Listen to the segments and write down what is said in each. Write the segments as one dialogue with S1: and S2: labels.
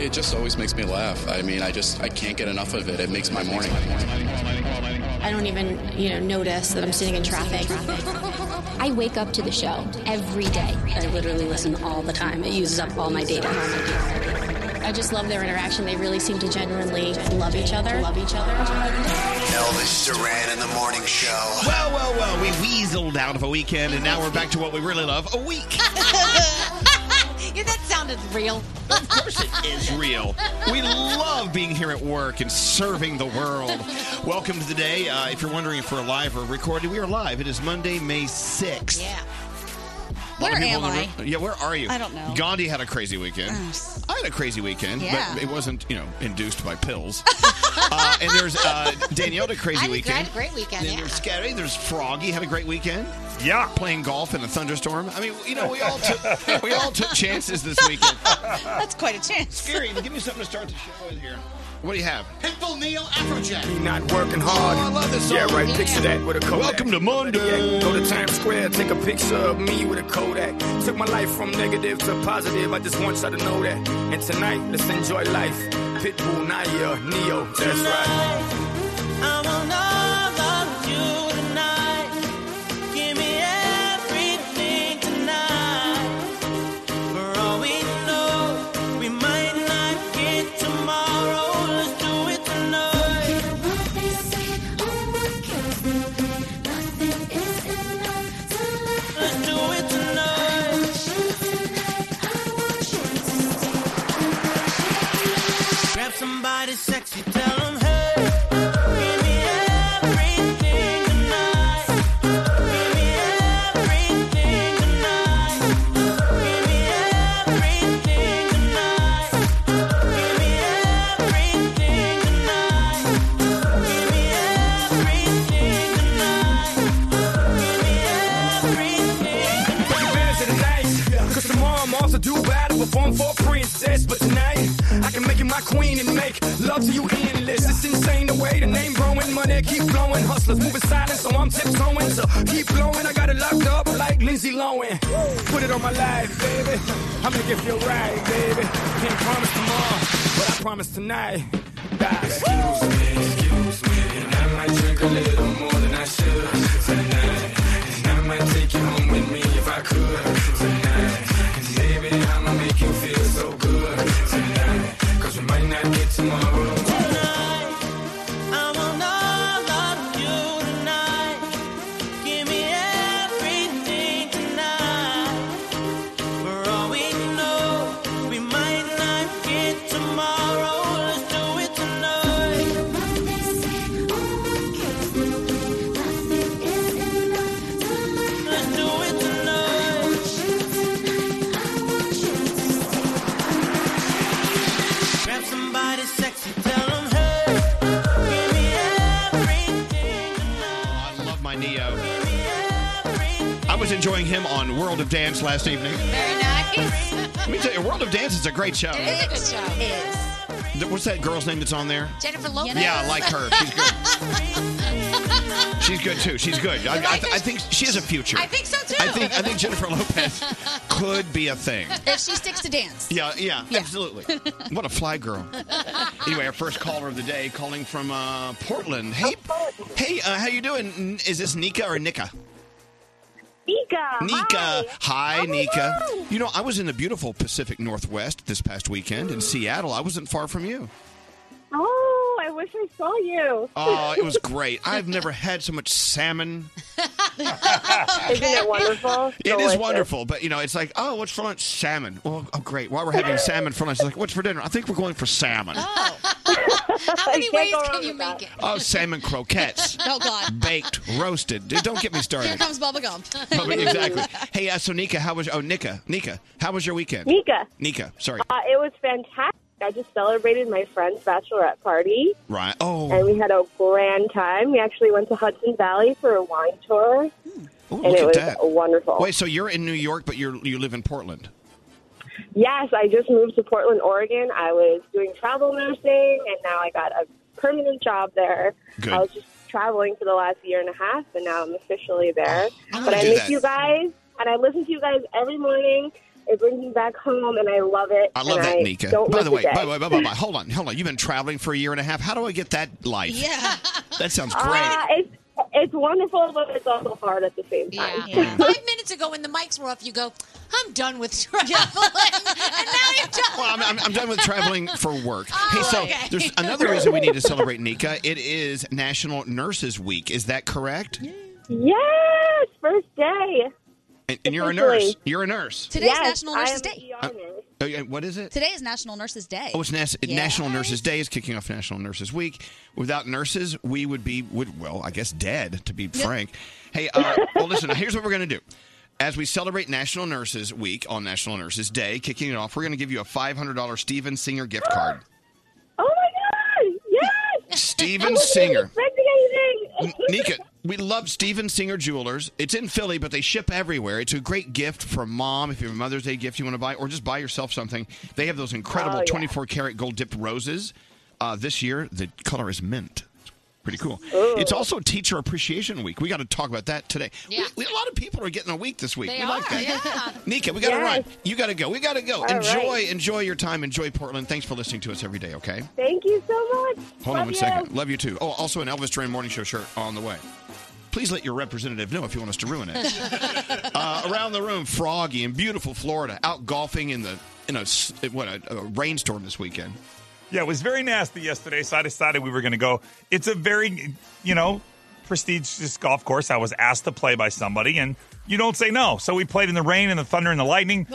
S1: It just always makes me laugh. I mean, I just I can't get enough of it. It makes my morning.
S2: I don't even, you know, notice that I'm sitting in traffic.
S3: I wake up to the show every day.
S4: I literally listen all the time. It uses up all my data.
S2: I just love their interaction. They really seem to genuinely love each other. Love each other.
S5: Elvis Duran in the morning show.
S6: Well, well, well, we weaseled out of a weekend, and now we're back to what we really love a week.
S7: yeah, that sounded real.
S6: Of course it is real. We love being here at work and serving the world. Welcome to the day. Uh, if you're wondering if we're live or recorded, we are live. It is Monday, May 6th. Yeah.
S7: Where am I?
S6: Yeah, where are you?
S7: I don't know. Oh,
S6: Gandhi had a crazy weekend. I had a crazy weekend,
S7: Yeah.
S6: but it wasn't, you know, induced by pills. uh, and there's uh, Danielle had a crazy
S7: I had a
S6: weekend.
S7: great- great weekend,
S6: Then
S7: yeah.
S6: There's Scary. There's Froggy had a great weekend. Yeah. Playing golf in a thunderstorm. I mean, you know, we all took we all took chances this weekend.
S7: That's quite a chance.
S6: Scary, give me something to start the show with here. What do you have? Pitbull Neil
S8: He
S6: Afrojack.
S8: not working hard.
S6: Oh, I love this
S8: Yeah,
S6: song.
S8: right.
S6: Yeah.
S8: Picture that with a Kodak.
S6: Welcome to
S8: Yeah,
S6: Monday.
S8: go to Times Square, take a picture of me with a Kodak. Took my life from negative to positive. I just want y'all to know that. And tonight, let's enjoy life. Pitbull, Naya, Neo. That's right.
S9: Somebody sexy, tell them, hey, give me everything tonight. Give me everything tonight. Give me everything tonight. Give me everything tonight. Give me everything tonight. Give me everything tonight.
S8: Take advantage of the night. Cause tomorrow I'm also due battle to perform for a princess. But tonight, I can make you my queen and make love to you endless. It's insane the way the name growing, money keep flowing. Hustlers moving silent, so I'm tiptoeing. So keep blowing, I got it locked up like Lindsay Lohan. Put it on my life, baby. I'm gonna give you a ride, baby. Can't promise tomorrow, but I promise tonight. Bye. Excuse me, excuse me, and I might drink a little more than I should tonight. And I might take you home with me if I could tonight. Cause baby, I'ma make you feel so good tonight. Cause we might not get tomorrow.
S9: Tomorrow, let's do it tonight. Let's do it tonight. Grab somebody sexy, tell them, hey, give me everything tonight.
S6: I love my Neo.
S9: Give me everything.
S6: I was enjoying him on World of Dance last evening.
S7: Very nice.
S6: Let me tell you, World of Dance is a great show.
S7: It is a good show.
S6: Th- What's that girl's name that's on there?
S7: Jennifer Lopez.
S6: Yeah, I like her. She's good. She's good too. She's good. I, I, th- I think she has a future.
S7: I think so, too.
S6: I think I think Jennifer Lopez could be a thing.
S7: if she sticks to dance.
S6: Yeah, yeah, absolutely. What a fly girl. Anyway, our first caller of the day, calling from uh, Portland. Hey, hey, uh, how you doing? N- Is this Nika or Nika?
S10: Nika.
S6: Nika. Hi,
S10: How you
S6: Nika.
S10: doing?
S6: You know, I was in the beautiful Pacific Northwest this past weekend in Seattle. I wasn't far from you.
S10: Oh, I wish I saw you.
S6: Oh, it was great. I've never had so much salmon.
S10: Isn't it wonderful?
S6: It is
S10: Delicious.
S6: wonderful, but you know, it's like, oh, what's for lunch? Salmon. Well, oh, great. While we're having salmon for lunch, it's like, what's for dinner? I think we're going for salmon.
S7: How many
S10: can't
S7: ways
S10: go
S7: can
S10: wrong
S7: you
S10: with
S7: make
S10: that.
S7: it?
S6: Oh, salmon croquettes,
S7: Oh, God.
S6: baked, roasted. Dude, don't get me
S7: Here
S6: started.
S7: comes Bubba Gump.
S6: But- but exactly. Hey, uh, so Nika, how was? Oh, Nika, Nika, how was your weekend?
S10: Nika.
S6: Nika, sorry.
S10: Uh, it was fantastic. I just celebrated my friend's bachelorette party,
S6: Right.
S10: and
S6: Oh,
S10: we had a grand time. We actually went to Hudson Valley for a wine tour,
S6: ooh,
S10: and
S6: look
S10: it
S6: at
S10: was
S6: that.
S10: wonderful.
S6: Wait, so you're in New York, but you are you live in Portland.
S10: Yes, I just moved to Portland, Oregon. I was doing travel nursing, and now I got a permanent job there.
S6: Good.
S10: I was just traveling for the last year and a half, and now I'm officially there.
S6: Oh, I wanna
S10: but I
S6: do
S10: miss
S6: that.
S10: you guys, and I listen to you guys every morning. It brings me back home, and I love it.
S6: I love
S10: and
S6: that, Nika.
S10: Don't
S6: By
S10: miss
S6: the
S10: a
S6: way, by
S10: day.
S6: the way, by, by, by, hold on, hold on. You've been traveling for a year and a half. How do I get that life?
S10: yeah,
S6: That sounds great.
S10: uh, it's it's wonderful, but it's also hard at the same time.
S7: Five minutes ago, when the mics were off, you go, "I'm done with traveling," and now you're done.
S6: Well, I'm, I'm, I'm done with traveling for work. hey, so
S7: Oh, okay.
S6: there's another reason we need to celebrate Nika. It is National Nurses Week. Is that correct?
S10: Yes, first day.
S6: And, and you're a
S10: Officially.
S6: nurse. You're a nurse.
S11: Today's National
S10: I
S11: Nurses
S10: am
S11: Day.
S6: Oh, yeah, what is it?
S11: Today is National Nurses Day.
S6: Oh, it's Nas-
S11: Yeah.
S6: National Nurses Day is kicking off National Nurses Week. Without nurses, we would be would well, I guess, dead. To be frank. Hey, uh, well, listen. Here's what we're gonna do. As we celebrate National Nurses Week on National Nurses Day, kicking it off, we're gonna give you a $500 Steven Singer gift card.
S10: Oh my God! Yes.
S6: Steven Singer.
S10: Expecting anything?
S6: Nika, we love Steven Singer Jewelers. It's in Philly, but they ship everywhere. It's a great gift for mom if you have a Mother's Day gift you want to buy, or just buy yourself something. They have those incredible
S12: Oh, yeah.
S6: 24 karat gold dipped roses. Uh, this year, the color is mint. Pretty cool.
S12: Ooh.
S6: It's also Teacher Appreciation Week. We got to talk about that today. We, we- a lot of people are getting a week this week.
S12: They
S6: we like
S12: are,
S6: that.
S12: yeah.
S6: Nika, we got to
S12: Yes.
S6: run. You got to go. We got to go.
S12: All
S6: enjoy,
S12: right.
S6: enjoy your time. Enjoy Portland. Thanks for listening to us every day. Okay.
S10: Thank you so much.
S6: Hold on
S10: Love
S6: one
S10: you.
S6: second. Love you too. Oh, also an Elvis Duran morning show shirt on the way. Please let your representative know if you want us to ruin it. uh, around the room, Froggy in beautiful Florida, out golfing in the in a s- what a, a rainstorm this weekend.
S13: Yeah, it was very nasty yesterday, so I decided we were going to go. It's a very, you know, prestigious golf course. I was asked to play by somebody, and you don't say no. So we played in the rain and the thunder and the lightning.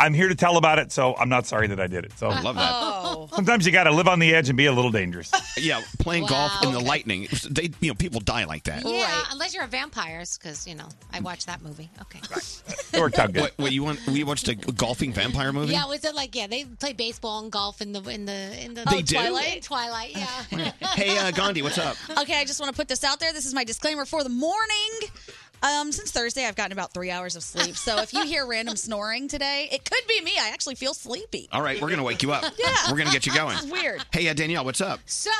S13: I'm here to tell about it, so I'm not sorry that I did it. So
S6: I Oh, love that.
S7: Oh,
S13: Sometimes you got to live on the edge and be a little dangerous.
S6: Yeah, playing golf in the lightning. They you know people die like that.
S7: Yeah, unless you're a vampire, because you know I watched that movie. Okay.
S6: It worked out good. What, what, you want? We watched a golfing vampire movie.
S7: Yeah, was it like yeah? They play baseball and golf in the in the in the
S6: They Oh, do? Twilight?
S7: In Twilight, yeah.
S6: hey, uh, Gandhi, what's up?
S11: Okay, I just want to put this out there. This is my disclaimer for the morning. Um, since Thursday, I've gotten about three hours of sleep. So if you hear random snoring today, it could be me. I actually feel sleepy.
S6: All right, we're gonna wake you up.
S11: Yeah.
S6: we're gonna get you going.
S7: It's weird.
S6: Hey, uh, Danielle, what's up?
S7: So,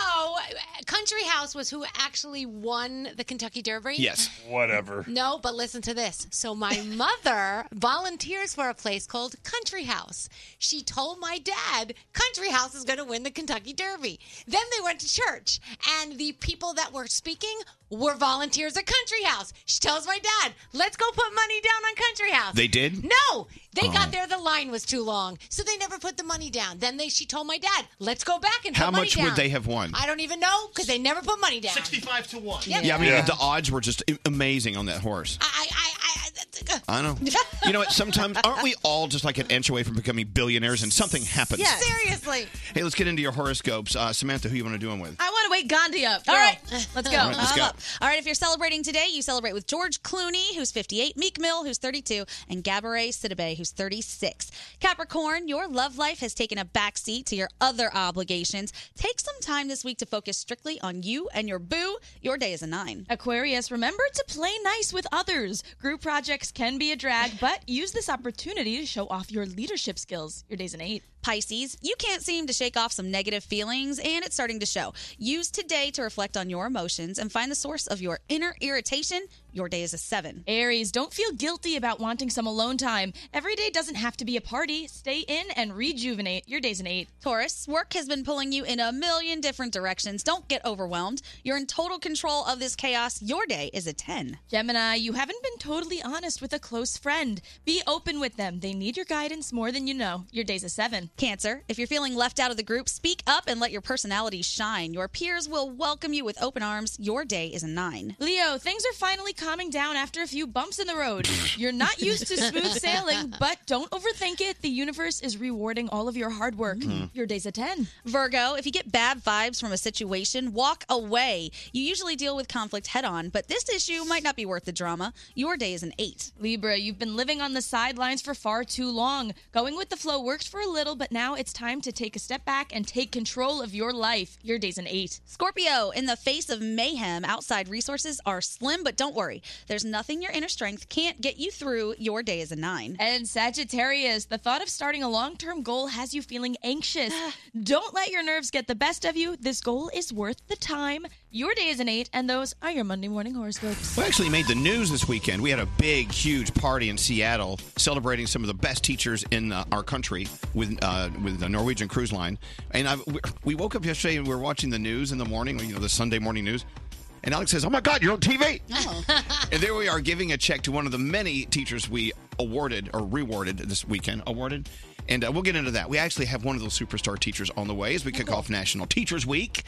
S7: Country House was who actually won the Kentucky Derby.
S6: Yes.
S13: Whatever.
S7: No, but listen to this. So my mother volunteers for a place called Country House. She told my dad Country House is going to win the Kentucky Derby. Then they went to church, and the people that were speaking were volunteers at Country House. She tells my dad, "Let's go put money down on Country House."
S6: They did?
S7: No, they
S6: Oh.
S7: got there. The line was too long, so they never put the money down. Then they, she told my dad, "Let's go back and
S6: How
S7: put money
S6: much would
S7: down."
S6: they have won?
S7: I don't even know because they never put money down. Sixty-five to one.
S6: Yeah, I mean the odds were just a- amazing on that horse.
S7: I,
S6: I know. You know what? Sometimes aren't we all just like an inch away from becoming billionaires, and something happens?
S11: Seriously.
S6: Hey, let's get into your horoscopes, uh, Samantha. Who you want to do them with?
S11: I want to wake Gandhi up. All right, let's go.
S6: All right, let's
S11: I'm
S6: go.
S11: up. All right, if you're celebrating today, you celebrate with George Clooney, who's 58, Meek Mill, who's 32, and Gabourey Sidibe, who's 36. Capricorn, your love life has taken a backseat to your other obligations. Take some time this week to focus strictly on you and your boo. Your day is a nine.
S14: Aquarius, remember to play nice with others. Group projects can be a drag, but use this opportunity to show off your leadership skills. Your day's an eight.
S11: Pisces, you can't seem to shake off some negative feelings, and it's starting to show. Use today to reflect on your emotions and find the source of your inner irritation. Your day is a seven.
S14: Aries, don't feel guilty about wanting some alone time. Every day doesn't have to be a party. Stay in and rejuvenate. Your day's an eight.
S11: Taurus, work has been pulling you in a million different directions. Don't get overwhelmed. You're in total control of this chaos. Your day is a 10.
S14: Gemini, you haven't been totally honest with a close friend. Be open with them. They need your guidance more than you know. Your day's a seven.
S11: Cancer, if you're feeling left out of the group, speak up and let your personality shine. Your peers will welcome you with open arms. Your day is a 9.
S14: Leo, things are finally calming down after a few bumps in the road. You're not used to smooth sailing, but don't overthink it. The universe is rewarding all of your hard work.
S11: Mhm.
S14: Your day's a 10.
S11: Virgo, if you get bad vibes from a situation, walk away. You usually deal with conflict head on, but this issue might not be worth the drama. Your day is an 8.
S14: Libra, you've been living on the sidelines for far too long. Going with the flow worked for a little but now it's time to take a step back and take control of your life. Your day's an eight.
S11: Scorpio, in the face of mayhem, outside resources are slim, but don't worry. There's nothing your inner strength can't get you through. Your day is a nine.
S14: And Sagittarius, the thought of starting a long term goal has you feeling anxious. Don't let your nerves get the best of you. This goal is worth the time. Your day is an eight, and those are your Monday morning horoscopes.
S6: We actually made the news this weekend. We had a big, huge party in Seattle celebrating some of the best teachers in uh, our country with uh, with the Norwegian Cruise Line. And I, we- we woke up yesterday and we were watching the news in the morning, you know, the Sunday morning news. And Alex says, "Oh my God, you're on TV!" and there we are giving a check to one of the many teachers we awarded or rewarded this weekend. Awarded, and uh, we'll get into that. We actually have one of those superstar teachers on the way as we kick off National Teachers Week.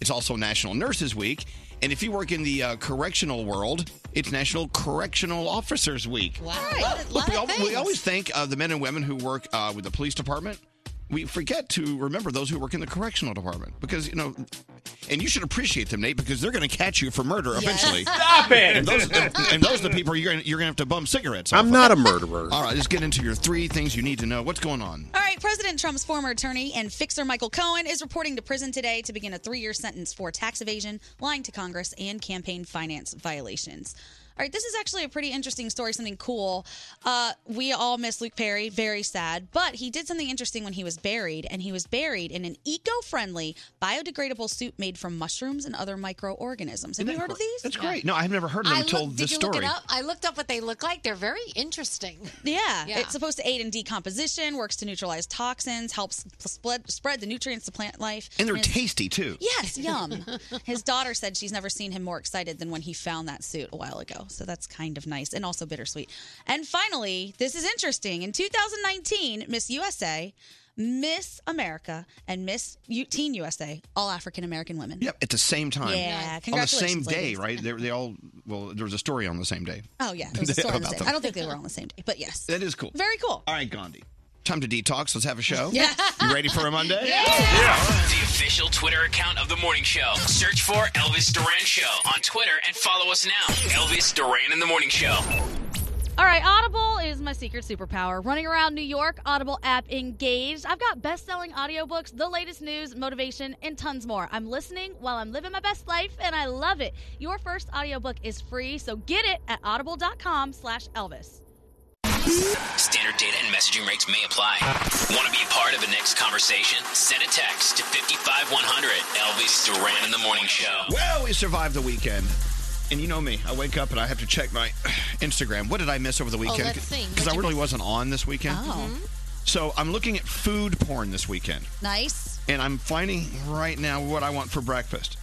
S6: It's also National Nurses Week, and if you work in the uh, correctional world, it's National Correctional Officers Week.
S7: Wow. Lot, lot
S6: We,
S7: of
S6: al- we
S7: things.
S6: always think of the men and women who work uh, with the police department. We forget to remember those who work in the correctional department because, you know, and you should appreciate them, Nate, because they're going to catch you for murder eventually.
S12: Stop it!
S6: And those, are the, and those are the people you're going to you're going to have to bum cigarettes.
S12: I'm
S6: off
S12: not a
S6: of.
S12: murderer.
S6: All right, let's get into your three things you need to know. What's going on?
S11: All right, President Trump's former attorney and fixer Michael Cohen is reporting to prison today to begin a three year sentence for tax evasion, lying to Congress, and campaign finance violations. All right, this is actually a pretty interesting story, something cool. Uh, we all miss Luke Perry, very sad, but he did something interesting when he was buried, and he was buried in an eco friendly, biodegradable soup made from mushrooms and other microorganisms. Have you heard of these?
S6: That's great. No, I've never heard of them
S11: I
S6: until
S11: looked-
S7: Did
S6: this
S7: you
S6: story.
S7: look it up? I looked up what they look like. They're very interesting.
S11: Yeah,
S7: Yeah.
S11: it's supposed to aid in decomposition, works to neutralize toxins, helps spread, spread the nutrients to plant life.
S6: And they're
S11: his-
S6: tasty, too.
S11: Yes, yum. His daughter said she's never seen him more excited than when he found that suit a while ago. So that's kind of nice and also bittersweet. And finally, this is interesting. In 2019, Miss USA, Miss America, and Miss U- Teen USA, all African American women.
S6: Yep, at the same time.
S11: Yeah,
S6: On the same
S11: congratulations,
S6: day,
S11: ladies.
S6: right? They, they all, well, there was a story on the same day.
S11: Oh, yeah. It was a story on the
S6: About
S11: same.
S6: them.
S11: I don't think they were on the same day, but yes.
S6: That is cool.
S11: Very cool.
S6: All right, Gandhi. Time to detox. Let's have a show.
S11: Yeah.
S6: You ready for a Monday?
S15: The official Twitter account of the morning show. Search for Elvis Duran Show on Twitter and follow us now. Elvis Duran in the morning show.
S16: All right, Audible is my secret superpower. Running around New York, Audible app engaged. I've got best selling audiobooks, the latest news, motivation, and tons more. I'm listening while I'm living my best life, and I love it. Your first audiobook is free, so get it at audible.com slash Elvis.
S15: Standard data and messaging rates may apply. Want to be a part of the next conversation? Send a text to 55100 Elvis Duran in the morning show.
S6: Well, we survived the weekend. And you know me, I wake up and I have to check my Instagram. What did I miss over the weekend?
S11: Oh, let's see.
S6: Because I
S11: What'd you
S6: really wasn't on this weekend.
S11: Oh.
S6: So I'm looking at food porn this weekend.
S11: Nice.
S6: And I'm finding right now what I want for breakfast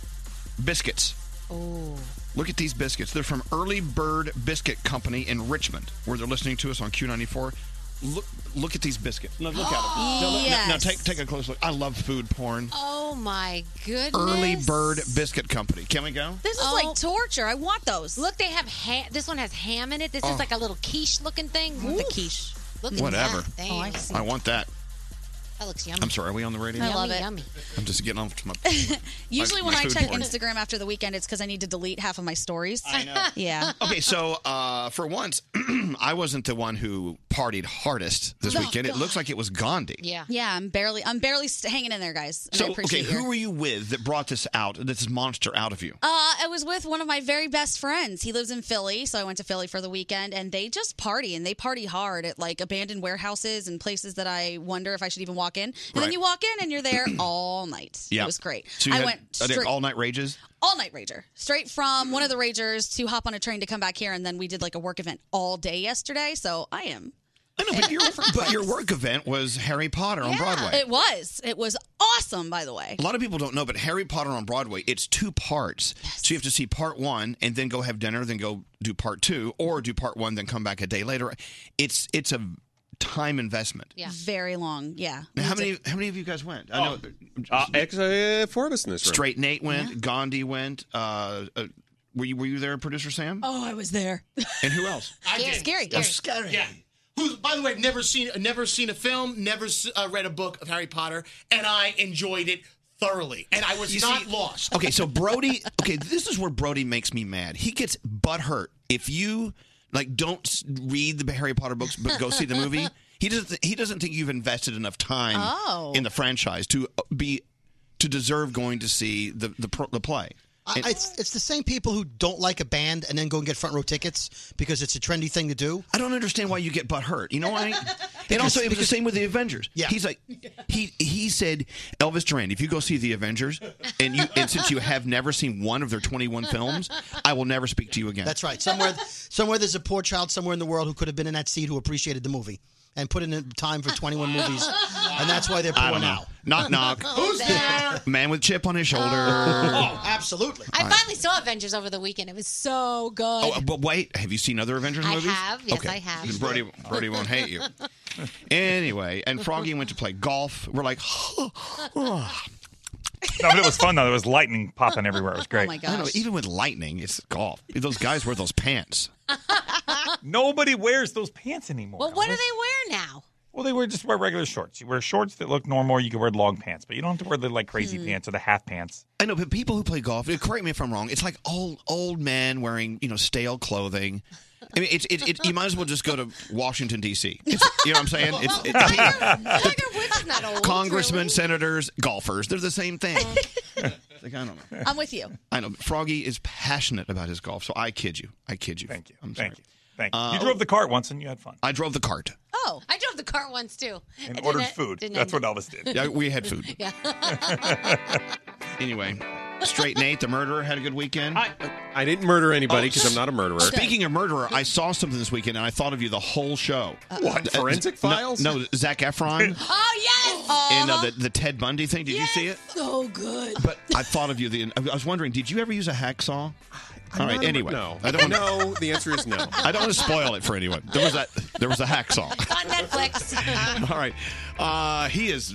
S6: biscuits.
S11: Oh.
S6: Look at these biscuits. They're from Early Bird Biscuit Company in Richmond, where they're listening to us on Q94. Look, look at these biscuits. Now, look at them. Now, look- now- now,
S7: Yes.
S6: take, take a close look. I love food porn.
S7: Oh my goodness.
S6: Early Bird Biscuit Company. Can we go?
S11: This is like torture. I want those.
S7: Oh. Look, they have ham. This one has ham in it. This
S6: Oh.
S7: is like a little quiche looking thing.
S11: want the
S7: Oof.
S11: quiche.
S7: Look
S6: Whatever.
S7: at that.
S11: Oh,
S7: thing.
S6: I want that.
S7: That looks yummy.
S6: I'm sorry. Are we on the radio?
S11: I love it.
S6: I'm just getting off to my.
S11: Usually,
S6: my
S11: when I
S6: food
S11: check
S6: porn.
S11: Instagram after the weekend, it's because I need to delete half of my stories. I
S6: know.
S11: yeah.
S6: Okay, so uh, for once, I wasn't the one who partied hardest this
S11: Oh,
S6: weekend. It
S11: God.
S6: looks like it was Gandhi.
S11: Yeah. Yeah. I'm barely. I'm barely st- hanging in there, guys. And I
S6: So okay,
S11: appreciate
S6: who
S11: you.
S6: were you with that brought this out? This monster out of you?
S11: Uh, I was with one of my very best friends. He lives in Philly, so I went to Philly for the weekend, and they just party and they party hard at like abandoned warehouses and places that I wonder if I should even walk in. And then
S6: Right.
S11: you walk in and you're there all night.
S6: Yeah,
S11: it was great.
S6: So you
S11: I
S6: had-
S11: went
S6: I did
S11: straight
S6: all night rages.
S11: all night rager straight from one of the ragers to hop on a train to come back here and then we did like a work event all day yesterday so i am
S6: I know, but your but your work event was Harry Potter on Broadway.
S11: it was it was awesome by the way
S6: a lot of people don't know, but Harry Potter on Broadway, it's two parts. So you have to see part one and then go have dinner, then go do part two, or do part one, then come back a day later. It's it's a time investment.
S11: yeah very long yeah
S6: Now, how many how many of you guys went? I know
S12: Uh, actually, uh, four of us in this room.
S6: Straight Nate went. Gandhi went. Uh, uh, were you were you there, producer Sam?
S11: Oh, I was there.
S6: And who else?
S11: Scary.
S6: Scary.
S17: Yeah. Who, by the way, never seen, never seen a film, never s- uh, read a book of Harry Potter, and I enjoyed it thoroughly, and I was
S6: You
S17: not
S6: see-
S17: lost.
S6: Okay, so Brody. Okay, this is where Brody makes me mad. He gets butthurt if you like don't s- read the Harry Potter books, but go see the movie. He doesn't. He doesn't think you've invested enough time
S18: Oh.
S6: in the franchise to uh, be to deserve going to see the the, pro- the play.
S18: I,
S6: And-
S18: it's, it's the same people who don't like a band and then go and get front row tickets because it's a trendy thing to do.
S6: I don't understand why you get butt hurt. You know why? and also, it was the same with the Avengers. Yeah. He's like, he he said, Elvis Duran, if you go see the Avengers, and you and since you have never seen one of their twenty one films, I will never speak to you again.
S18: That's right. Somewhere, somewhere there's a poor child somewhere in the world who could have been in that seat who appreciated the movie and put in time for 21 movies, and that's why they're poor
S6: I don't know.
S18: now.
S6: Knock knock.
S18: Who's there?
S6: Man with chip on his shoulder.
S18: Oh, absolutely.
S7: I finally saw Avengers over the weekend. It was so good.
S6: Oh, but wait, have you seen other Avengers
S7: I
S6: movies?
S7: have. Yes, I have.
S6: Then Brody, Brody won't hate you. Anyway, and Froggy went to play golf. We're like,
S13: No, but it was fun though. There was lightning popping everywhere. It was
S11: Oh,
S13: great.
S6: I don't know, even with lightning, it's golf. Those guys wear those pants.
S13: Nobody wears those pants anymore.
S7: well, what do they wear now?
S13: Well, they wear just wear regular shorts. You wear shorts that look normal. You can wear long pants, but you don't have to wear the like crazy
S6: Hmm.
S13: pants or the half pants.
S6: I know, but people who play golf, correct me if I'm wrong, it's like old old men wearing, you know, stale clothing. I mean, it's, it, it, you might as well just go to Washington, D.C. It's- You know what I'm saying? It's, it's,
S11: Woods not old.
S6: congressmen, senators, golfers, they're the same thing. like, I don't know.
S11: I'm with you.
S6: I know. Froggy is passionate about his golf, so I kid you. I kid you. Thank you. I'm sorry. Uh, oh.
S13: Thank you. Thank you. you drove the cart once and you had fun.
S6: I drove the cart.
S7: Oh, I drove the car once too.
S13: And
S7: It
S13: ordered
S7: didn't-
S13: food.
S7: didn't
S13: That's
S7: end
S13: what
S7: up-
S13: Elvis did.
S6: Yeah, we had food.
S7: Yeah.
S6: Anyway, straight Nate, the murderer, had a good weekend. I,
S12: I didn't murder anybody because I'm not a murderer.
S6: Speaking of murderer, I saw something this weekend and I thought of you the whole show.
S12: What,
S6: Uh,
S12: Forensic
S6: no-
S12: Files?
S6: No, Zach Efron
S7: oh yes. Oh.
S6: and
S7: Uh-huh.
S6: uh, the, the Ted Bundy thing. Did you see it?
S7: so good.
S6: But I thought of you. The I was wondering, did you ever use a hacksaw?
S12: I'm
S6: All right.
S12: not a-
S6: anyway,
S12: no.
S6: I don't.
S12: No, The answer is no.
S6: I don't want to spoil it for anyone. There was that. There was a hacksaw.
S7: on Netflix.
S6: All right. Uh, he is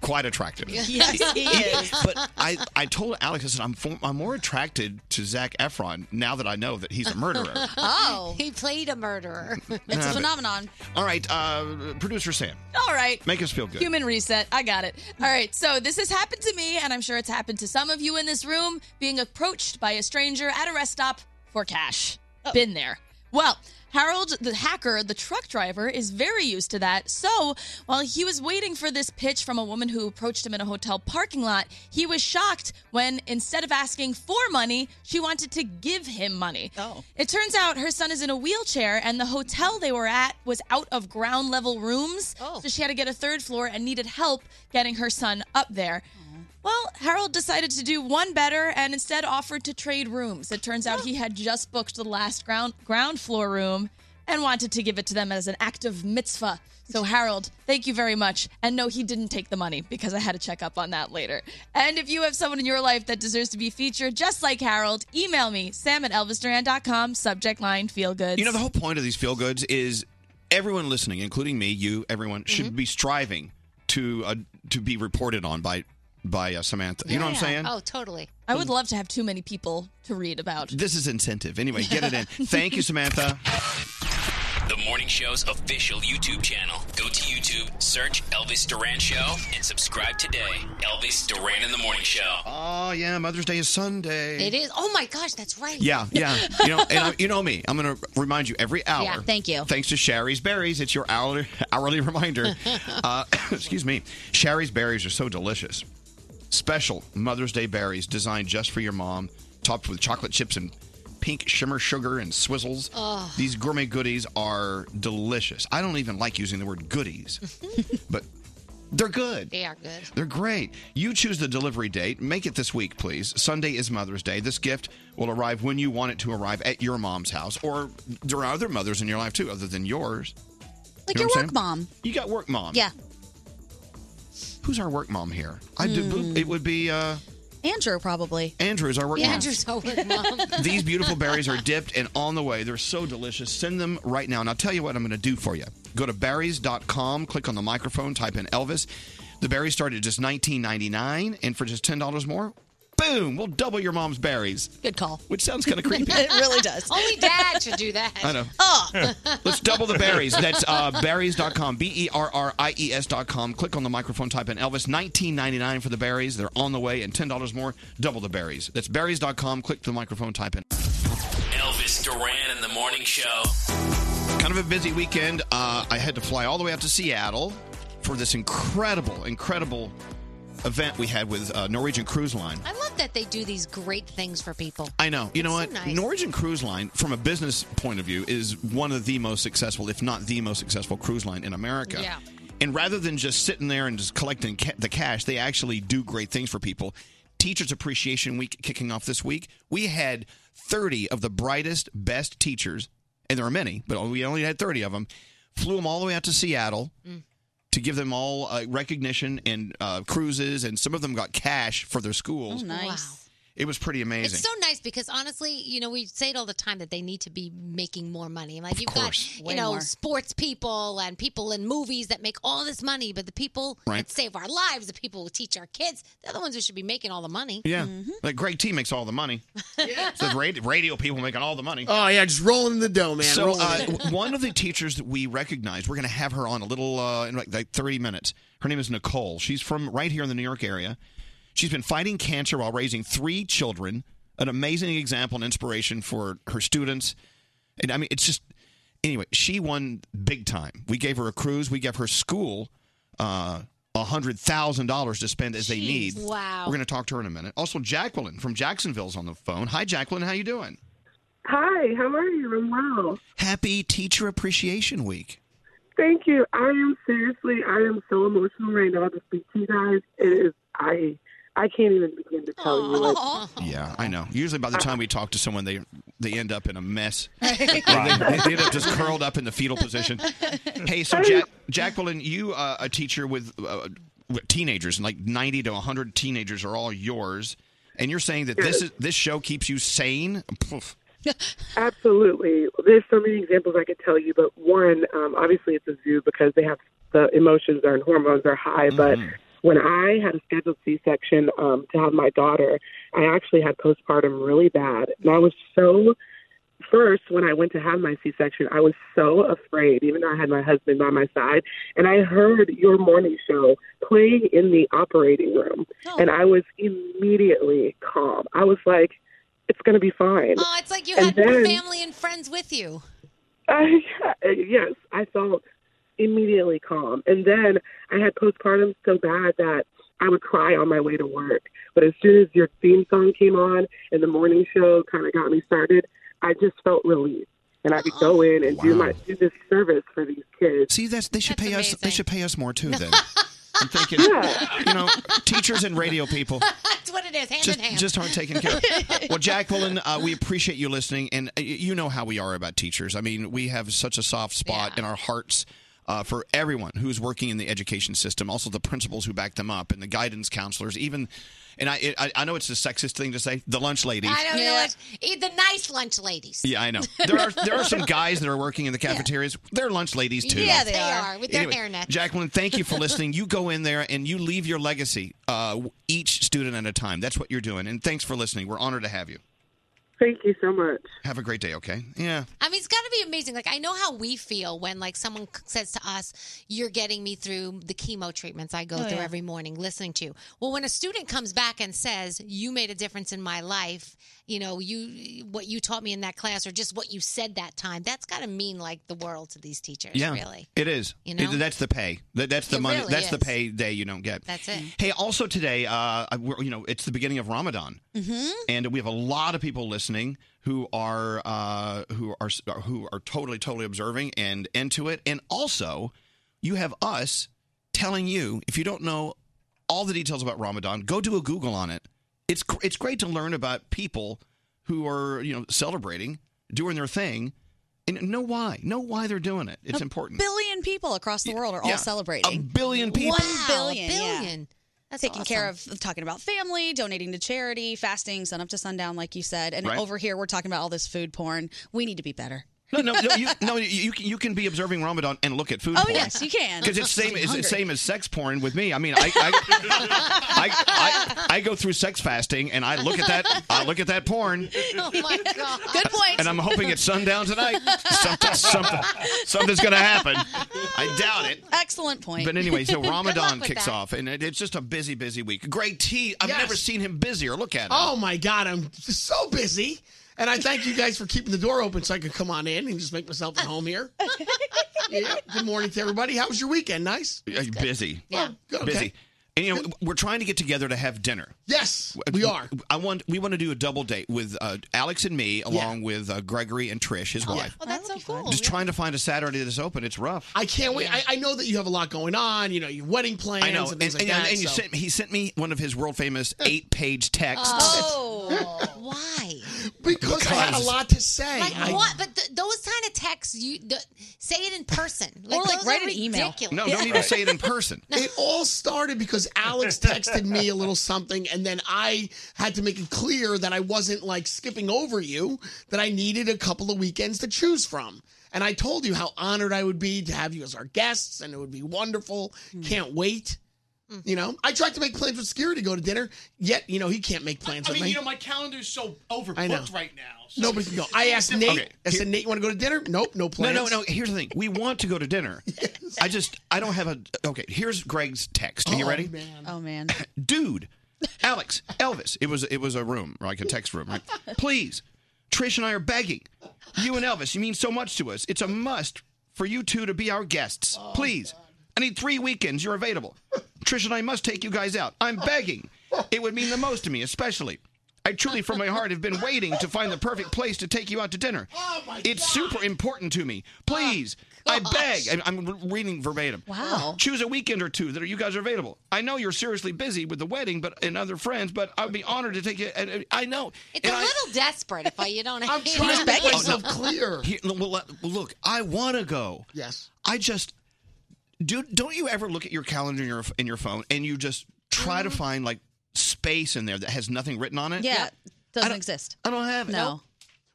S6: quite attractive.
S7: Yes, he is.
S6: But I, I told Alex, I said, I'm, fo- I'm more attracted to Zach Efron now that I know that he's a murderer.
S7: oh, he played a murderer.
S6: Nah, but-
S14: phenomenon.
S6: All right, uh, producer Sam,
S14: All right.
S6: make us feel good.
S14: Human reset. I got it. All right. So this has happened to me, and I'm sure it's happened to some of you in this room. Being approached by a stranger at a rest stop for cash. Been there. Well, Harold, the hacker, the truck driver, is very used to that. So while he was waiting for this pitch from a woman who approached him in a hotel parking lot, he was shocked when instead of asking for money, she wanted to give him money. Oh. It turns out her son is in a wheelchair, and the hotel they were at was out of ground level rooms. Oh. So she had to get a third floor and needed help getting her son up there. Well, Harold decided to do one better and instead offered to trade rooms. It turns out he had just booked the last ground ground floor room and wanted to give it to them as an act of mitzvah. So Harold, thank you very much. And no, he didn't take the money because I had to check up on that later. And if you have someone in your life that deserves to be featured just like Harold, email me, sam at elvisduran.com, subject line, feel good.
S6: You know, the whole point of these feel goods is everyone listening, including me, you, everyone, should be striving to uh, to be reported on by by uh, Samantha. You know what I'm saying?
S14: Oh, totally. I would love to have too many people to read about.
S6: This is incentive. Anyway, get it in. Thank you, Samantha.
S15: The morning show's official YouTube channel. Go to YouTube, search Elvis Duran Show, and subscribe today. Elvis Duran in the Morning Show.
S6: Oh yeah, Mother's Day is Sunday.
S7: It is. Oh my gosh, that's right.
S6: Yeah, yeah. You know, and I, you know me. I'm going to remind you every hour.
S7: Yeah, thank you.
S6: Thanks to Sherry's Berries, it's your hourly hourly reminder. Uh, excuse me. Sherry's Berries are so delicious. Special Mother's Day berries designed just for your mom, topped with chocolate chips and pink shimmer sugar and swizzles.
S9: Oh.
S6: These gourmet goodies are delicious. I don't even like using the word goodies, but they're good.
S7: They are good.
S6: They're great. You choose the delivery date. Make it this week, please. Sunday is Mother's Day. This gift will arrive when you want it to arrive at your mom's house, or there are other mothers in your life too, other than yours.
S3: Like
S6: You know
S3: your
S6: what I'm
S3: work
S6: saying?
S3: mom.
S6: You got work mom.
S3: Yeah.
S6: Who's our work mom here? I
S3: Hmm.
S6: do. It would be uh,
S3: Andrew, probably.
S6: Andrew is our work mom.
S3: Andrew's
S7: always mom.
S6: These beautiful berries are dipped and on the way. They're so delicious. Send them right now. And I'll tell you what I'm going to do for you. Go to berries.com, click on the microphone, type in Elvis. The berries start at just $19.99. And for just $10 more, boom, we'll double your mom's berries.
S7: Good call.
S6: Which sounds kind of creepy.
S7: does. Only dad should do that.
S6: I know.
S7: Oh.
S6: Let's double the berries. That's uh, berries.com, B E R R I E S.com. Click on the microphone, type in Elvis, $19.99 for the berries. They're on the way, and $10 more, double the berries. That's berries.com. Click the microphone, type in.
S15: Elvis Duran in the Morning Show.
S6: kind of a busy weekend. Uh, I had to fly all the way out to Seattle for this incredible, incredible event we had with uh, Norwegian Cruise Line.
S7: I love that they do these great things for people.
S6: I know. You know what?
S7: It's so nice.
S6: Norwegian Cruise Line, from a business point of view, is one of the most successful, if not the most successful cruise line in America.
S19: Yeah.
S6: And rather than just sitting there and just collecting ca- the cash, they actually do great things for people. Teachers Appreciation Week kicking off this week. We had 30 of the brightest, best teachers, and there are many, but we only had 30 of them. Flew them all the way out to Seattle
S7: Mm.
S6: to give them all uh, recognition and uh, cruises, and some of them got cash for their schools.
S7: Oh, nice.
S6: It was pretty amazing.
S7: It's so nice because honestly, you know, we say it all the time that they need to be making more money. Like you've
S6: course.
S7: got, you
S6: Way
S7: know,
S6: more.
S7: sports people and people in movies that make all this money, but the people
S6: Right.
S7: that save our lives, the people who teach our kids, they're the ones who should be making all the money.
S6: Yeah. Like Greg T makes all the money. So the radio, radio people making all the money.
S19: Oh yeah, just rolling in the dough, man.
S6: so
S19: rolling in
S6: uh,
S19: the dough.
S6: w- one of the teachers that we recognize, we're going to have her on a little uh, in like, like 30 minutes. Her name is Nicole. She's from right here in the New York area. She's been fighting cancer while raising three children. An amazing example and inspiration for her students. And I mean, it's just anyway. She won big time. We gave her a cruise. We gave her school uh, hundred thousand dollars to spend as they need.
S7: Jeez. Wow.
S6: We're going to talk to her in a minute. Also, Jacqueline from Jacksonville's on the phone. Hi, Jacqueline. How you doing?
S20: Hi, how are you? I'm well.
S6: Happy Teacher Appreciation Week.
S20: Thank you. I am seriously, I am so emotional right now to speak to you guys. It is, I, I can't even begin to tell you. Like,
S6: Yeah, I know. Usually, by the time we talk to someone, they they end up in a mess.
S20: Right.
S6: they, they- they end up just curled up in the fetal position. Hey, so Jack, Jacqueline, you uh, a teacher with uh, with teenagers, and like ninety to hundred teenagers are all yours, and you're saying that this is this show keeps you sane. Poof.
S20: Absolutely. There's so many examples I could tell you, but one, um, obviously, it's a zoo because they have the emotions are and hormones are high. But
S7: Mm-hmm.
S20: when I had a scheduled C-section um, to have my daughter, I actually had postpartum really bad, and I was so. First, when I went to have my C-section, I was so afraid, even though I had my husband by my side, and I heard your morning show playing in the operating room,
S7: Oh.
S20: and I was immediately calm. I was like, "It's going to be fine."
S7: Oh, it's like you
S20: And
S7: had
S20: then-
S7: family and friends with you.
S20: I, Uh, yes, I felt immediately calm. And then I had postpartum so bad that I would cry on my way to work. But as soon as your theme song came on and the morning show kind of got me started, I just felt relieved. And I could go in and do my do this service for these kids.
S6: Oh, See, that's they should pay us. They should pay us more too. Then I'm thinking,
S20: Yeah.
S6: you know, teachers and radio people.
S7: That's what it is, hand
S6: just,
S7: in hand.
S6: just aren't taken care of. well, Jacqueline, uh, we appreciate you listening, and uh, you know how we are about teachers. I mean, we have such a soft spot in our hearts. Uh, for everyone who's working in the education system, also the principals who back them up, and the guidance counselors, even, and I, I, I know it's the sexist thing to say, the lunch ladies.
S7: I don't know what eat the nice lunch ladies.
S6: Yeah, I know. There are there are some guys that are working in the cafeterias. They're lunch ladies too.
S7: Yes, they are with their hair nets.
S6: Jacqueline, thank you for listening. You go in there and you leave your legacy, uh, each student at a time. That's what you're doing. And thanks for listening. We're honored to have you.
S20: Thank you so much.
S6: Have a great day. Okay. Yeah.
S7: I mean, it's got to be amazing. Like, I know how we feel when, like, someone c- says to us, "You're getting me through the chemo treatments I go
S21: Oh,
S7: through
S21: yeah.
S7: every morning, listening to you." Well, when a student comes back and says, "You made a difference in my life," you know, you what you taught me in that class, or just what you said that time, that's got to mean like the world to these teachers.
S6: Yeah.
S7: really.
S6: It is.
S7: You know?
S6: It- that's the pay. That, that's the
S7: It
S6: money.
S7: really
S6: that's the
S7: is.
S6: pay day you don't get.
S7: That's it.
S6: Hey, also today, uh, we're, you know, it's the beginning of Ramadan.
S7: Mm-hmm.
S6: and we have a lot of people listening who are uh, who are who are totally totally observing and into it and also you have us telling you if you don't know all the details about Ramadan go do a google on it it's gr- it's great to learn about people who are you know celebrating doing their thing and know why know why they're doing it it's important
S11: billion people across the world are all
S6: Yeah.
S11: celebrating.
S6: A billion people.
S11: One
S6: Wow,
S11: billion.
S7: billion. That's
S11: taking care of, of talking about family, donating to charity, fasting, sun up to sundown, like you said. And
S6: Right.
S11: over here, we're talking about all this food porn. We need to be better.
S6: no, no, no, you, no. You you can, you can be observing Ramadan and look at food.
S11: Oh,
S6: porn.
S11: yes, you can.
S6: Because it's same
S11: I'm hungry.
S6: it's same as sex porn with me. I mean, I I, I, I I go through sex fasting and I look at that I look at that porn
S7: oh my god!
S11: Good point.
S6: and I'm hoping at sundown tonight something, something something's gonna happen. I doubt it.
S11: Excellent point.
S6: But anyway, so Ramadan kicks off, and it, it's just a busy, busy week. Greg T, I've
S19: Yes.
S11: Oh,
S6: never seen him busier. Look at him.
S19: Oh my God, I'm so busy. And I thank you guys for keeping the door open so I could come on in and just make myself at home here. yeah. Good morning to everybody. How was your weekend? Nice.
S6: You're busy.
S19: Yeah. good, okay.
S6: Busy. And you know, we're trying to get together to have dinner.
S19: Yes, we are.
S6: I want we want to do a double date with uh, Alex and me, along with uh, Gregory and Trish, his wife.
S7: Oh, that's so cool.
S6: Just trying to find a Saturday that's open. It's rough.
S19: I can't wait. I, I know that you have a lot going on. You know, your wedding plans
S6: I know.
S19: and things
S6: and,
S19: like
S6: and-
S19: that.
S6: and you
S19: so-
S6: sent, he sent me one of his world famous eight page texts.
S7: Oh, why?
S19: because I had a lot to say.
S7: Like
S19: I-
S7: what? But th- those kind of texts, you th- say it in person, like,
S19: Or, like,
S7: those
S19: write
S7: are
S19: an email.
S7: ridiculous.
S6: No, don't even say it in person.
S19: It all started because Alex texted me a little something, and then I had to make it clear that I wasn't like skipping over you, that I needed a couple of weekends to choose from. And I told you how honored I would be to have you as our guests, and it would be wonderful. Can't wait. You know, I tried to make plans with Scary to go to dinner, yet, you know, he can't make plans
S17: I
S19: with
S17: mean,
S19: me.
S17: you know, my calendar's so
S19: I know.
S17: overbooked right now. So
S19: Nobody can go. I asked Nate. I said, Nate, you want to go to dinner? Nope, no
S6: No,
S19: plans.
S6: no, no. Here's the thing. We want to go to dinner. I just, I don't have a. Okay, here's Greg's text. Are you
S11: Oh,
S6: ready?
S11: Oh man.
S6: Dude, Alex, Elvis. It was, it was a room, like a text room, right? Please, Trish and I are begging. You and Elvis, you mean so much to us. It's a must for you two to be our guests. Please. I need three weekends. You're available. Trish and I must take you guys out. I'm begging. It would mean the most to me, especially. I truly, from my heart, have been waiting to find the perfect place to take you out to dinner. it's super important to me. Please, I beg. I'm- I'm re- reading verbatim.
S11: Wow.
S6: Choose a weekend or two that you guys are available. I know you're seriously busy with the wedding, but and other friends. But I'd be honored to take you. And, and I know
S7: It's a little desperate if I, you don't. I'm
S19: clear.
S6: well, let- well, look, I want to go.
S19: Yes.
S6: I just do. Don't you ever look at your calendar in your in your phone and you just try to find like space in there that has nothing written on it?
S11: Yeah. Doesn't exist.
S6: I don't have
S19: it. Oh.
S11: No.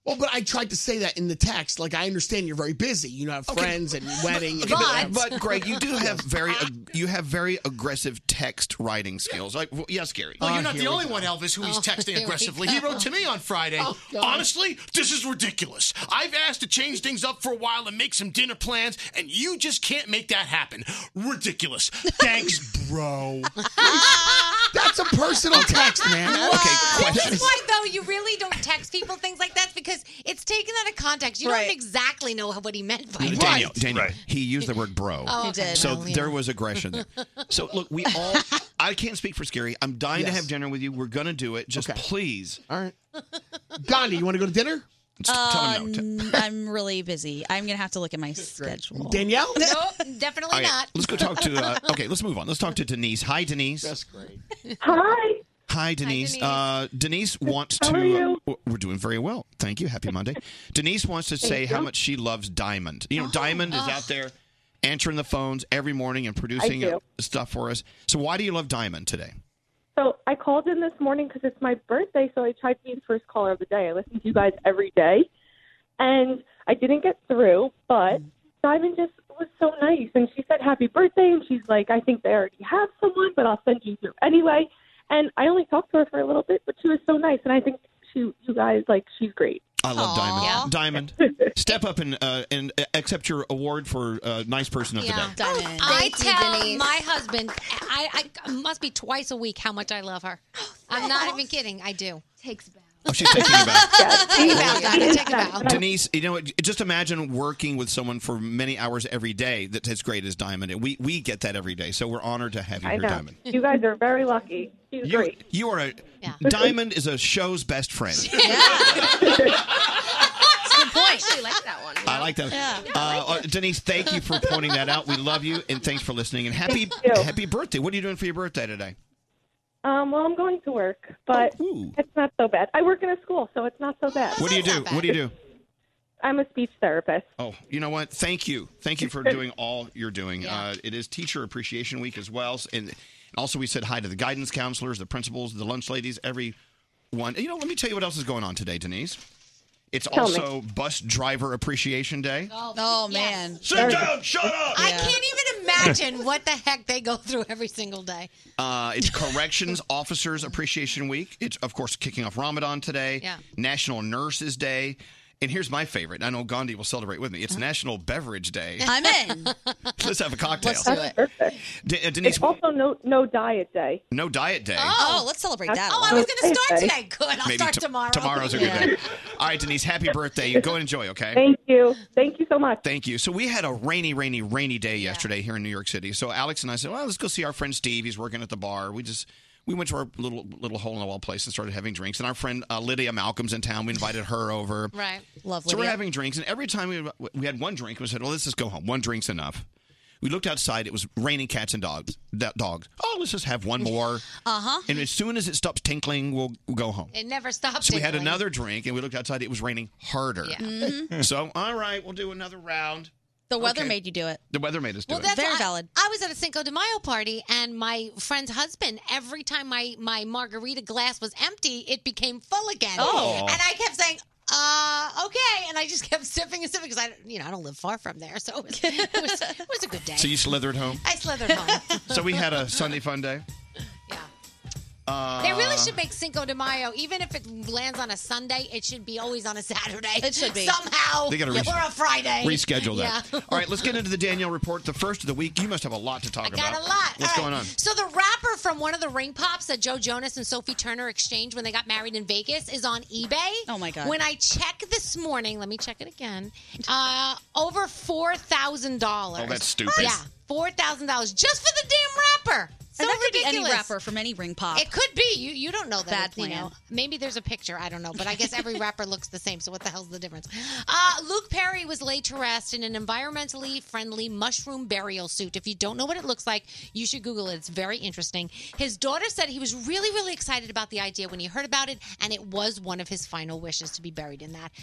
S19: Well, but I tried to say that in the text. Like, I understand you're very busy. You know, have
S6: Okay.
S19: friends and wedding.
S6: Okay,
S19: and
S6: but, but, Greg, you do have very ag- you have very aggressive text writing skills. Like w- yes, Gary.
S17: Well, you're not the only one, Elvis, who he's
S7: Oh,
S17: texting aggressively. He wrote to me on Friday.
S6: Oh, God.
S17: Honestly, this is ridiculous. I've asked to change things up for a while and make some dinner plans, and you just can't make that happen. Ridiculous. Thanks, bro.
S19: That's a personal text, man.
S6: Okay,
S7: This
S6: question.
S7: is why, though, you really don't text people things like that because it's taken out of context. You
S11: Right.
S7: don't exactly know what he meant by it.
S6: Daniel, Daniel, he used the word bro.
S7: Oh, He okay. did.
S6: So
S7: Well, yeah.
S6: there was aggression there. So look, we all. I can't speak for Scary. I'm dying to
S19: Yes.
S6: have dinner with you. We're gonna do it. Just please.
S19: All right. Gandhi, you want to go to dinner?
S11: Uh, n- I'm really busy. I'm gonna have to look at my schedule.
S19: Danielle?
S7: Nope, definitely
S6: Okay,
S7: not.
S6: Let's go talk to. Uh, okay, let's move on. Let's talk to Denise. Hi, Denise. That's
S19: great.
S6: Hi. Hi, Denise.
S7: Denise.
S6: Uh, Denise wants
S7: How
S6: to.
S7: are you?
S6: uh, we're doing very well. Thank you. Happy Monday. Denise wants to
S22: Thank
S6: say how
S22: you.
S6: much she loves Diamond. You know, Diamond is
S22: ugh.
S6: out there answering the phones every morning and producing
S22: do.
S6: uh, stuff for us. So, why do you love Diamond today?
S22: So I called in this morning because it's my birthday, so I tried to be the first caller of the day. I listen to you guys every day, and I didn't get through, but Diamond just was so nice, and she said happy birthday, and she's like, I think they already have someone, but I'll send you through anyway. And I only talked to her for a little bit, but she was so nice, and I think she, you guys, like, she's great.
S6: I love Diamond. Diamond, step up and uh, and accept your award for uh, nice person of the
S7: Yeah. Oh,
S6: day.
S7: I
S23: Thank you,
S7: tell
S23: Denise.
S7: my husband, I, I must be twice a week how much I love her. I'm not even kidding. I do.
S23: Takes back.
S6: Oh, she's thinking about it.
S7: Take a bow, Donna. Take a bow.
S6: Denise, you know, what, just imagine working with someone for many hours every day that's as great as Diamond. And We we get that every day, so we're honored to have you
S22: I
S6: here,
S22: know.
S6: Diamond.
S22: You guys are very lucky. She's
S6: You,
S22: great.
S6: you are a Diamond is a show's best friend.
S23: I actually like that one.
S6: I like that.
S22: Yeah.
S6: Uh, uh, Denise, thank you for pointing that out. We love you and thanks for listening. And happy happy birthday. What are you doing for your birthday today?
S22: Um, well, I'm going to work, but it's not so bad. I work in a school, so it's not so bad.
S6: What do you do? What do you do?
S22: I'm a speech therapist.
S6: Oh, you know what? Thank you. Thank you for doing all you're doing. Uh, it is Teacher Appreciation Week as well. And also, we said hi to the guidance counselors, the principals, the lunch ladies, everyone. You know, let me tell you what else is going on today, Denise. It's
S11: Tell me.
S6: also Bus Driver Appreciation Day.
S7: Oh,
S11: man.
S6: Sit down, shut up.
S7: I can't even imagine what the heck they go through every single day.
S6: Uh, it's Corrections Officers Appreciation Week. It's, of course, kicking off Ramadan today.
S7: Yeah.
S6: National Nurses Day. And here's my favorite. and I know Gandhi will celebrate with me.
S7: Uh-huh.
S6: It's National Beverage Day.
S11: I'm in.
S6: Let's have a cocktail.
S11: Let's do it.
S6: Perfect. De- uh, Denise,
S22: It's also no no diet day.
S6: no diet day.
S11: Oh, let's celebrate that.
S22: Oh,
S11: one.
S22: I was gonna start today.
S7: Good. I'll
S6: Maybe
S7: start
S6: to-
S7: tomorrow.
S6: Tomorrow's a good
S7: Yeah.
S6: day. All right, Denise, happy birthday. You Go and enjoy, okay?
S22: Thank you. Thank you so much.
S6: Thank you. So we had a rainy, rainy, rainy day yesterday here in New York City. So Alex and I said, "Well, let's go see our friend Steve. He's working at the bar." We just we went to our little little hole in the wall place and started having drinks. And our friend uh, Lydia Malcolm's in town. We invited her over.
S7: Right.
S11: Lovely.
S6: So we're having drinks, and every time we we had one drink, we said, "Well, let's just go home. One drink's enough." We looked outside; it was raining cats and dogs. do- Dogs. Oh, let's just have one more.
S7: Uh-huh.
S6: And as soon as it stops tinkling, we'll, we'll go home.
S7: It never stops.
S6: So we had another drink, and we looked outside. It was raining harder.
S7: Yeah. Mhm.
S6: So all right, we'll do another round.
S11: The weather
S6: Okay.
S11: made you do it.
S6: The weather made us do
S7: Well,
S6: it.
S7: that's I, I was at a Cinco de Mayo party, and my friend's husband. Every time my my margarita glass was empty, it became full again.
S9: Oh.
S7: and I kept saying. Uh, okay, and I just kept sipping and sipping because I, you know, I don't live far from there, so it was, it was, it was a good day.
S6: So you slithered home.
S7: I slithered home.
S6: so we had a Sunday fun day. Yeah. Uh,
S7: they really should make Cinco de Mayo, even if it lands on a Sunday, it should be always on a Saturday. It should
S11: be.
S7: somehow
S6: They gotta res-
S7: or a Friday.
S6: reschedule that.
S7: Yeah.
S6: All right, let's get into the Danielle report. The first of the week. You must have a lot to talk
S7: I got
S6: about.
S7: a lot.
S6: What's
S7: All right.
S6: going on?
S7: So the wrapper from one of the ring pops that Joe Jonas and Sophie Turner exchanged when they got married in Vegas is on eBay. Oh my
S11: God.
S7: When I check this morning, let me check it again. Uh, over four thousand dollars.
S11: Oh, that's stupid.
S7: Yeah, four thousand dollars just for the damn wrapper. So
S11: and that could
S7: ridiculous.
S11: be any rapper from any ring pop.
S7: It could be. You you don't know that.
S11: Bad
S7: it's, you
S11: plan.
S7: know, maybe there's a picture. I don't know. But I guess every rapper looks the same. So what the hell's the difference? Uh, Luke Perry was laid to rest in an environmentally friendly mushroom burial suit. If you don't know what it looks like, you should Google it. It's very interesting. His daughter said he was really, really excited about the idea when he heard about it, and it was one of his final wishes to be buried in that.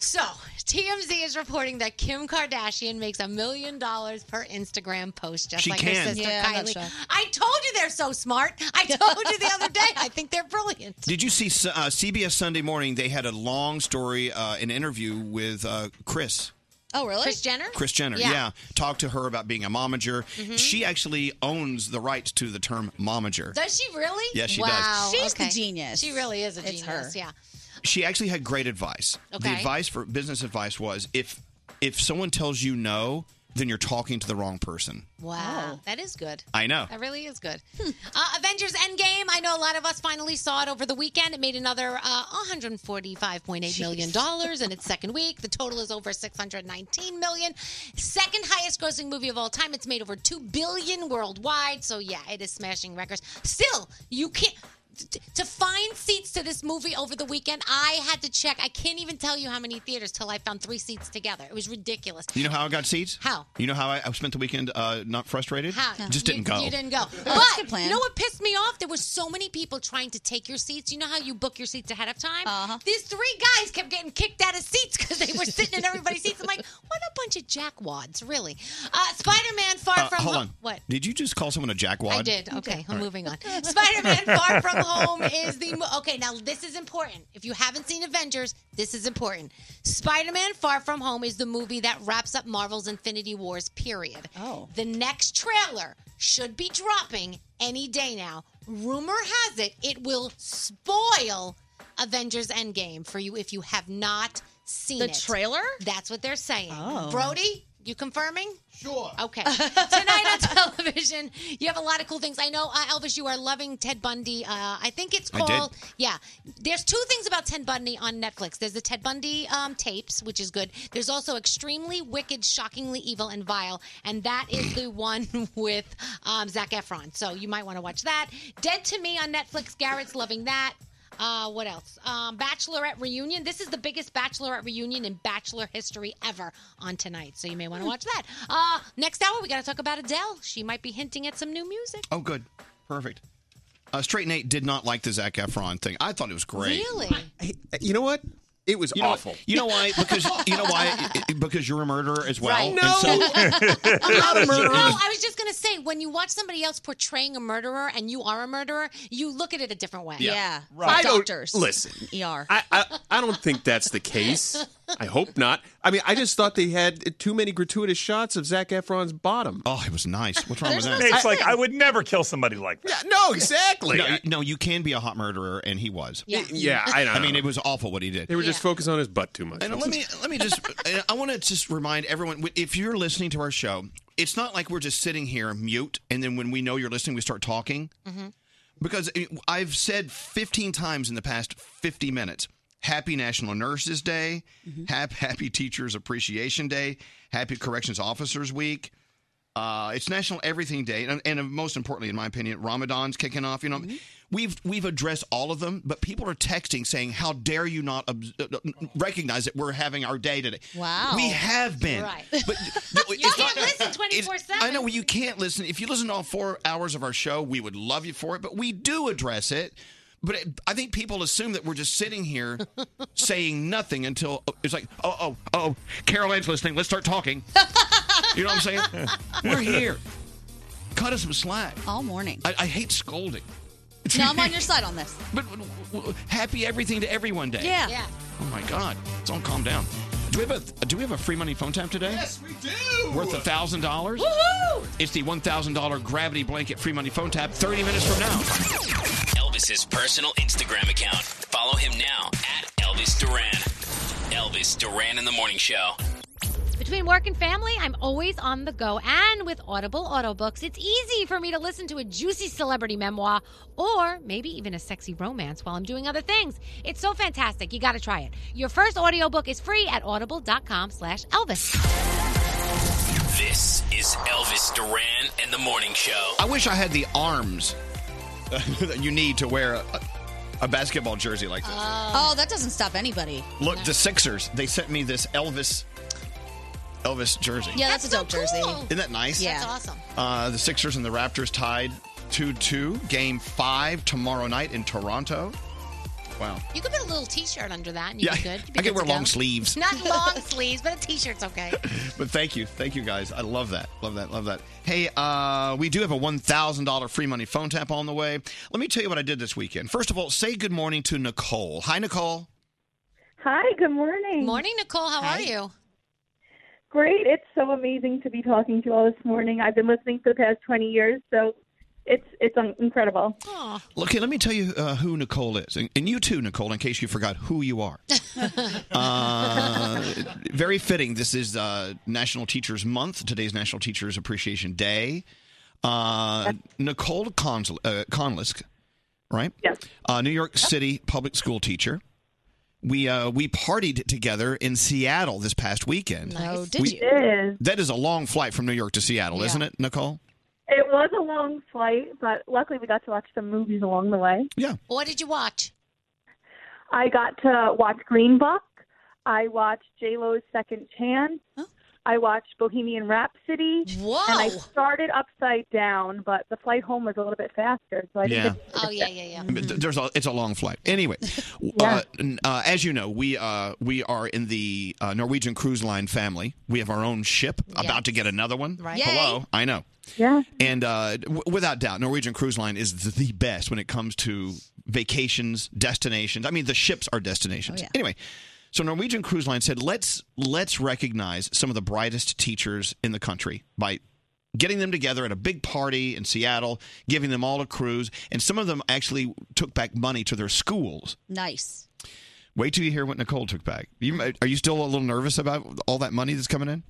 S7: So TMZ is reporting that Kim Kardashian makes a million dollars per Instagram post, just
S9: She
S7: like
S9: can.
S7: her sister
S9: Yeah, I'm not
S7: Kylie.
S9: shocked.
S7: I told you they're so smart. I told you the other day. I think they're brilliant.
S6: Did you see uh, CBS Sunday Morning? They had a long story, uh, an interview with uh, Chris.
S11: Oh, really?
S7: Chris Jenner?
S6: Chris Jenner, yeah. Talked to her about being a momager.
S7: Mhm.
S6: She actually owns the rights to the term momager.
S7: Does she really?
S6: Yeah, she does.
S7: wow.
S11: She's
S7: okay.
S11: the genius.
S7: She really is a
S11: It's
S7: genius.
S11: her.
S7: Yeah.
S6: She actually had great advice. The
S7: Okay.
S6: advice for business advice was if if someone tells you no, then you're talking to the wrong person.
S9: Oh.
S7: Wow. That is good.
S6: I know.
S7: That really is good. Uh, Avengers Endgame. I know a lot of us finally saw it over the weekend. It made another uh, $145.8 million dollars in its second week. The total is over $619 million. Second highest grossing movie of all time. It's made over $2 billion worldwide. So, yeah, it is smashing records. Still, you can't. t- To find seats to this movie over the weekend, I had to check. I can't even tell you how many theaters till I found three seats together. It was ridiculous.
S6: You know how I got seats?
S7: How?
S6: You know how I, I spent the weekend uh, not frustrated?
S7: How?
S6: Just
S7: You-
S6: didn't go.
S7: You didn't go.
S11: that's
S7: But
S11: a good plan.
S7: you know what pissed me off? There were so many people trying to take your seats. You know how you book your seats ahead of time? Uh-huh. These three guys kept getting kicked out of seats because they were sitting in everybody's seats. I'm like, what a bunch of jackwads, really. Uh, Spider-Man Far
S6: Uh,
S7: From
S6: hold
S7: Ho-
S6: on.
S7: What?
S6: Did you just call someone a jackwad?
S7: I did. Okay,
S6: All
S7: I'm
S6: right.
S7: moving on. Spider-Man Far From Home is the mo- okay. Now this is important. If you haven't seen Avengers, this is important. Spider-Man Far From Home is the movie that wraps up Marvel's Infinity Wars period. Oh. The next trailer should be dropping any day now. Rumor has it it will spoil Avengers Endgame for you if you have not seen
S11: The
S7: it. trailer. That's what they're saying.
S11: Oh.
S7: Brody, you confirming? Sure. Okay. Tonight on television, you have a lot of cool things. I know, uh, Elvis, you are loving Ted Bundy. Uh, I think it's
S9: I did.
S7: called. Yeah. There's two things about Ted Bundy on Netflix. There's the Ted Bundy um, tapes, which is good. There's also Extremely Wicked, Shockingly Evil, and Vile, and that is the one with um, Zach Efron. So you might want to watch that. Dead to Me on Netflix. Garrett's loving that. Uh, what else? Um, Bachelorette reunion. This is the biggest Bachelorette reunion in Bachelor history ever on tonight, so you may want to watch that. Uh, next hour, we got to talk about Adele. She might be hinting at some new music.
S6: Oh, good. Perfect. Uh, Straight Nate did not like the Zach Efron thing. I thought it was great.
S7: Really?
S6: Uh, You know what? It was
S12: awful.
S6: you know why? Because you know why? Because you're a murderer as well.
S7: Right.
S6: and
S7: No.
S6: so-
S7: I'm No, I was just gonna say when you watch somebody else portraying a murderer and you are a murderer, you look at it a different way.
S12: Yeah.
S11: Yeah.
S12: I don't-
S11: Doctors.
S12: listen.
S1: E
S11: ER.
S12: I, I I don't think that's the case. I hope not. I mean, I just thought they had too many gratuitous shots of Zach Efron's bottom.
S6: Oh, it was nice. What's wrong with that?
S13: Nate's like, I would never kill somebody like that.
S12: no, exactly.
S6: No, you- no, you can be a hot murderer, and he was.
S12: Yeah. Yeah, I know.
S6: I mean, it was awful what he did.
S12: They were just focus on his butt too much.
S6: And let me let me just I- I want to just remind everyone if you're listening to our show, it's not like we're just sitting here mute and then when we know you're listening we start talking.
S7: Mm-hmm.
S6: Because I've said 15 times in the past 50 minutes Happy National Nurses Day, hap- Happy Teachers Appreciation Day, Happy Corrections Officers Week. Uh, it's National Everything Day, and, and most importantly, in my opinion, Ramadan's kicking off. You know, we've we've addressed all of them, but people are texting saying, "How dare you not obs- uh, uh, recognize that we're having our day today?"
S11: Wow.
S6: we have been.
S11: Right.
S6: But
S11: you can't listen
S6: 24
S11: 7.
S6: I know you can't listen. If you listen to all four hours of our show, we would love you for it, but we do address it. But it, I think people assume that we're just sitting here saying nothing until it's like, oh, oh, oh, Carol Ann's listening. Let's start talking. you know what I'm saying? We're here. Cut us some slack.
S11: All morning.
S6: I, I hate scolding.
S11: No, I'm on your side on this.
S6: But happy everything to everyone day.
S11: Yeah. Yeah.
S6: Oh my God. It's all calm down. Do we have a do we have a free money phone tap today?
S9: Yes, we do.
S6: Worth a thousand dollars.
S9: Woohoo!
S6: It's the one thousand dollar gravity blanket free money phone tap. Thirty minutes from now.
S15: Elvis's personal Instagram account. Follow him now at Elvis Duran. Elvis Duran in the Morning Show.
S1: Between work and family, I'm always on the go. And with Audible Audiobooks, it's easy for me to listen to a juicy celebrity memoir or maybe even a sexy romance while I'm doing other things. It's so fantastic. You got to try it. Your first audiobook is free at audible.com slash Elvis.
S15: This is Elvis Duran and the Morning Show.
S6: I wish I had the arms that you need to wear a, a basketball jersey like this.
S11: Oh, that doesn't stop anybody.
S6: Look, the Sixers. They sent me this Elvis Elvis jersey.
S11: Yeah, that's, a dope jersey.
S6: Isn't that nice?
S11: Yeah. That's awesome.
S6: Uh, the Sixers and the Raptors tied 2 2, game five tomorrow night in Toronto. Wow.
S7: You could put a little T-shirt under that, and you'd be
S6: Yeah,
S7: good. You'd be
S6: I could
S7: good
S6: wear
S7: to go.
S6: long sleeves.
S7: Not long sleeves, but a T-shirt's okay.
S6: But thank you. Thank you guys. I love that. Love that. Love that. Hey, uh, we do have a $1,000 free money phone tap on the way. Let me tell you what I did this weekend. First of all, say good morning to Nicole. Hi, Nicole.
S22: Hi, good morning.
S7: Morning, Nicole. How are you?
S22: Great. It's so amazing to be talking to you all this morning. I've been listening for the past 20 years, so it's it's un- incredible.
S6: Okay, let me tell you uh, who Nicole is. And, and you too, Nicole, in case you forgot who you are. uh, very fitting. This is uh, National Teachers Month. Today's National Teachers Appreciation Day. Uh, Nicole Consl- uh, Conlisk, right? Yes. Uh, New York City public school teacher. We uh, we partied together in Seattle this past weekend.
S22: Nice. Oh, did
S6: We-
S22: you? Yes.
S6: That is a long flight from New York to Seattle, isn't it, Nicole?
S22: It was a long flight, but luckily we got to watch some movies along the way.
S6: Yeah.
S22: What did you watch? I got to watch Green Book. I watched J Lo's Second Chance. I watched Bohemian Rhapsody.
S7: Whoa!
S22: And I started upside down, but the flight home was a little bit faster, so I
S6: Yeah.
S22: didn't. Mm-hmm. get to
S7: Oh yeah, yeah, yeah.
S6: I mean, th- There's a, it's a long flight. Anyway, uh, n- uh, as you know, we uh, we are in the uh, Norwegian Cruise Line family. We have our own ship, about to get another one.
S22: Right. Yay.
S6: Hello, I know.
S22: Yeah.
S6: And uh, w- without doubt, Norwegian Cruise Line is th- the best when it comes to vacations, destinations. I mean, the ships are destinations. Anyway, so Norwegian Cruise Line said, "Let's let's recognize some of the brightest teachers in the country by getting them together at a big party in Seattle, giving them all a cruise, and some of them actually took back money to their schools."
S11: Nice.
S6: Wait till you hear what Nicole took back. You, might- are you still a little nervous about all that money that's coming in?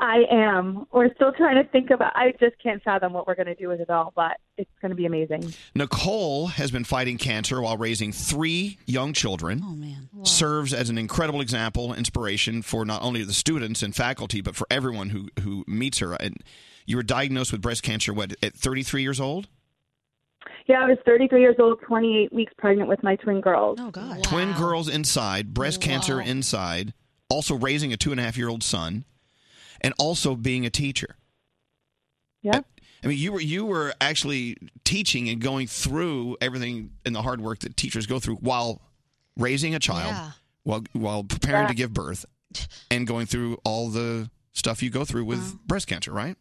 S22: I am. We're still trying to think about. I just can't fathom what we're going to do with it all, but it's going to be amazing.
S6: Nicole has been fighting cancer while raising three young children. Oh, man. Serves as an incredible example, inspiration for not only the students and faculty, but for everyone who, who meets her. And you were diagnosed with breast cancer, what, at 33 years old?
S22: Yeah, I was 33 years old, 28 weeks pregnant with my twin girls. Oh God.
S6: Twin girls inside, breast cancer inside, also raising a two and a half year old son, and also being a teacher.
S22: Yeah.
S6: I mean, you were you were actually teaching and going through everything and the hard work that teachers go through while raising a child, while while preparing to
S22: Yeah.
S6: give birth, and going through all the stuff you go through with breast cancer, right?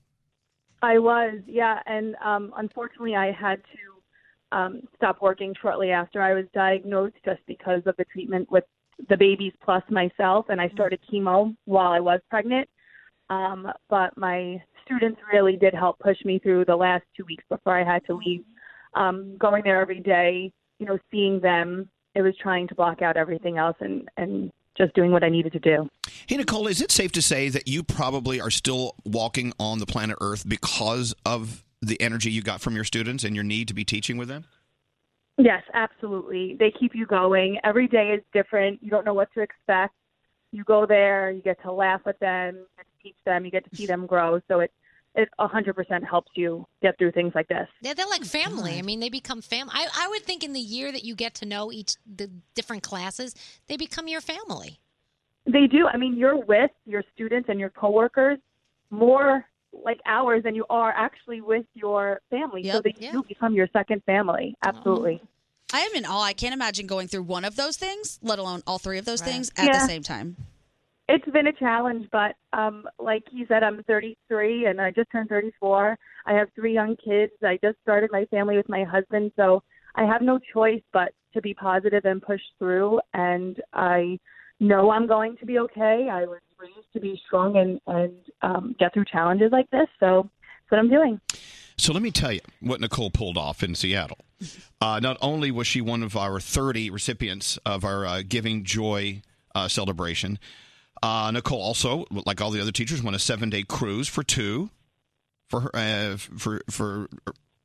S22: I was, yeah, and um, unfortunately, I had to um, stop working shortly after I was diagnosed, just because of the treatment with the babies plus myself, and I started chemo while I was pregnant. Um, but my students really did help push me through the last two weeks before I had to leave. Um, going there every day, you know, seeing them, it was trying to block out everything else and and just doing what I needed to do.
S6: Hey, Nicole, is it safe to say that you probably are still walking on the planet Earth because of the energy you got from your students and your need to be teaching with them?
S22: Yes, absolutely. They keep you going. Every day is different. You don't know what to expect. You go there, you get to laugh at them, you get to teach them, you get to see them grow. So it it 100% helps you get through things like this.
S7: Yeah, they're like family. I mean, they become family. I, I would think in the year that you get to know each the different classes, they become your family.
S22: They do. I mean, you're with your students and your coworkers more like hours than you are actually with your family. So they do become your second family. Absolutely.
S11: I am in awe. I can't imagine going through one of those things, let alone all three of those things at the
S22: Yeah.
S11: same time.
S22: It's been a challenge, but um, like you said, I'm 33 and I just turned 34. I have three young kids. I just started my family with my husband, so I have no choice but to be positive and push through. And I know I'm going to be okay. I was raised to be strong and and um, get through challenges like this, so that's what I'm doing.
S6: So let me tell you what Nicole pulled off in Seattle. Uh, not only was she one of our 30 recipients of our uh, Giving Joy uh, celebration, uh, Nicole also, like all the other teachers, won a seven day cruise for two for her, uh, for for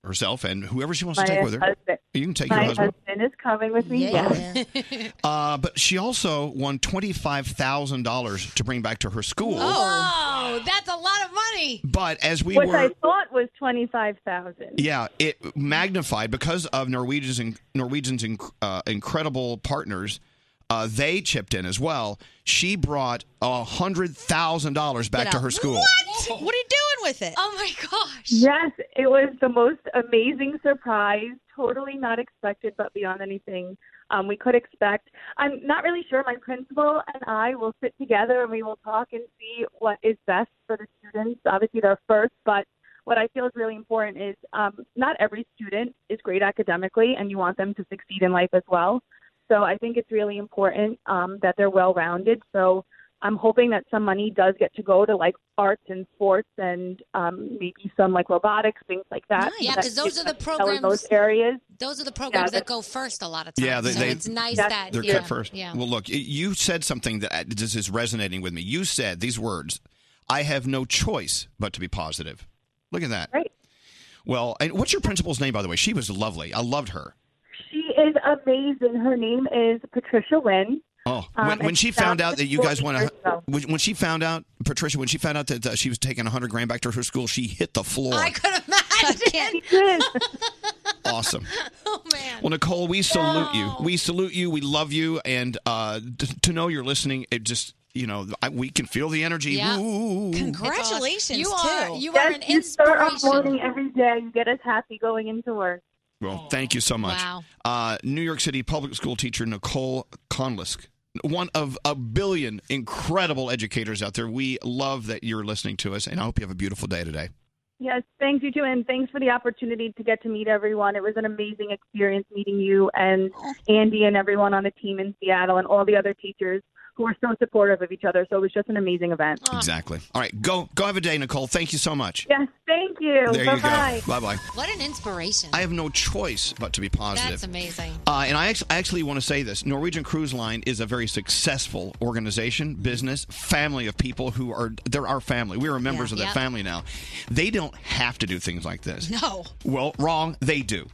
S6: herself and whoever she wants
S22: My
S6: to take with her.
S22: husband.
S6: You can take
S22: my
S6: your husband.
S22: is coming with me. Yeah.
S6: Uh, but she also won twenty five thousand dollars to bring back to her school.
S7: Oh, that's a lot of money.
S6: But as we
S22: Which
S6: were,
S22: I thought was twenty five thousand.
S6: Yeah, it magnified because of Norwegians and Norwegians in, uh, incredible partners. Uh, they chipped in as well. She brought a hundred thousand dollars back
S22: Get
S6: to
S22: out.
S6: her school.
S11: What? What are you doing with it?
S7: Oh my gosh.
S22: Yes, it was the most amazing surprise. Totally not expected, but beyond anything um, we could expect. I'm not really sure. My principal and I will sit together and we will talk and see what is best for the students. Obviously, they're first, but what I feel is really important is um, not every student is great academically, and you want them to succeed in life as well. So I think it's really important um, that they're well rounded. So I'm hoping that some money does get to go to like arts and sports and um, maybe some like robotics things like that.
S7: Yeah,
S22: so that
S7: 'cause those
S22: kids
S7: are the
S22: can excel in
S7: programs-
S22: Those areas.
S7: Those are the programs
S22: Yeah,
S7: that go first a lot of times.
S6: Yeah, they,
S7: so
S6: they,
S7: it's nice
S6: they're-
S7: that
S6: they're
S7: yeah,
S6: cut first.
S7: Yeah.
S6: Well, look, y- you said something that uh, this is resonating with me. You said these words: "I have no choice but to be positive." Look at that.
S22: Right.
S6: Well, and what's your principal's name, by the way? She was lovely. I loved her.
S22: She is amazing. Her name is Patricia Lynn.
S6: Oh,
S22: Um,
S6: when, when
S22: and
S6: she
S22: that
S6: found out
S22: was
S6: that you
S22: four
S6: guys want
S22: years
S6: to,
S22: ago.
S6: when, when she found out, Patricia, when she found out that uh, she was taking a hundred grand back to her school, she hit the floor.
S7: could imagine.
S6: awesome.
S7: Oh,
S6: Well, Nicole, we salute you. We salute you. We love you, and uh, t- to know you're listening, it just you know I, we can feel the energy.
S7: Yeah.
S6: Ooh.
S7: Congratulations, You are- too. you
S22: yes,
S7: are an
S22: you start our
S7: inspiration.
S22: morning every day. You get us happy going into work.
S6: Well, thank you so much.
S22: Wow.
S6: Uh, New York City public school teacher Nicole Conlisk, one of a billion incredible educators out there. We love that you're listening to us, and I hope you have a beautiful day today.
S22: Yes, thanks you too, and thanks for the opportunity to get to meet everyone. It was an amazing experience meeting you and
S7: Oh.
S22: Andy and everyone on the team in Seattle and all the other teachers who were so supportive of each other. So it was just an amazing event.
S7: Oh.
S6: Exactly. All right, go go have a day, Nicole. Thank you so much.
S22: Yes, thank you.
S6: There
S22: Bye-bye.
S6: you go. Bye bye.
S7: What an inspiration.
S6: I have no choice but to be positive.
S7: That's amazing.
S6: Uh, and I actually, I actually want to say this Norwegian Cruise Line is a very successful organization, business, family of people who are, they're our family. We are members
S2: Yeah.
S6: of that
S2: Yep.
S6: family now. They don't have to do things like this.
S2: No.
S6: Well, wrong. They do.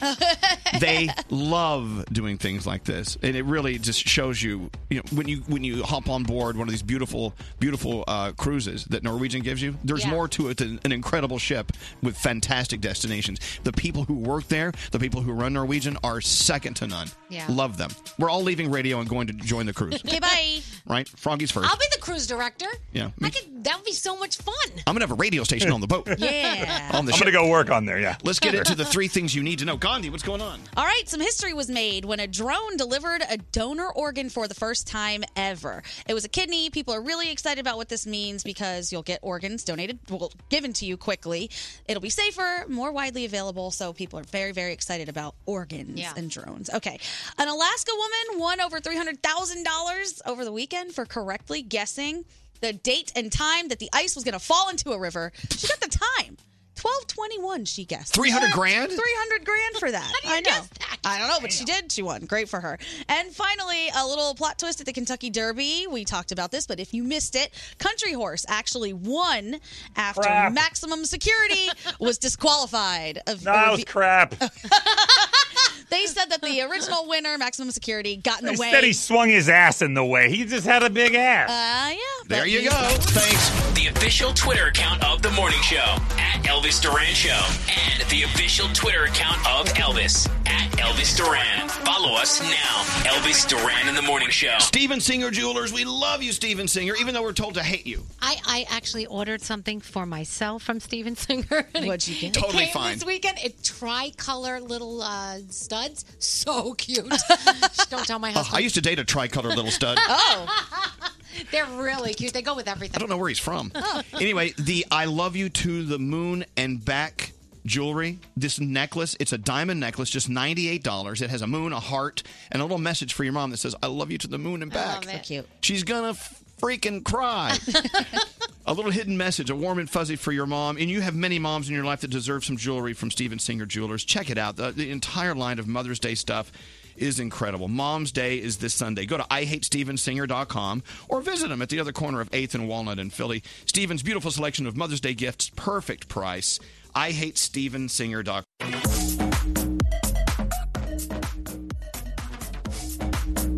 S6: they love doing things like this, and it really just shows you, you know, when you when you hop on board one of these beautiful, beautiful uh, cruises that Norwegian gives you. There's
S2: Yeah.
S6: more to it than an incredible ship with fantastic destinations. The people who work there, the people who run Norwegian, are second to none.
S7: Yeah.
S6: Love them. We're all leaving radio and going to join the cruise.
S7: Okay, bye.
S6: right, Froggy's 1st
S7: I'll be the cruise director.
S6: yeah,
S7: I could. That would be so much fun.
S6: I'm gonna have a radio station on the boat.
S11: Yeah.
S6: on the
S13: I'm gonna
S6: ship.
S13: go work on there. Yeah.
S6: Let's get into the three things you need to know. Gandhi, what's going on?
S11: All right, some history was made when a drone delivered a donor organ for the first time ever. It was a kidney. People are really excited about what this means because you'll get organs donated, well, given to you quickly. It'll be safer, more widely available, so people are very, very excited about organs
S4: Yeah.
S11: and drones. Okay. An Alaska woman won over $300,000 over the weekend for correctly guessing the date and time that the ice was going to fall into a river. She got the time. 1221 she guessed.
S6: 300 grand?
S11: 300 grand for that. I know. I don't know, but she did. She won. Great for her. And finally, a little plot twist at the Kentucky Derby. We talked about this, but if you missed it, Country Horse actually won after
S13: Crap.
S11: Maximum Security was disqualified. Of,
S13: No, it was crap.
S11: They said that the original winner, Maximum Security, got in
S13: They
S11: the way.
S13: said he swung his ass in the way. He just had a big ass.
S11: Uh, yeah.
S13: there you go.
S15: The official Twitter account of The Morning Show, at Elvis Duran Show. And the official Twitter account of Elvis, at Elvis Duran. Follow us now, Elvis Duran in the Morning Show.
S6: Steven Singer Jewelers, we love you, Steven Singer, even though we're told to hate you.
S1: I, I actually ordered something for myself from Steven Singer.
S11: What'd you
S6: get? Totally
S7: it came
S6: fine.
S7: This weekend, it tricolor little uh, studs, so cute. Don't tell my
S6: Oh, I
S7: husband.
S6: used to date a tricolor little stud.
S7: oh, they're really cute. They go with everything.
S6: I don't know where he's from.
S7: Oh.
S6: Anyway, the I love you to the moon and back jewelry. This necklace, it's a diamond necklace, just $98. It has a moon, a heart, and a little message for your mom that says, I love you to the moon and back.
S11: So cute.
S6: She's going to freaking cry. a little hidden message, a warm and fuzzy for your mom. And you have many moms in your life that deserve some jewelry from Steven Singer Jewelers. Check it out. The, the entire line of Mother's Day stuff is incredible. Mom's Day is this Sunday. Go to IHateStevenSinger.com or visit him at the other corner of 8th and Walnut in Philly. Steven's beautiful selection of Mother's Day gifts, perfect price. IHateStevenSinger.com.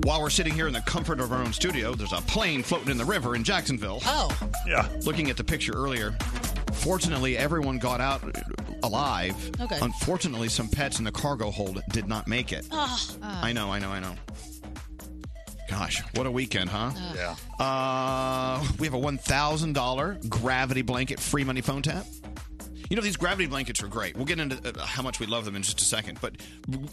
S6: While we're sitting here in the comfort of our own studio, there's a plane floating in the river in Jacksonville.
S11: Oh.
S13: Yeah.
S6: Looking at the picture earlier, fortunately, everyone got out uh, alive.
S11: Okay.
S6: Unfortunately, some pets in the cargo hold did not make it.
S11: Oh.
S6: I know, I know, I know. Gosh, what a weekend, huh?
S11: Ugh.
S6: Yeah. Uh, we have a $1,000 gravity blanket free money phone tap. You know, these gravity blankets are great. We'll get into uh, how much we love them in just a second. But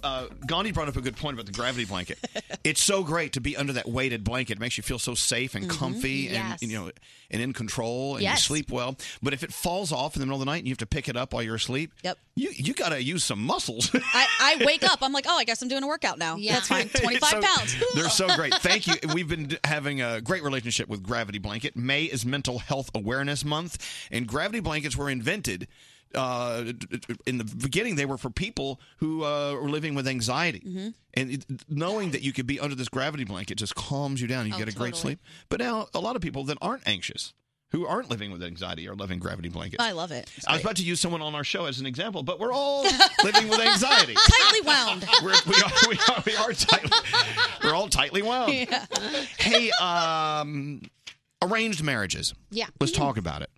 S6: uh, Gandhi brought up a good point about the gravity blanket. it's so great to be under that weighted blanket. It makes you feel so safe and
S2: Mhm.
S6: comfy
S2: Yes.
S6: and, you know, and in control and
S2: Yes.
S6: you sleep well. But if it falls off in the middle of the night and you have to pick it up while you're asleep, yep. you, you got to use some muscles.
S11: I, I wake up. I'm like, oh, I guess I'm doing a workout now. That's fine. 25
S6: So-
S11: pounds.
S6: They're so great. Thank you. We've been d- having a great relationship with Gravity Blanket. May is Mental Health Awareness Month, and Gravity Blankets were invented. Uh, d- d- in the beginning, they were for people who uh, were living with anxiety, and it, knowing that you could be under this gravity blanket just calms you down. You
S2: Oh,
S6: get a great
S2: totally.
S6: sleep. But now, a lot of people that aren't anxious, who aren't living with anxiety, are loving gravity blankets.
S11: I love it. It's
S6: I was
S11: great.
S6: about to use someone on our show as an example, but we're all living with anxiety.
S11: Tightly wound.
S6: We're, we are we are we are tightly we're all tightly wound.
S11: Yeah.
S6: Hey, um, arranged marriages.
S7: Yeah.
S6: Let's talk about it.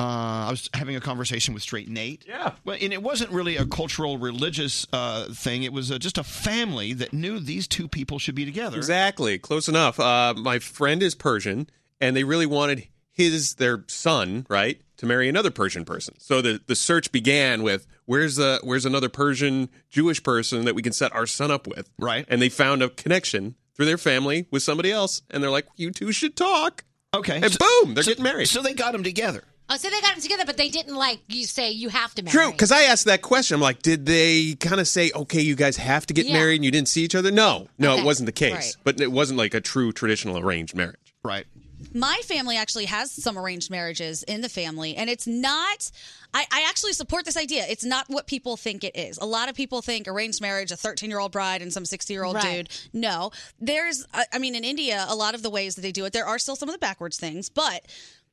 S6: Uh, I was having a conversation with Straight Nate. Yeah. Well, and it wasn't really a cultural religious uh, thing. It was uh, just a family that knew these two people should be together.
S12: Exactly. Close enough. Uh, my friend is Persian, and they really wanted his their son, right, to marry another Persian person. So the the search began with where's the where's another Persian Jewish person that we can set our son up with,
S6: right?
S12: And they found a connection through their family with somebody else, and they're like, you two should talk.
S6: Okay.
S12: And boom, they're getting married.
S6: So they got them together.
S7: Oh, so they got them together, but they didn't like you say you have to marry.
S12: True, because I asked that question. I'm like, did they kind of say, okay, you guys have to get
S7: Yeah.
S12: married and you didn't see each other? No, no,
S11: Okay.
S12: it wasn't the case.
S11: Right.
S12: But it wasn't like a true traditional arranged marriage.
S6: Right.
S11: My family actually has some arranged marriages in the family, and it's not. I, I actually support this idea. It's not what people think it is. A lot of people think arranged marriage, a 13 year old bride and some 60 year old
S4: Right.
S11: dude. No, there's. I, I mean, in India, a lot of the ways that they do it, there are still some of the backwards things, but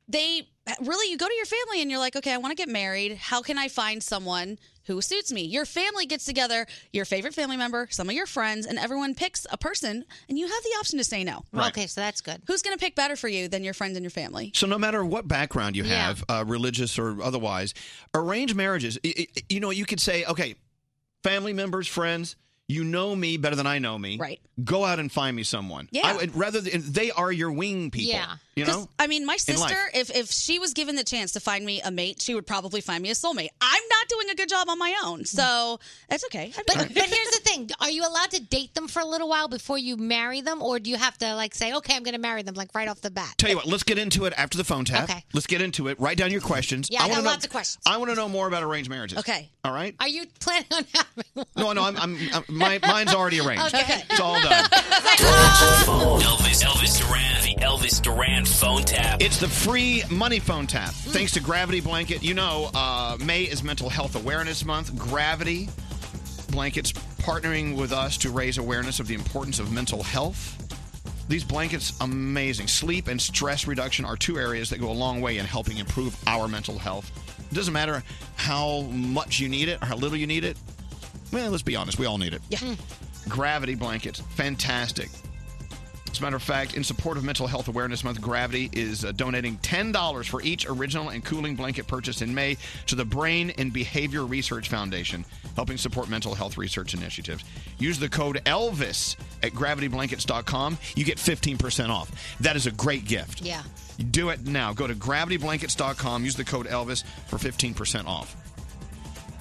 S11: they really you go to your family and you're like okay i want to get married how can i find someone who suits me your family gets together your favorite family member some of your friends and everyone picks a person and you have the option to say no
S6: Right. Okay,
S11: so that's good who's going to pick better for you than your friends and your family
S6: So no matter what background you
S11: Yeah.
S6: have, uh, religious or otherwise, arranged marriages, i- i- you know, you could say, okay, family members, friends, you know me better than I know me. Right. Go out and find me someone.
S11: Yeah.
S6: I would rather th- they are your wing people. You
S11: 'Cause,
S6: know.
S11: I mean, my
S6: in life.
S11: sister, if if she was given the chance to find me a mate, she would probably find me a soulmate. I'm not doing a good job on my own, so that's okay. I'd be
S7: But, but here's the thing: Are you allowed to date them for a little while before you marry them, or do you have to like say, "Okay, I'm going to marry them," like right off the bat?
S6: Tell you what, let's get into it after the phone tap.
S7: Okay.
S6: Let's get into it. Write down your questions.
S7: Yeah, I
S6: wanna
S7: got
S6: know,
S7: lots of questions.
S6: I want to know more about arranged marriages.
S7: Okay.
S6: All right.
S7: Are you planning on having? One?
S6: No, no, I'm, I'm, I'm my, mine's already arranged.
S7: Okay.
S6: It's all done.
S15: Elvis, Elvis Duran, the Elvis Duran phone tap.
S6: It's the free money phone tap. Thanks to Gravity Blanket. You know, uh, May is Mental Health Awareness Month. Gravity Blankets partnering with us to raise awareness of the importance of mental health. These blankets, amazing. Sleep and stress reduction are two areas that go a long way in helping improve our mental health. It doesn't matter how much you need it or how little you need it. Well, let's be honest, we all need it. Yeah. Gravity blankets, fantastic. As a matter of fact, in support of Mental Health Awareness Month, Gravity is uh, donating $10 for each original and cooling blanket purchased in May to the Brain and Behavior Research Foundation, helping support mental health research initiatives. Use the code ELVIS at gravityblankets.com. You get 15% off. That is a great gift.
S7: Yeah.
S6: Do it now. Go to gravityblankets.com. Use the code ELVIS for 15% off.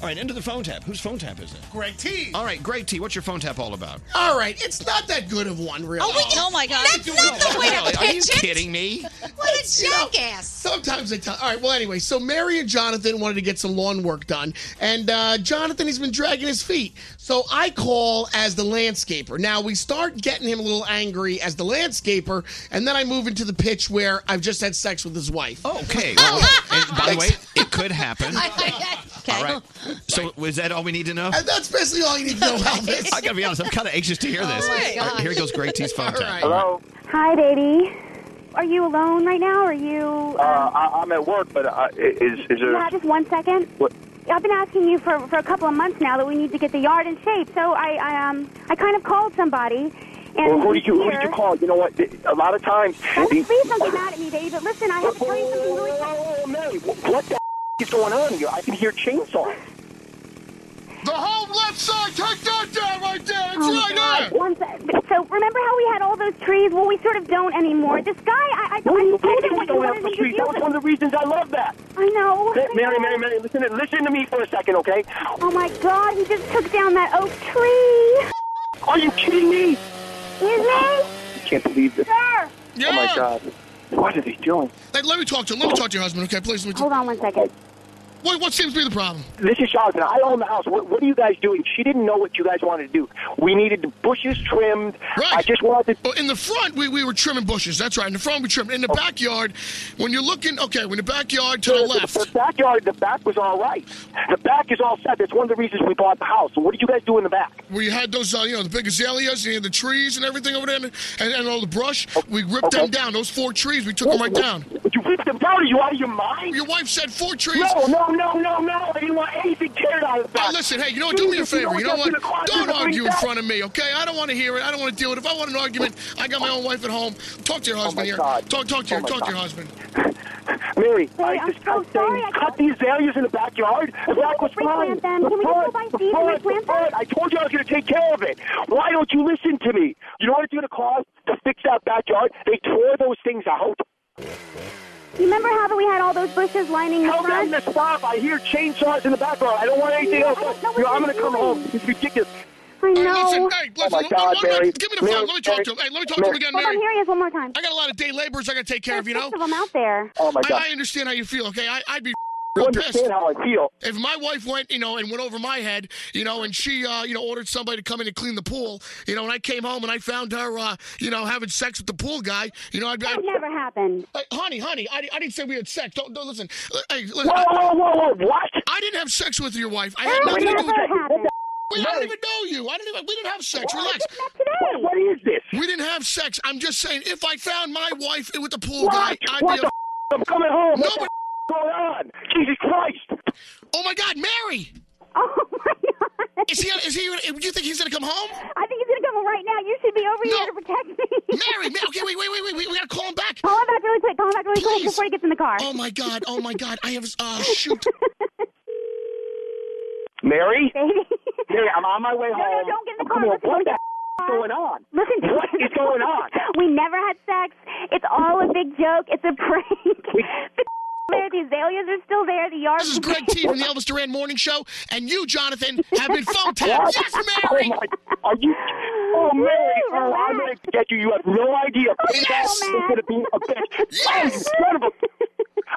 S6: All right, into the phone tap. Whose phone tap is it?
S24: Greg T.
S6: All right, Greg T, what's your phone tap all about?
S24: All right, it's not that good of one, really.
S6: Oh, we can-
S19: Oh, my God.
S24: that's not the
S6: way to Really? Are you pitch it. kidding me?
S24: What a jackass! sometimes they tell. All right, well, anyway, so Mary and Jonathan wanted to get some lawn work done, and uh, Jonathan has been dragging his feet. So I call as the landscaper. Now we start getting him a little angry as the landscaper, and then I move into the pitch where I've just had sex with his wife.
S6: Oh, Okay. Well,
S24: Uh-uh.
S6: and by the way, it could happen. All right. So is that all we need to know?
S24: And that's basically all you need to know, Elvis.
S6: I gotta be honest. I'm kind of anxious to hear
S24: Oh
S6: this.
S24: my
S6: All right,
S24: gosh.
S6: here goes Greg T's phone
S24: All
S6: tap.
S24: right.
S2: Hello.
S4: Hi, baby. Are you alone right now? Are you? um,
S2: Uh, I, I'm at work, but uh, i- is is there?
S4: Yeah, just one second.
S2: What?
S4: I've been asking you for, for a couple of months now that we need to get the yard in shape. So I, I um I kind of called somebody. And
S2: Well, who did you who
S4: here-
S2: did you call? You know what? A lot of times.
S4: Please don't get mad at me, baby. But listen, I have to tell you something really.
S2: Oh, Mary, wh- what the is going on here? I can hear chainsaws.
S4: The whole left side, take that down right there. It's
S2: right
S4: there. so remember how we had all those trees? Well, we sort of don't anymore. This guy, I, I, I told him what you wanted me to do.
S2: That was one of the reasons I love that.
S4: I know.
S2: Ma- Mary, Mary, Mary, listen to listen to me for a second, okay?
S4: Oh my God! He just took down that oak tree.
S2: Are you kidding me?
S4: Excuse me.
S2: I can't believe this.
S4: Sir.
S2: Oh my God! What is he doing?
S24: Hey, let me talk to let me talk to your husband, okay? Please. Let me
S4: Hold on one second.
S24: What what seems to be the problem?
S2: This is Jonathan. I own the house. What, what are you guys doing? She didn't know what you guys wanted to do. We needed the bushes trimmed. I just wanted.
S24: Well, in the front, we, we were trimming bushes. That's right. In the front, we trimmed. In the backyard, when you're looking, okay, when the backyard to the left.
S2: The backyard, the back was all right. The back is all set. That's one of the reasons we bought the house. So what did you guys do in the back?
S24: Where you had those, uh, you know, the big azaleas and the trees and everything over there, and, and, and all the brush. We ripped them down. Those four trees, we took them right down.
S2: You ripped them down? Are you out of your mind?
S24: Your wife said four trees.
S2: No, no, no, no, no. I didn't want anything cared out of the back.
S24: Hey, listen, hey, you know what? Do me a favor. You know what? Don't argue in front of me, okay? I don't want to hear it. I don't want to deal with it. If I want an argument, I got my own wife at home. Talk
S2: Oh
S24: to your husband here. Talk, talk to your,
S2: my
S24: talk to your
S2: God.
S24: husband.
S2: Mary, I just got saying, cut the azaleas in the backyard. The back was fine.
S4: them.
S2: The
S4: Can we just
S2: front,
S4: go by
S2: the
S4: Steve and
S2: front,
S4: replant
S2: the front. I told you I was going to take care of it. Why don't you listen to me? You know what it's going to cost to fix that backyard? They tore those things out.
S4: You remember how that we had all those bushes lining the
S2: Tell
S4: front?
S2: them to stop. I hear chainsaws in the background. I don't want anything
S4: Yeah,
S2: else.
S4: I don't know what
S2: You know, I'm
S4: you're
S2: going to come
S4: doing.
S2: home. This is ridiculous.
S4: I know.
S2: oh my God, Mary. Give
S24: me the phone. Let me talk to him. Hey, let me talk to him again,
S4: Hold on,
S24: Mary.
S4: here he is one more time.
S24: I got a lot of day laborers I got to take care of, you know?
S4: Six of them out there.
S2: Oh, my God.
S24: I, I understand how you feel, okay? I, I'd be
S2: You
S24: real
S2: understand
S24: pissed.
S2: how I feel.
S24: If my wife went, you know, and went over my head, you know, and she, uh, you know, ordered somebody to come in and clean the pool, you know, and I came home and I found her, uh, you know, having sex with the pool guy, you know, I'd be. That
S4: never happened.
S24: honey, honey, I, I didn't say we had sex. Don't, don't listen. Uh, Hey, listen.
S2: Whoa, whoa, whoa, whoa, what?
S24: I didn't have sex with your wife. I had
S2: That
S24: nothing to do
S2: never
S24: with
S2: happened.
S24: Wait, I don't even know you. I didn't even. We didn't have sex.
S2: Well, I
S24: Relax.
S2: just What, what is this?
S24: We didn't have sex. I'm just saying, if I found my wife with the pool
S2: What?
S24: guy, I'd
S2: What
S24: be. a-
S2: the f- I'm coming home.
S24: No,
S2: What the
S24: but-
S2: f- going on? Jesus Christ.
S24: Oh my God, Mary! Oh my God! Is he? Is he? Do you think he's gonna come home?
S4: I think he's gonna come right now. You should be over here to protect me.
S24: Mary, Ma- okay, wait, wait, wait, wait, wait. We gotta call him back.
S4: Call him back really quick. Call him back really quick
S24: Please.
S4: before he gets in the car.
S24: Oh my God! Oh my God! I have. Uh, shoot.
S2: Mary? Mary, I'm on my way
S4: No, no,
S2: home.
S4: don't get in the
S2: Come
S4: car.
S2: on,
S4: Listen,
S2: what
S4: listen.
S2: the f- is going on?
S4: Listen to
S2: What is going on?
S4: We never had sex. It's all a big joke. It's a prank. the there, the azaleas are still there. The yard.
S24: This is Greg T from the Elvis Duran Morning Show, and you, Jonathan, have been phone tapped. Yes, Mary.
S2: Oh my, are you? Oh, Mary, oh, I'm going to get you. You have no idea.
S24: Yes.
S2: You're going to be a bitch. Yes. Oh, you son of a-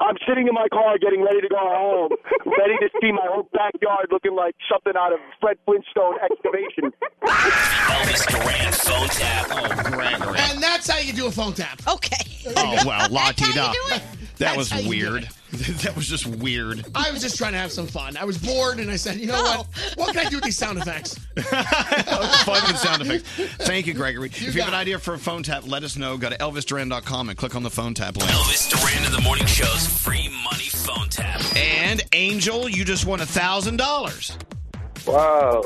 S2: I'm sitting in my car getting ready to go home, ready to see my whole backyard looking like something out of Fred Flintstone excavation.
S25: Elvis Duran phone tap. Oh,
S6: Gregory.
S24: And that's how you do a phone tap. Okay.
S6: Oh, well, lock it up. That was weird. that was just weird.
S19: I was just trying to have some fun. I was bored, and I said, you know what? What can I do with these sound effects?
S6: Fun with sound effects. Thank you, Gregory. if you
S19: got
S6: have an idea for a phone tap, let us know. Go to ElvisDuran.com and click on the phone tap link.
S15: Elvis Duran in the Morning Show's free money phone tap.
S6: And Angel, you just won a thousand dollars.
S2: Wow.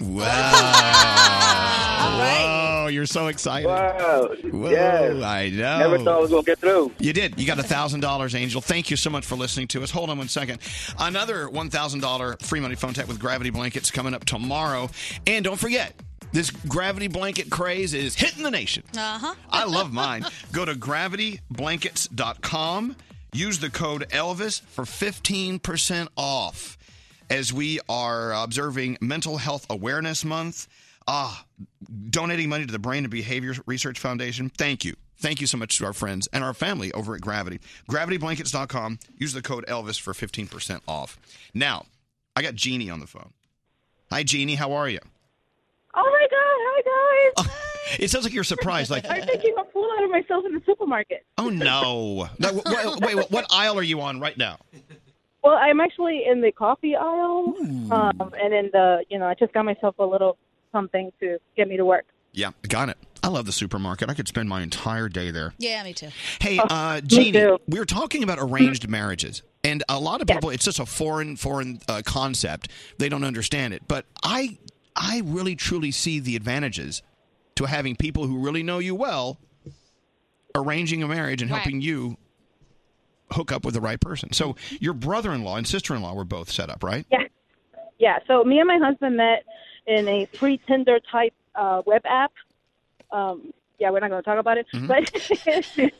S6: Wow. Whoa, you're so excited. Wow. Whoa,
S2: Yes.
S6: I know.
S2: Never thought I was gonna get through.
S6: You did. You got a $1,000, Angel. Thank you so much for listening to us. Hold on one second. Another $1,000 free money phone tap with Gravity Blankets coming up tomorrow. And don't forget, this Gravity Blanket craze is hitting the nation.
S11: Uh huh.
S6: I love mine. Go to gravityblankets.com. Use the code Elvis for 15% off as we are observing Mental Health Awareness Month. Ah, donating money to the Brain and Behavior Research Foundation. Thank you. Thank you so much to our friends and our family over at Gravity. Gravityblankets.com. Use the code Elvis for 15% off. Now, I got Jeannie on the phone. Hi, Jeannie. How are you?
S5: Oh my god, hi guys.
S6: It sounds like you're surprised. Like,
S5: I'm making a fool out of myself in the supermarket.
S6: Oh no! no wh- wh- wait, what, what aisle are you on right now?
S5: Well, I'm actually in the coffee aisle. Um, and in the you know, I just got myself a little something to get me to work.
S6: Yeah, got it. I love the supermarket. I could spend my entire day there.
S5: Yeah, me too.
S6: Hey, uh, Jeannie, we were talking about arranged marriages, and a lot of people, it's just a foreign, foreign uh, concept. They don't understand it, but I, I really, truly see the advantages to having people who really know you well arranging a marriage and
S8: Right.
S6: helping you hook up with the right person. So your brother-in-law and sister-in-law were both set up, right?
S5: Yeah. Yeah. So me and my husband met in a pre Tinder type uh, web app. Um, yeah, we're not going to talk about it,
S21: Mhm.
S5: but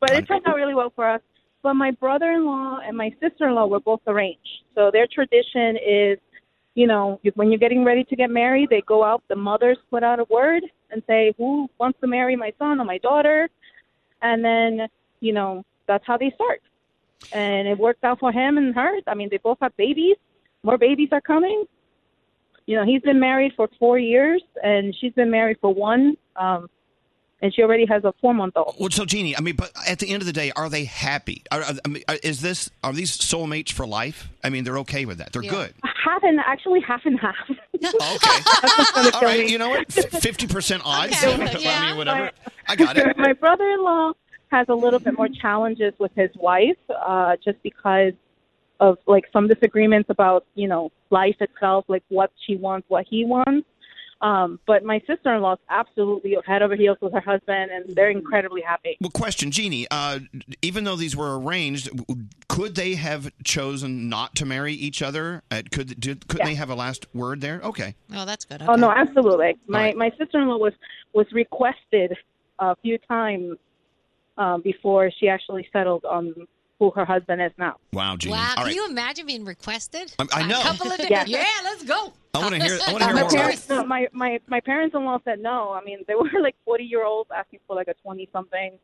S5: but it turned out really well for us. But my brother-in-law and my sister-in-law were both arranged. So their tradition is, you know, when you're getting ready to get married, they go out. The mothers put out a word and say, "Who wants to marry my son or my daughter?" And then, you know, that's how they start. And it worked out for him and her. I mean, they both have babies more babies are coming. You know, he's been married for four years, and she's been married for one, um, and she already has a four month old.
S6: Well, so Jeannie, I mean, but at the end of the day, are they happy? Are, are, I mean, are- is this are these soulmates for life? I mean, they're okay with that. They're good.
S5: Half and actually half and half.
S6: All right, you know what? Fifty percent odds. I mean, whatever. I got it.
S5: My brother in law has a little bit more challenges with his wife, uh, just because of like some disagreements about you know life itself, like what she wants, what he wants. Um, but my sister in law is absolutely head over heels with her husband, and they're incredibly happy.
S6: Well, question, Jeannie. Uh, even though these were arranged, w- could they have chosen not to marry each other? Uh, could did, could
S5: Yeah.
S6: they have a last word there? Okay.
S5: Oh, that's good. Oh no, absolutely. My my sister in law was was requested a few times um, before she actually settled on who her husband is now.
S6: Wow, Jeannie.
S7: Wow,
S6: All
S7: can
S6: right.
S7: you imagine being requested?
S6: I- I
S7: A
S6: know.
S7: couple of
S5: Yeah.
S7: days. Yeah, let's go.
S6: I want to hear. I want
S5: Uh,
S6: to
S5: my
S6: hear more. About
S5: parents, no, my my my parents in law said no. I mean, they were like forty year olds asking for like a twenty something.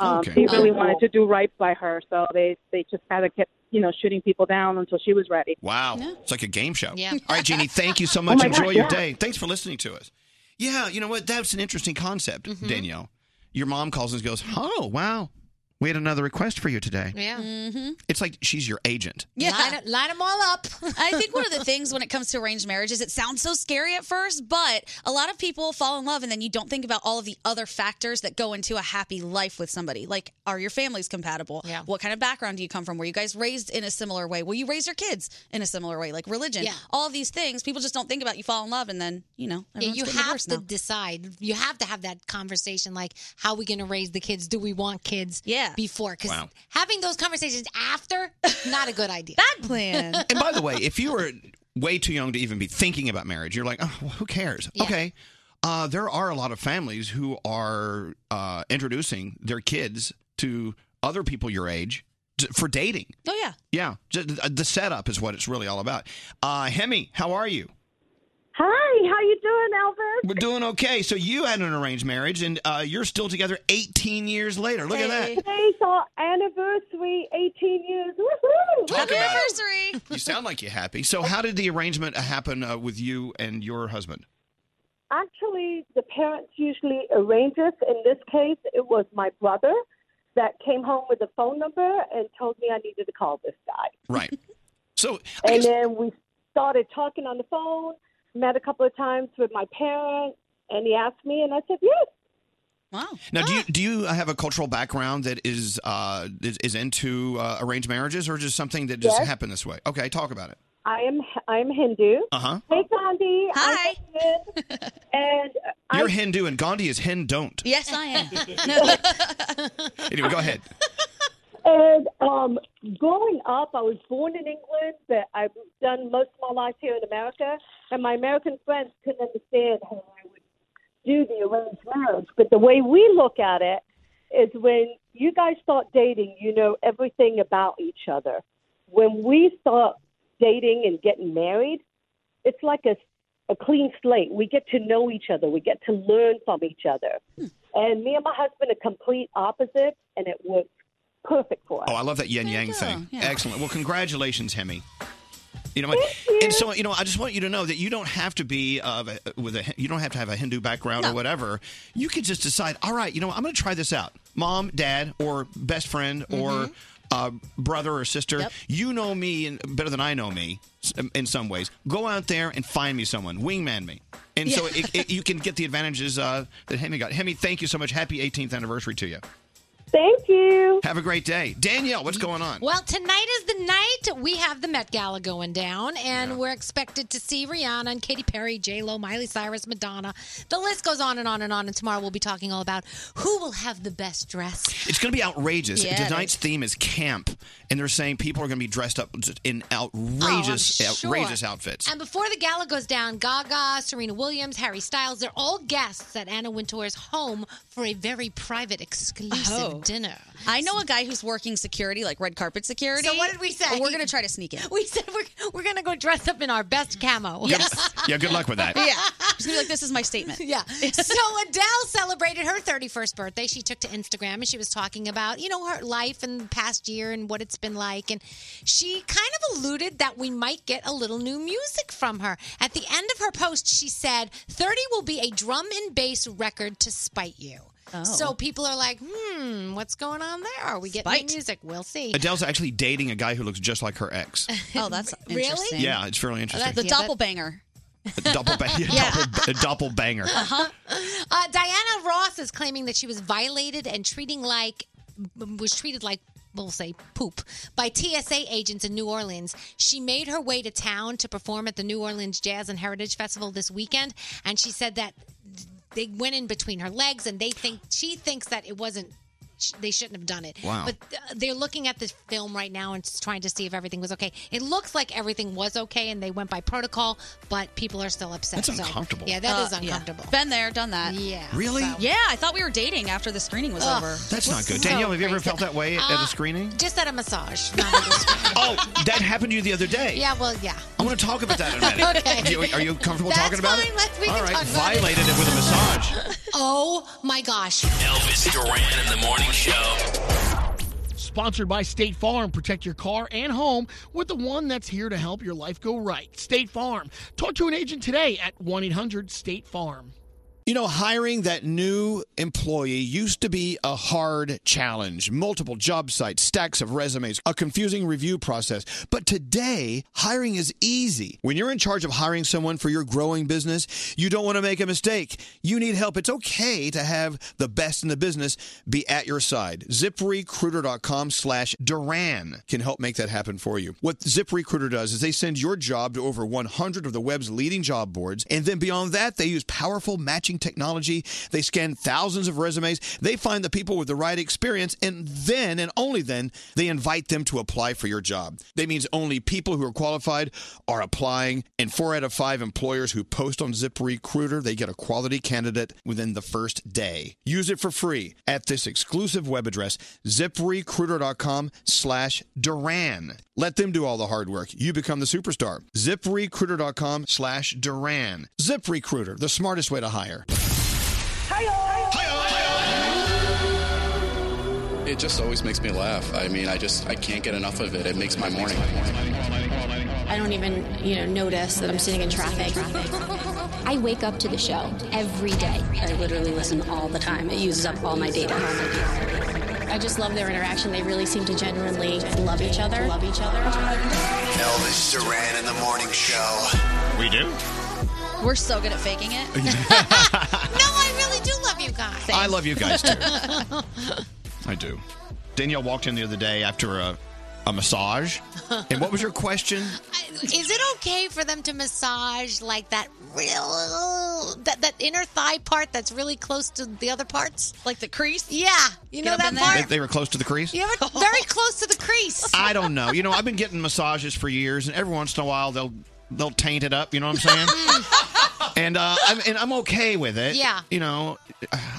S5: Um,
S6: Okay.
S5: They really
S6: Oh.
S5: wanted to do right by her, so they they just kind of kept you know shooting people down until she was ready.
S6: Wow. It's like a game show.
S5: Yeah.
S6: All right, Jeannie, thank you so
S5: Oh
S6: much.
S5: my
S6: Enjoy
S5: God,
S6: your
S5: yeah.
S6: day. Thanks for listening to us. Yeah, you know what? That's an interesting concept,
S5: Mm-hmm.
S6: Danielle. Your mom calls and goes, Oh, wow. We had another request for you today.
S7: Yeah.
S11: Mm-hmm.
S6: It's like she's your agent.
S11: Yeah.
S7: Line, line them all up.
S11: I think one of the things when it comes to arranged marriages, it sounds so scary at first, but a lot of people fall in love and then you don't think about all of the other factors that go into a happy life with somebody. Like, are your families compatible? Yeah. What kind of background do you come from? Were you guys raised in a similar way? Will you raise your kids in a similar way? Like religion,
S7: Yeah.
S11: all these things. People just don't think about. You fall in love and then you know.
S7: Yeah,
S11: everyone's
S7: you
S11: getting
S7: have
S11: divorced
S7: to
S11: now.
S7: decide. You have to have that conversation, like how are we going to raise the kids? Do we want kids? Yeah. Before, because
S6: Wow.
S7: having those conversations after, not a good idea.
S11: Bad plan.
S6: And by the way, if you were way too young to even be thinking about marriage, you're like, Oh, well, who cares? Okay. Uh, there are a lot of families who are uh, introducing their kids to other people your age t- for dating.
S11: Oh yeah.
S6: Yeah, ju- the setup is what it's really all about. Uh, Hemi, how are you?
S5: Hi, how you doing, Elvis?
S6: We're doing okay. So you had an arranged marriage, and uh, you're still together 18 years later. Look at that.
S5: Today's our anniversary, 18 years. Woohoo!
S6: Talk about it. You sound like you're happy. So how did the arrangement happen uh, with you and your husband?
S5: Actually, the parents usually arrange it. In this case, it was my brother.
S26: that came home with a phone number and told me I needed to call this guy.
S6: Right. So
S26: And then we started talking on the phone, met a couple of times with my parents, and he asked me, and I said, yes.
S11: Wow.
S6: Now, do you do you have a cultural background that is uh, is, is into uh, arranged marriages, or just something that just
S26: Yes.
S6: happened this way? Okay, talk about it.
S26: I am I am Hindu.
S6: Uh-huh.
S26: Hey, Gandhi. Hi. and
S6: You're Hindu, and Gandhi is Hin don't.
S11: Yes, I am.
S6: Anyway, go ahead.
S26: And um, growing up, I was born in England, but I've done most of my life here in America. And my American friends couldn't understand how I would do the arranged marriage. But the way we look at it is when you guys start dating, you know everything about each other. When we start dating and getting married, it's like a, a clean slate. We get to know each other, we get to learn from each other. And me and my husband are complete opposites, and it works perfect for us.
S6: Oh, I love that yin yang thing. Excellent. Well, congratulations, Hemi. You know, what? and so you know, I just want you to know that you don't have to be of a, with a you don't have to have a Hindu background or whatever. You could just decide. All right, you know, what? I'm going to try this out. Mom, dad, or best friend,
S26: Mm-hmm.
S6: or uh, brother or sister. You know me and- better than I know me s- in some ways. Go out there and find me someone. Wingman me. And so
S26: Yeah.
S6: it, it, you can get the advantages uh, that Hemi got. Hemi, thank you so much. Happy 18th anniversary to you.
S26: Thank you.
S6: Have a great day, Danielle. What's going on?
S7: Well, tonight is the night we have the Met Gala going down, and we're expected to see Rihanna and Katy Perry, J Lo, Miley Cyrus, Madonna. The list goes on and on and on. And tomorrow we'll be talking all about who will have the best dress.
S6: It's going to be outrageous.
S7: Yeah, it
S6: Tonight's theme is camp, and they're saying people are going to be dressed up just in outrageous,
S7: Oh, I'm sure.
S6: outrageous outfits.
S7: And before the gala goes down, Gaga, Serena Williams, Harry Styles, they're all guests at Anna Wintour's home for a very private, exclusive
S11: Oh.
S7: dinner.
S11: I know a guy who's working security, like red carpet security.
S7: So what did we say?
S11: We're gonna try to sneak in.
S7: We said we're, we're gonna go dress up in our best camo.
S11: Yes.
S6: yeah, good luck with that.
S11: yeah. She's gonna be like, this is my statement.
S7: Yeah. so Adele celebrated her 31st birthday. She took to Instagram and she was talking about, you know, her life and the past year and what it's been like. And she kind of alluded that we might get a little new music from her. At the end of her post, she said, 30 will be a drum and bass record to spite you.
S9: Oh.
S7: So people are like, hmm, what's going on there? Are we getting new music? We'll see.
S6: Adele's actually dating a guy who looks just like her ex.
S11: Oh, that's
S7: Really?
S11: interesting.
S6: Yeah, it's really interesting.
S11: The doppelbanger.
S6: A doppelba- yeah, doppel- a doppelbanger.
S7: Uh-huh. Uh, Diana Ross is claiming that she was violated and treating like was treated like we'll say poop by TSA agents in New Orleans. She made her way to town to perform at the New Orleans Jazz and Heritage Festival this weekend, and she said that they went in between her legs, and they think she thinks that it wasn't. sh- They shouldn't have done it.
S9: Wow.
S7: But uh, they're looking at the film right now and s- trying to see if everything was okay. It looks like everything was okay, and they went by protocol, but people are still upset.
S11: That's
S7: So,
S11: uncomfortable.
S7: yeah, that is
S11: Uh, yeah.
S7: uncomfortable.
S11: Been there, done that.
S7: Yeah.
S6: Really?
S11: Yeah, I thought we were dating after the screening was
S7: Ugh.
S11: over.
S6: That's not good. Danielle, have you ever felt that way at
S7: Uh,
S6: a screening?
S7: Just at a massage.
S6: Oh, that happened to you the other day.
S7: yeah, well, yeah.
S6: I want to talk about that in a minute.
S7: Okay.
S6: You- Are you comfortable
S7: That's
S6: talking about
S7: fine.
S6: it?
S7: Let's- we
S6: All
S7: can
S6: right,
S7: talk about it.
S6: violated it with a massage.
S7: Oh my gosh.
S15: Elvis Duran in the morning show.
S19: Sponsored by State Farm. Protect your car and home with the one that's here to help your life go right. State Farm. Talk to an agent today at 1 800 State Farm.
S6: You know, hiring that new employee used to be a hard challenge. Multiple job sites, stacks of resumes, a confusing review process. But today, hiring is easy. When you're in charge of hiring someone for your growing business, you don't want to make a mistake. You need help. It's okay to have the best in the business be at your side. ZipRecruiter.com slash Duran can help make that happen for you. What ZipRecruiter does is they send your job to over 100 of the web's leading job boards. And then beyond that, they use powerful matching technology. They scan thousands of resumes. They find the people with the right experience. And then, and only then, they invite them to apply for your job. That means only people who are qualified are applying. And four out of five employers who post on ZipRecruiter, they get a quality candidate within the first day. Use it for free at this exclusive web address, ziprecruiter.com slash Duran. Let them do all the hard work. You become the superstar. ZipRecruiter.com slash Duran. ZipRecruiter, the smartest way to hire.
S1: It just always makes me laugh. I mean, I just I can't get enough of it. It makes my morning.
S3: I don't even, you know, notice that I'm sitting in traffic. I wake up to the show every day. I literally listen all the time. It uses up all my data. I just love their interaction. They really seem to genuinely love each other. Love each other.
S10: Elvis Duran in the morning show.
S6: We do.
S11: We're so good at faking it.
S7: I really do love you guys.
S6: I love you guys, too.
S7: too.
S6: I do. Danielle walked in the other day after a, a massage. And what was your question?
S7: Is it okay for them to massage like that real that that inner thigh part that's really close to the other parts,
S11: like the crease?
S7: Yeah, you know that
S6: They,
S7: part.
S6: they were close to the crease?
S7: You ever very close to the crease?
S6: I don't know. You know, I've been getting massages for years, and every once in a while they'll they'll taint it up. You know what I'm saying? and uh, I'm and I'm okay with it.
S7: Yeah.
S6: You know,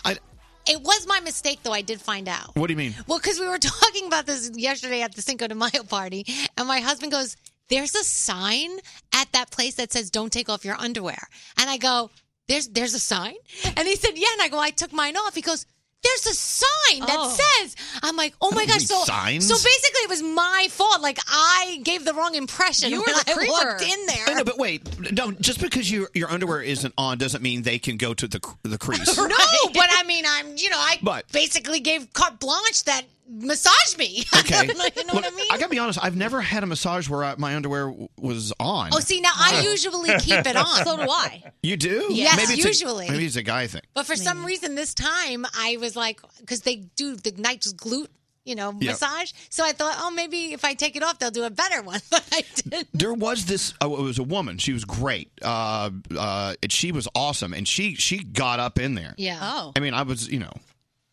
S6: I.
S7: It was my mistake though. I did find out.
S6: What do you mean?
S7: Well, because we were talking about this yesterday at the Cinco de Mayo party, and my husband goes, "There's a sign at that place that says don't take off your underwear," and I go, "There's there's a sign," and he said, "Yeah," and I go, "I took mine off." He goes. There's a sign that
S11: Oh.
S7: says. I'm like, oh my
S6: I don't
S7: gosh!
S6: read
S7: So,
S6: signs.
S7: so basically, it was my fault. Like I gave the wrong impression
S11: You were
S7: when
S11: the
S7: I
S11: creeper.
S7: walked in there.
S6: I know, but wait, don't just because your your underwear isn't on doesn't mean they can go to the cr- the crease.
S7: No, but I mean, I'm, you know, I
S6: But-
S7: basically gave carte blanche that massage me. you
S6: Okay,
S7: know what I
S6: Look,
S7: mean?
S6: gotta be honest. I've never had a massage where I, my underwear w- was on.
S7: Oh, see, now I usually keep it on. So do I.
S6: You do?
S7: Yes,
S6: maybe it's a-
S7: usually.
S6: maybe it's a guy thing.
S7: But for some reason, this time I was like, because they do the knife's glute, you know,
S6: Yeah.
S7: massage. So I thought, oh, maybe if I take it off, they'll do a better one. But I didn't.
S6: there was this oh, it was a woman she was great uh, uh, and she was awesome and she she got up in there
S7: Yeah. Oh.
S6: i mean i was you know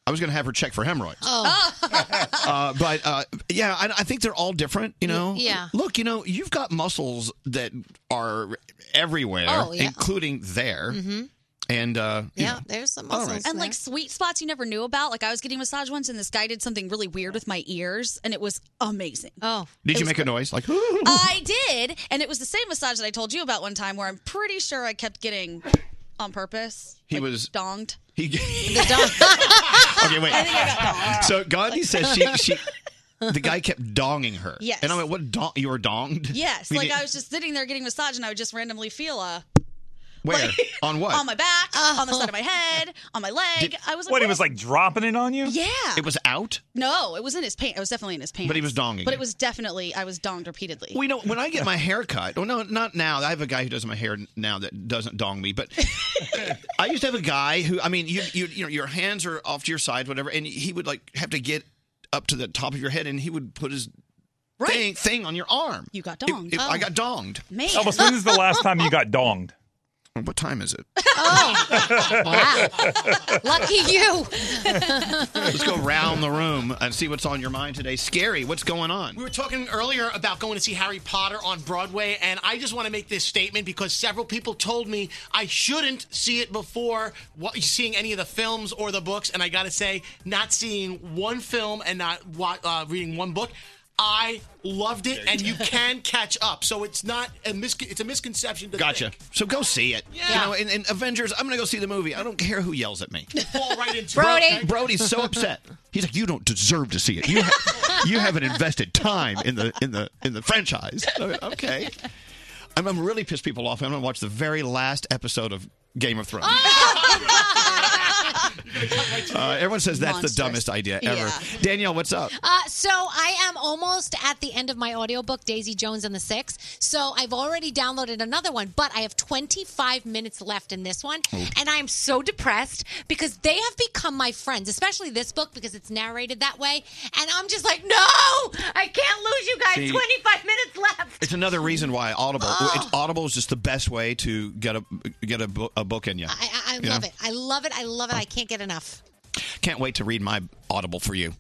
S6: i was gonna have her check for hemorrhoids
S7: Oh.
S6: uh, but uh, yeah I, I think they're all different you know
S7: yeah.
S6: look you know you've got muscles that are everywhere
S11: Oh, yeah.
S6: including there
S11: Mhm.
S6: and uh, you know.
S7: there's some
S6: All muscles right.
S11: And like sweet spots you never knew about. Like I was getting massage once and this guy did something really weird with my ears and it was amazing.
S7: Oh.
S6: did you make a noise like
S11: I did. And it was the same massage that I told you about one time where I'm pretty sure I kept getting on purpose.
S6: he was
S11: Donged.
S6: he
S11: The dong.
S6: okay wait so gandhi says she she the guy kept donging her
S11: Yes.
S6: and i went what dong you were donged
S11: yes.
S6: We
S11: Like
S6: didn't-
S11: I was just sitting there getting massage and I would just randomly feel a
S6: Where? on what? Oh.
S11: on Oh, my back, on the side of my head, on my leg. I was like,
S13: What, he was like dropping it on you?
S11: Yeah.
S6: It was out?
S11: No, it was in his pants. It was definitely in his pants.
S6: But he was donging
S11: But it
S6: you.
S11: was definitely I was donged repeatedly.
S6: Well, you know, when I get my hair cut, well, no, not now. I have a guy who does my hair now that doesn't dong me, but I used to have a guy who, I mean, you, you, you know, your hands are off to your side, whatever, and he would like have to get up to the top of your head, and he would put his thing thing on your arm.
S11: You got Oh.
S13: donged.
S6: I got donged.
S11: Man.
S13: Elvis, when is the last time you got donged?
S6: What time is it?
S9: Oh.
S7: Lucky you.
S6: Let's go round the room and see what's on your mind today. Scary, what's going on?
S17: We were talking earlier about going to see Harry Potter on Broadway, and I just want to make this statement because several people told me I shouldn't see it before wa- seeing any of the films or the books. And I got to say, not seeing one film and not wa- uh, reading one book. I loved it, and you can catch up. So it's not a mis- it's a misconception. To
S6: Gotcha.
S17: think.
S6: So go see it.
S17: Yeah.
S6: You know, in, in Avengers, I'm going to go see the movie. I don't care who yells at me.
S17: Fall right into
S6: Bro- Brody's so upset. He's like, you don't deserve to see it. You, ha- you haven't invested time in the in the in the franchise. Okay, I'm, I'm really pissed people off. I'm going to watch the very last episode of Game of Thrones. Uh, everyone says that's
S7: Oh, Monsters.
S6: the dumbest idea ever.
S7: Yeah.
S6: Danielle, what's up?
S7: Uh, so I am almost at the end of my audiobook, Daisy Jones and the Six. So I've already downloaded another one, but I have 25 minutes left in this one. And I'm so depressed because they have become my friends, especially this book because it's narrated that way. And I'm just like, no, I can't lose you guys.
S6: See-
S7: 25 minutes left.
S6: It's another reason why Audible.
S7: Oh.
S6: It's, Audible is just the best way to get a get a, bo- a book in you.
S7: I, I, I
S6: You
S7: love
S6: know?
S7: it. I love it. I love it. I can't get enough.
S6: Can't wait to read my Audible for you.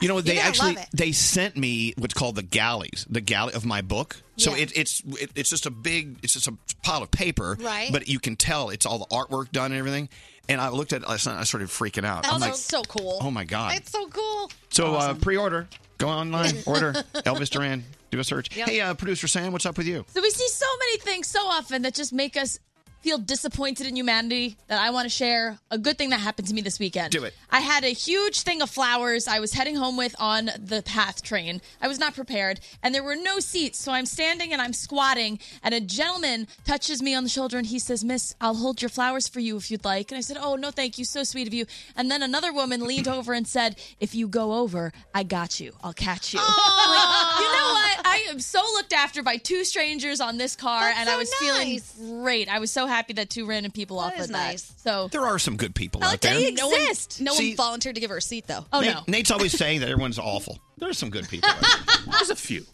S6: You know, they
S7: You're gonna
S6: actually
S7: love it.
S6: they sent me what's called the galleys, the galley of my book. So
S7: Yeah.
S6: it, it's it, it's just a big, it's just a pile of paper,
S11: Right.
S6: But you can tell it's all the artwork done and everything. And I looked at it last night, I started freaking out.
S11: That
S6: I'm like,
S11: was so cool.
S6: oh my god!
S11: It's so cool.
S6: so uh, pre-order, go online, order Elvis Duran, do a search.
S14: Yep.
S6: Hey, uh, producer Sam, what's up with you?
S14: So we see so many things so often that just make us feel disappointed in humanity that I want to share a good thing that happened to me this weekend.
S6: Do it.
S14: I had a huge thing of flowers I was heading home with on the PATH train. I was not prepared, and there were no seats, so I'm standing and I'm squatting, and a gentleman touches me on the shoulder and he says, Miss, I'll hold your flowers for you if you'd like. And I said, Oh, no, thank you. So sweet of you. And then another woman leaned over and said, If you go over, I got you. I'll catch you. Like, you know what? I am so looked after by two strangers on this car, and I was feeling great. I was so happy that two random people offered that. So
S6: There are some good
S14: Oh,
S6: people out there.
S11: They exist. No one,
S6: See-
S11: volunteered to give her a seat, though.
S6: Nate- Nate's always saying that everyone's awful. There's some good people. out there. There's a few.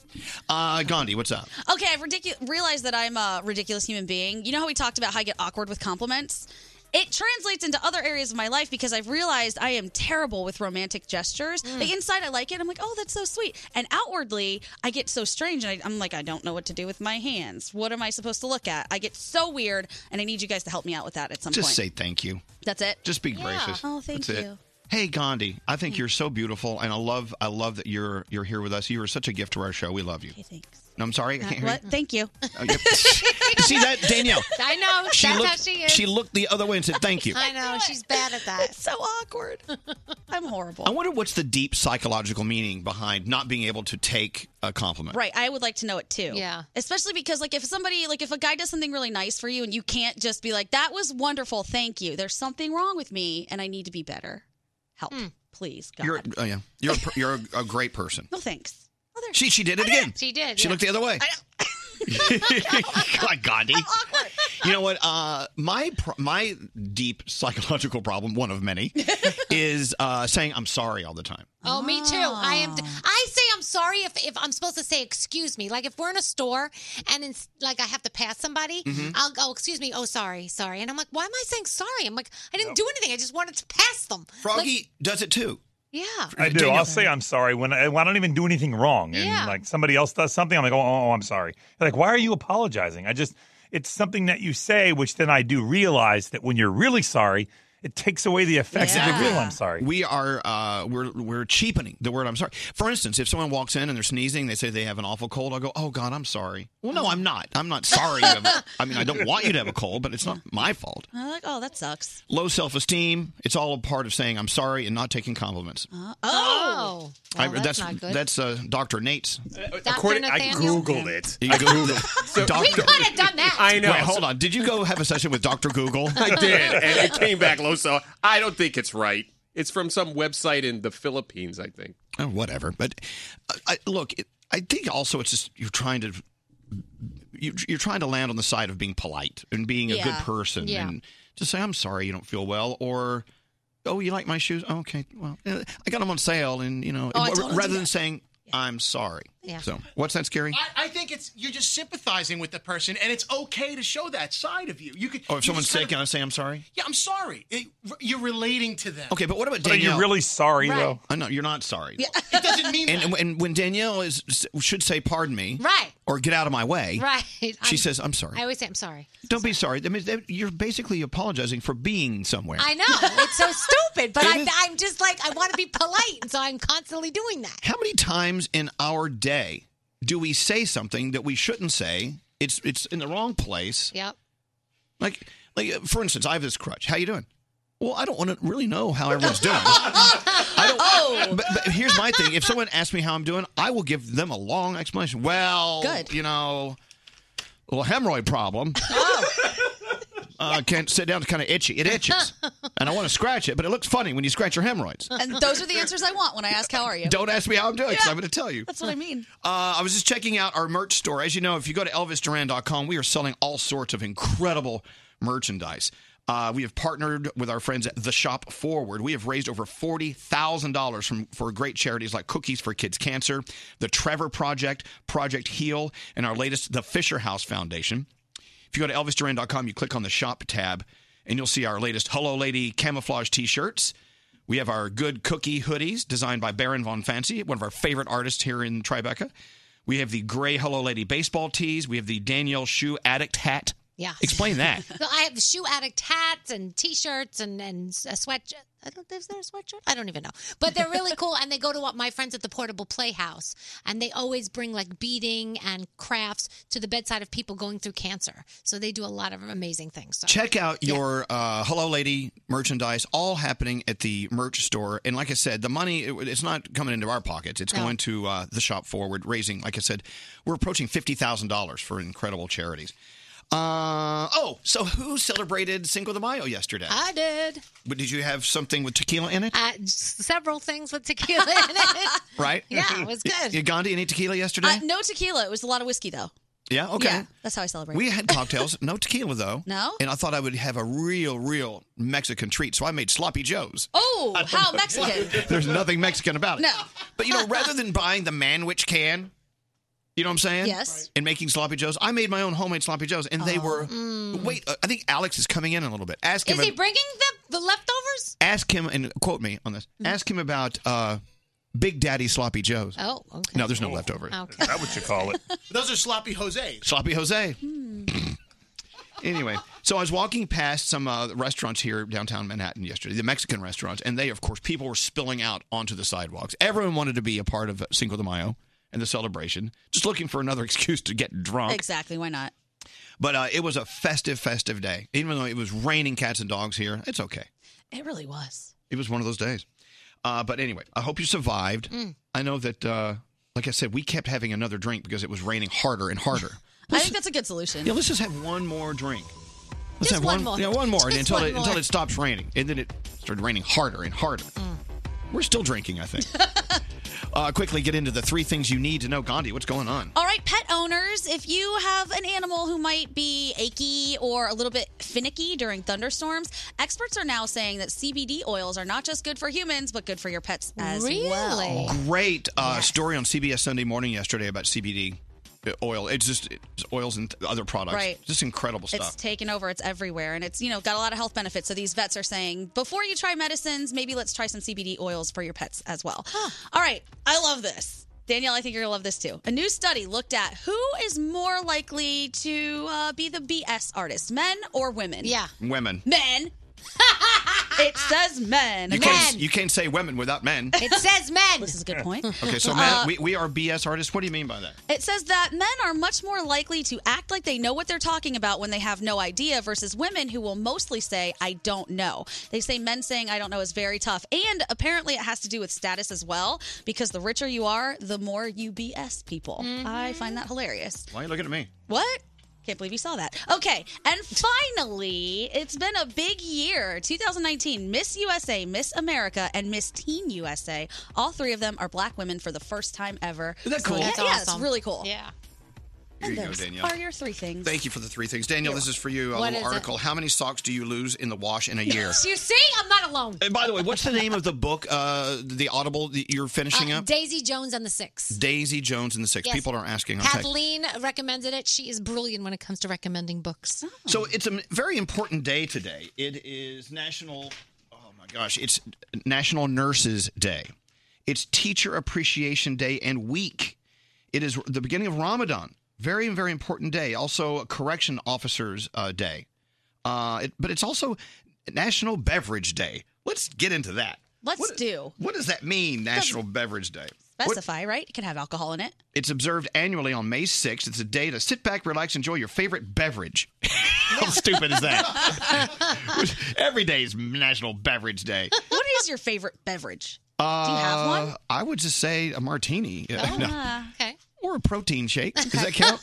S6: Uh, Gandhi, what's up?
S11: Okay, I've ridicu- realized that I'm a ridiculous human being. You know how we talked about how I get awkward with compliments? It translates into other areas of my life because I've realized I am terrible with romantic gestures.
S7: Mm.
S11: Like inside, I like it. I'm like, oh, that's so sweet. And outwardly, I get so strange. And I, I'm like, I don't know what to do with my hands. What am I supposed to look at? I get so weird. And I need you guys to help me out with that at some
S6: Just
S11: point.
S6: say thank you.
S11: That's it.
S6: Just be
S11: Yeah.
S6: gracious.
S11: Oh, thank
S6: That's it.
S11: you.
S6: Hey Gandhi, I think you're so beautiful, and I love I love that you're you're here with us. You are such a gift to our show. We love you.
S11: thanks.
S6: No, I'm sorry. I can't hear
S11: Uh, what?
S6: you.
S11: Thank you.
S6: Oh, yep. See that Danielle?
S7: I know.
S6: She
S7: That's
S6: looked,
S7: how she is.
S6: looked the other way and said thank you.
S7: I know. She's bad at that. It's
S11: so awkward. I'm horrible.
S6: I wonder what's the deep psychological meaning behind not being able to take a compliment.
S11: Right. I would like to know it too. Yeah. Especially because like if somebody like if a guy does something really nice for you and you can't just be like, That was wonderful, thank you. There's something wrong with me and I need to be better. Help. Please. God.
S6: You're oh, yeah. You're a, per- you're a, a great person.
S11: no thanks.
S6: She she did it again.
S11: She did, Oh,
S6: She
S11: yeah.
S6: looked the other way. God, Gandhi. You know what? Uh, my pro- my deep psychological problem, one of many, is uh, saying I'm sorry all the time.
S7: Oh, me too. I am.
S6: Ah.
S7: I say I'm sorry if, if I'm supposed to say excuse me. Like if we're in a store and it's like I have to pass somebody,
S6: Mhm.
S7: I'll go excuse me. Oh, sorry, sorry. And I'm like, why am I saying sorry? I'm like, I didn't do anything. I just wanted to pass them.
S6: Froggy
S7: Like,
S6: does it too.
S7: yeah.
S13: I do. I'll say I'm sorry when I, when I don't even do anything wrong, and
S7: Yeah.
S13: like somebody else does something, I'm like, oh, oh, oh, I'm sorry. They're like, why are you apologizing? I just, it's something that you say, which then I do realize that when you're really sorry, it takes away the effects of the real I'm sorry.
S6: We are uh, we're we're cheapening the word I'm sorry. For instance, if someone walks in and they're sneezing, they say they have an awful cold. I'll go, oh God, I'm sorry. Well, no, I'm not. I'm not sorry. You have a, I mean, I don't want you to have a cold, but it's not my fault.
S11: I'm like, oh, that sucks.
S6: Low self esteem. It's all a part of saying I'm sorry and not taking compliments.
S11: Uh, oh.
S6: I- That's uh, Dr. Nate's.
S12: According- I Nathaniel? Googled
S6: it. You Googled it.
S7: we could have done that.
S12: I know.
S6: Wait, hold on. Did you go have a session with Dr. Google?
S12: I did, and it came back low. So I don't think it's right. It's from some website in the Philippines, I think.
S6: Oh, whatever. But uh, I, look, it, I think also it's just you're trying to you, you're trying to land on the side of being polite and being a good
S16: Yeah.
S6: person
S16: Yeah.
S6: and just say I'm sorry you don't feel well or oh you like my shoes Oh, okay well uh, I got them on sale and you know
S17: Oh, I
S6: w-
S17: totally do
S6: rather than
S17: that.
S6: saying I'm sorry.
S17: Yeah.
S6: So what's that scary?
S17: I, I think it's you're just sympathizing with the person, and it's okay to show that side of you. You could.
S6: or Oh, if
S17: you
S6: someone's
S17: just
S6: sick,
S17: kind
S6: can I say I'm sorry?
S17: of- yeah, I'm sorry. It- you're relating to them.
S6: Okay, but what about
S13: But are you
S6: Danielle?
S13: really sorry, Right. though?
S6: I know you're not sorry.
S17: It doesn't mean
S6: And, and when Danielle is should say pardon me,
S7: Right.
S6: or get out of my way,
S7: Right.
S6: She
S7: I'm-
S6: says I'm sorry.
S7: I always say I'm sorry.
S6: Don't be sorry. I mean, that- you're basically apologizing for being somewhere.
S7: I know it's so stupid, but I, I'm just like I want to be polite, and so I'm constantly doing that.
S6: How many times in our day do we say something that we shouldn't say? It's it's in the wrong place.
S7: Yep.
S6: Like like uh, for instance, I have this crutch. How you doing? Well, I don't want to really know how everyone's doing. I don't, but, but here's my thing: if someone asks me how I'm doing, I will give them a long explanation. Well,
S9: Good.
S6: You know, a little hemorrhoid problem. Uh, can't sit down. It's kind of itchy. It itches, and I want to scratch it, but it looks funny when you scratch your hemorrhoids.
S11: oh. And those are the answers I want when I ask how are you?
S6: Don't ask me how I'm doing 'cause I'm going to tell you.
S11: That's what I mean.
S6: Uh, I was just checking out our merch store. As you know, if you go to elvisduran.com, we are selling all sorts of incredible merchandise. Uh, we have partnered with our friends at The Shop Forward. We have raised over $40,000 from for great charities like Cookies for Kids Cancer, The Trevor Project, Project Heal, and our latest, The Fisher House Foundation. If you go to elvisduran.com, you click on the shop tab, and you'll see our latest Hello Lady camouflage t shirts. We have our good cookie hoodies designed by Baron Von Fancy, one of our favorite artists here in Tribeca. We have the gray Hello Lady baseball tees. We have the Danielle Shoe Addict hat.
S7: Yeah.
S6: Explain that.
S7: So I have shoe addict hats and t-shirts and and a sweat I don't. Is there a sweatshirt? I don't even know. But they're really cool, and they go to what my friends at the Portable Playhouse, and they always bring like beading and crafts to the bedside of people going through cancer. So they do a lot of amazing things. So.
S6: Check out your uh, Hello Lady merchandise, all happening at the merch store. And like I said, the money, it, it's not coming into our pockets. It's
S7: No.
S6: going to uh, the shop forward, raising, like I said, we're approaching $50,000 for incredible charities. Uh, oh, so who celebrated Cinco de Mayo yesterday?
S7: I did
S6: But did you have something with tequila in it?
S7: uh, s- several things with tequila in it.
S6: right?
S11: yeah, it was good.
S6: You Gandhi any tequila yesterday?
S11: Uh, no tequila. It was a lot of whiskey, though.
S6: yeah, okay.
S11: Yeah, that's how I celebrate.
S6: We had cocktails, no tequila though.
S11: No?
S6: And I thought I would have a real, real Mexican treat, so I made sloppy joes.
S11: Oh, how Mexican.
S6: There's nothing Mexican about it.
S11: No.
S6: But you know, rather than buying the manwich can, you know what I'm saying?
S11: Yes.
S6: And making sloppy joes, I made my own homemade sloppy joes, and they were. Wait, uh, I think Alex is coming in a little bit. Ask him.
S7: Is he
S6: ab-
S7: bringing the the leftovers?
S6: ask him and quote me on this. Ask him about uh, Big Daddy sloppy joes.
S7: Oh, okay.
S6: No, there's no leftovers.
S7: Okay.
S6: Is that what you call it?
S17: Those are sloppy Jose's.
S6: Sloppy Jose.
S7: Hmm.
S6: anyway, so I was walking past some uh, restaurants here downtown Manhattan yesterday, the Mexican restaurants, and they, of course, people were spilling out onto the sidewalks. Everyone wanted to be a part of Cinco de Mayo and the celebration, just looking for another excuse to get drunk.
S11: Exactly. Why not?
S6: But uh, it was a festive, festive day. Even though it was raining cats and dogs here, it's okay.
S11: It really was.
S6: It was one of those days. Uh, but anyway, I hope you survived.
S11: Mm.
S6: I know that, uh, like I said, we kept having another drink because it was raining harder and harder.
S11: I think that's a good solution.
S6: Yeah, let's just have one more drink.
S11: Just
S6: Let's have
S11: one
S6: one,
S11: more.
S6: Yeah, one more
S11: Just
S6: until
S11: one
S6: it, until
S11: more. Mm.
S6: it stops raining, and then it started raining harder and harder. We're still drinking, I think. uh, quickly get into the three things you need to know, Gandhi. What's going on?
S11: All right, pet owners, if you have an animal who might be achy or a little bit finicky during thunderstorms, experts are now saying that CBD oils are not just good for humans, but good for your pets as well.
S6: Great uh, story on CBS Sunday Morning yesterday about CBD uh, oil. It's just it's oils and other products.
S11: Right.
S6: Just incredible stuff.
S11: It's taken over. It's everywhere, and it's you know got a lot of health benefits. So these vets are saying before you try medicines, maybe let's try some CBD oils for your pets as well. All right, I love this, Danielle. I think you're gonna love this too. A new study looked at who is more likely to uh, be the BS artist, men or women? Yeah,
S6: women.
S11: men. it says men.
S6: You can't, you can't say women without men.
S11: says men. This is a good point.
S6: Okay, so men,
S11: Uh,
S6: we, we are BS artists. What do you mean by that?
S11: It says that men are much more likely to act like they know what they're talking about when they have no idea versus women who will mostly say, I don't know. They say men saying, I don't know is very tough. And apparently it has to do with status as well, because the richer you are, the more you BS people. I find that hilarious.
S6: Why are you looking at me?
S11: What? Can't believe you saw that. Okay, and finally, it's been a big year. 2019, Miss USA, Miss America, and Miss Teen USA. All three of them are black women for the first time ever.
S6: Isn't that cool?
S11: Yeah,
S6: That's
S11: yeah, it's
S6: awesome.
S11: really cool.
S7: Yeah.
S6: Here you go,
S11: Those
S6: Danielle.
S11: are your three things.
S6: Thank you for the three things. Daniel, this is for you. A
S11: What
S6: little
S11: is it?
S6: article. How many socks do you lose in the wash in a year?
S7: So you see, I'm not alone.
S6: and by the way, what's the name of the book, uh, the Audible that you're finishing
S11: Uh,
S6: up?
S7: Uh, Daisy Jones and the Six.
S6: Daisy Jones and the Six.
S7: Yes.
S6: People are asking. on text.
S7: Kathleen recommended it. She is brilliant when it comes to recommending books.
S6: So it's a m- very important day today. It is National, oh my gosh, it's National Nurses Day. It's Teacher Appreciation Day and Week. It is the beginning of Ramadan. Very, very important day. Also, Correction Officers uh, Day. Uh, it, but it's also National Beverage Day. Let's get into that.
S11: Let's do.
S6: What does that mean, National Beverage Day? What-
S11: Specify, right? It can have alcohol in it.
S6: it's observed annually on May 6th. It's a day to sit back, relax, enjoy your favorite beverage. How stupid is that? Every day is National Beverage Day.
S11: what is your favorite beverage?
S6: Uh,
S11: Do you have one? Oh,
S6: I would just say a martini. Yeah, no.
S7: okay.
S6: Or a protein shake. Does that count?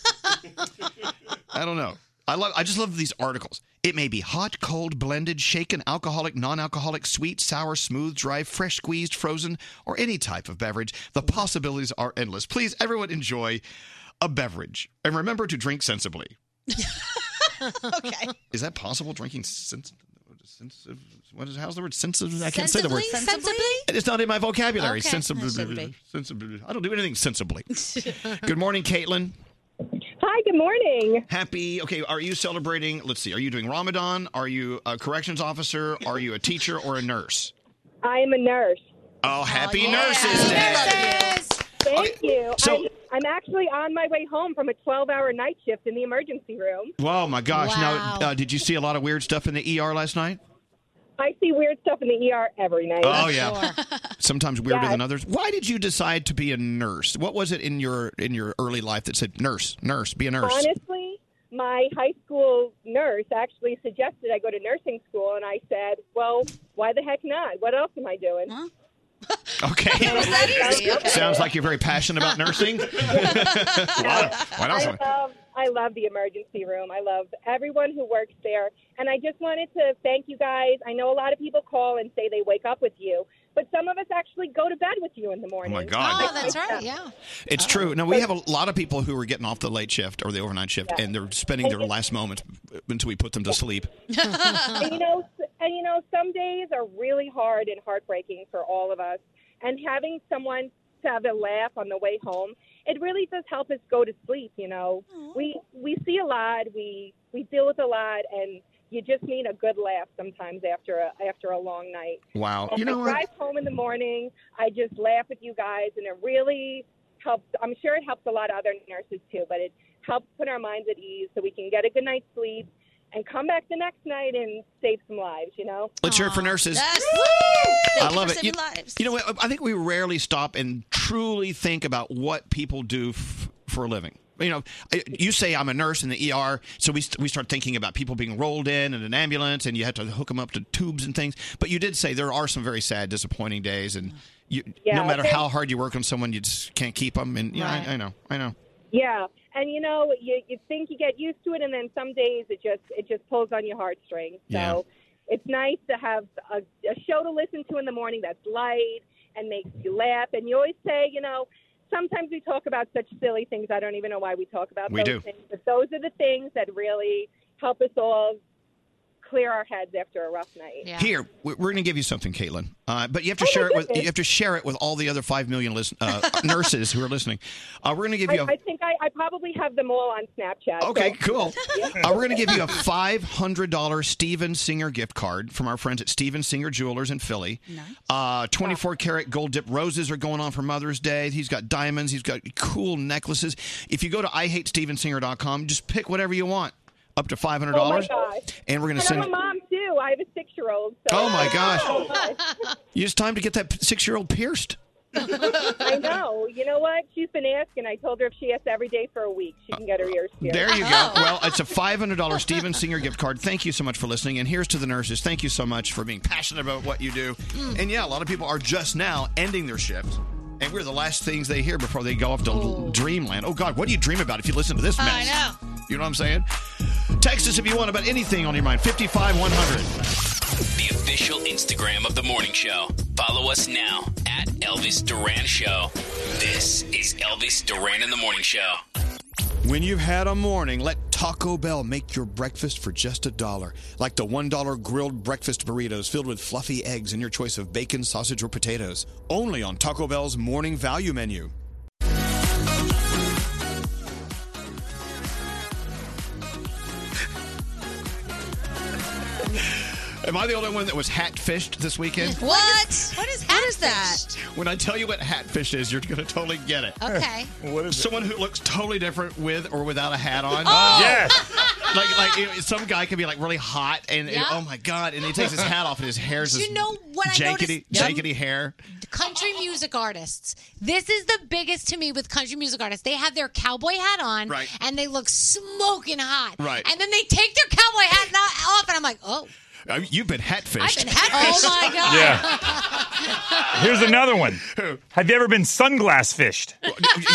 S6: I don't know. I love. I just love these articles. It may be hot, cold, blended, shaken, alcoholic, non-alcoholic, sweet, sour, smooth, dry, fresh squeezed, frozen, or any type of beverage. The possibilities are endless. Please, everyone, enjoy a beverage and remember to drink sensibly.
S11: okay.
S6: Is that possible? Drinking sensitive? sensitive what is how's the word sensitive? I can't say the word.
S11: Sensibly?
S6: It's not in my vocabulary.
S11: Okay.
S6: Sensible.
S11: It should be.
S6: Sensible. I don't do anything sensibly. Good morning, Caitlin.
S16: Hi, good morning.
S6: Happy. Okay, are you celebrating? Let's see. Are you doing Ramadan? Are you a corrections officer? Are you a teacher or a nurse?
S16: I am a nurse.
S6: Oh, happy Nurses Day.
S16: Thank you.
S6: so-
S16: I'm, I'm actually on my way home from a 12 hour night shift in the emergency room.
S6: Wow, my gosh.
S16: Wow.
S6: Now, uh, did you see a lot of weird stuff in the ER E last night?
S16: I see weird stuff in the ER every night.
S6: Oh yeah. Sometimes weirder
S16: Yeah.
S6: than others. Why did you decide to be a nurse? What was it in your in your early life that said nurse, nurse, be a nurse?
S16: Honestly, my high school nurse actually suggested I go to nursing school, and I said, "Well, why the heck not? What else am I doing?"
S6: Sounds like you're very passionate about nursing. Wow. Why not?
S16: I love, I love the emergency room. I love everyone who works there. And I just wanted to thank you guys. I know a lot of people call and say they wake up with you, but some of us actually go to bed with you in the morning.
S6: God. Oh,
S7: that's right, yeah.
S16: Oh,
S6: It's true. Now we have a lot of people who are getting off the late shift or the overnight shift,
S16: Yeah.
S6: and they're spending their last moments until we put them to sleep.
S16: and you know, and you know, some days are really hard and heartbreaking for all of us. And having someone to have a laugh on the way home, it really does help us go to sleep. You know, we we see a lot, we we deal with a lot, and you just need a good laugh sometimes after a after a long night.
S6: Wow.
S16: And
S6: You
S16: I
S6: know what?
S16: drive home in the morning. I just laugh with you guys, and it really helps. I'm sure it helps a lot of other nurses too, but it helps put our minds at ease so we can get a good night's sleep and come back the next night and save some lives. You know.
S6: Let's hear it for nurses. I love it. You, you know what? I think we rarely stop and truly think about what people do f- for a living. You know, I- you say I'm a nurse in the ER, so we, st- we start thinking about people being rolled in in an ambulance, and you have to hook them up to tubes and things. But you did say there are some very sad, disappointing days, and you,
S16: Yeah,
S6: no matter
S16: there-
S6: how hard you work on someone, you just can't keep them. And yeah,
S16: Right.
S6: I, I know, I know.
S16: Yeah, and you know, you you think you get used to it, and then some days it just it just pulls on your heartstrings. So
S6: Yeah.
S16: it's nice to have a, a show to listen to in the morning that's light and makes you laugh. And you always say, you know, sometimes we talk about such silly things. I don't even know why we talk about
S6: We
S16: those
S6: do.
S16: things, but those are the things that really help us all clear our heads after a rough night.
S6: Here, we- we're going to give you something, Caitlin. Uh, but you have to
S16: Oh, my
S6: share it with
S16: goodness.
S6: you have to share it with all the other five million listen, uh, nurses who are listening. Uh, we're going to give
S16: I,
S6: you. A,
S16: I think I, I probably have them all on Snapchat.
S6: Okay,
S16: so-
S6: cool. Uh, we're going to give you a $500 Steven Singer gift card from our friends at Steven Singer Jewelers in Philly. Uh, 24 karat gold dip roses are going on for Mother's Day. He's got diamonds, he's got cool necklaces. If you go to IHateStevenSinger.com, just pick whatever you want, up to $500.
S16: Oh my gosh.
S6: And we're going
S16: And
S6: to send
S16: I'm a mom too. I have a six year old.
S6: Oh, my gosh. It's time to get that six year old pierced.
S16: I know. You know what? She's been asking. I told her if she asks every day for a week, she can get her ears pierced.
S6: There you go. Well, it's a $500 Steven Singer gift card. Thank you so much for listening. And here's to the nurses. Thank you so much for being passionate about what you do.
S7: Hmm.
S6: And yeah, a lot of people are just now ending their shift. And we're the last things they hear before they go off to dreamland. Oh, God, what do you dream about if you listen to this mess? I know. You know what I'm saying? Text us if you want about anything on your mind. 55100.
S15: The official Instagram of the morning show. Follow us now at Elvis Duran Show. This is Elvis Duran in the morning show.
S6: When you've had a morning, let Taco Bell make your breakfast for just a dollar. Like the $1 grilled breakfast burritos filled with fluffy eggs and your choice of bacon, sausage, or potatoes. Only on Taco Bell's morning value menu. Am I the only one that was hatfished this weekend?
S11: What? What is, what is that?
S6: When I tell you what hatfish is, you're going to totally get it.
S11: Okay.
S6: What is Someone who looks totally different with or without a hat on.
S9: Oh! Yes.
S6: like like you know, some guy can be like really hot and, and,
S7: Yeah.
S6: oh my god, and he takes his hat off and his hair's
S7: Do
S6: this
S7: you know what I
S6: jankety
S7: noticed?
S6: jankety hair.
S7: country music artists. This is the biggest to me with country music artists. They have their cowboy hat on,
S6: Right.
S7: and they look smoking hot,
S6: Right.
S7: And then they take their cowboy hat not off, and I'm like, oh,
S6: Uh, You've been hatfished.
S7: I've been hat. Oh my god!
S13: Here's another one. Have you ever been sunglass fished?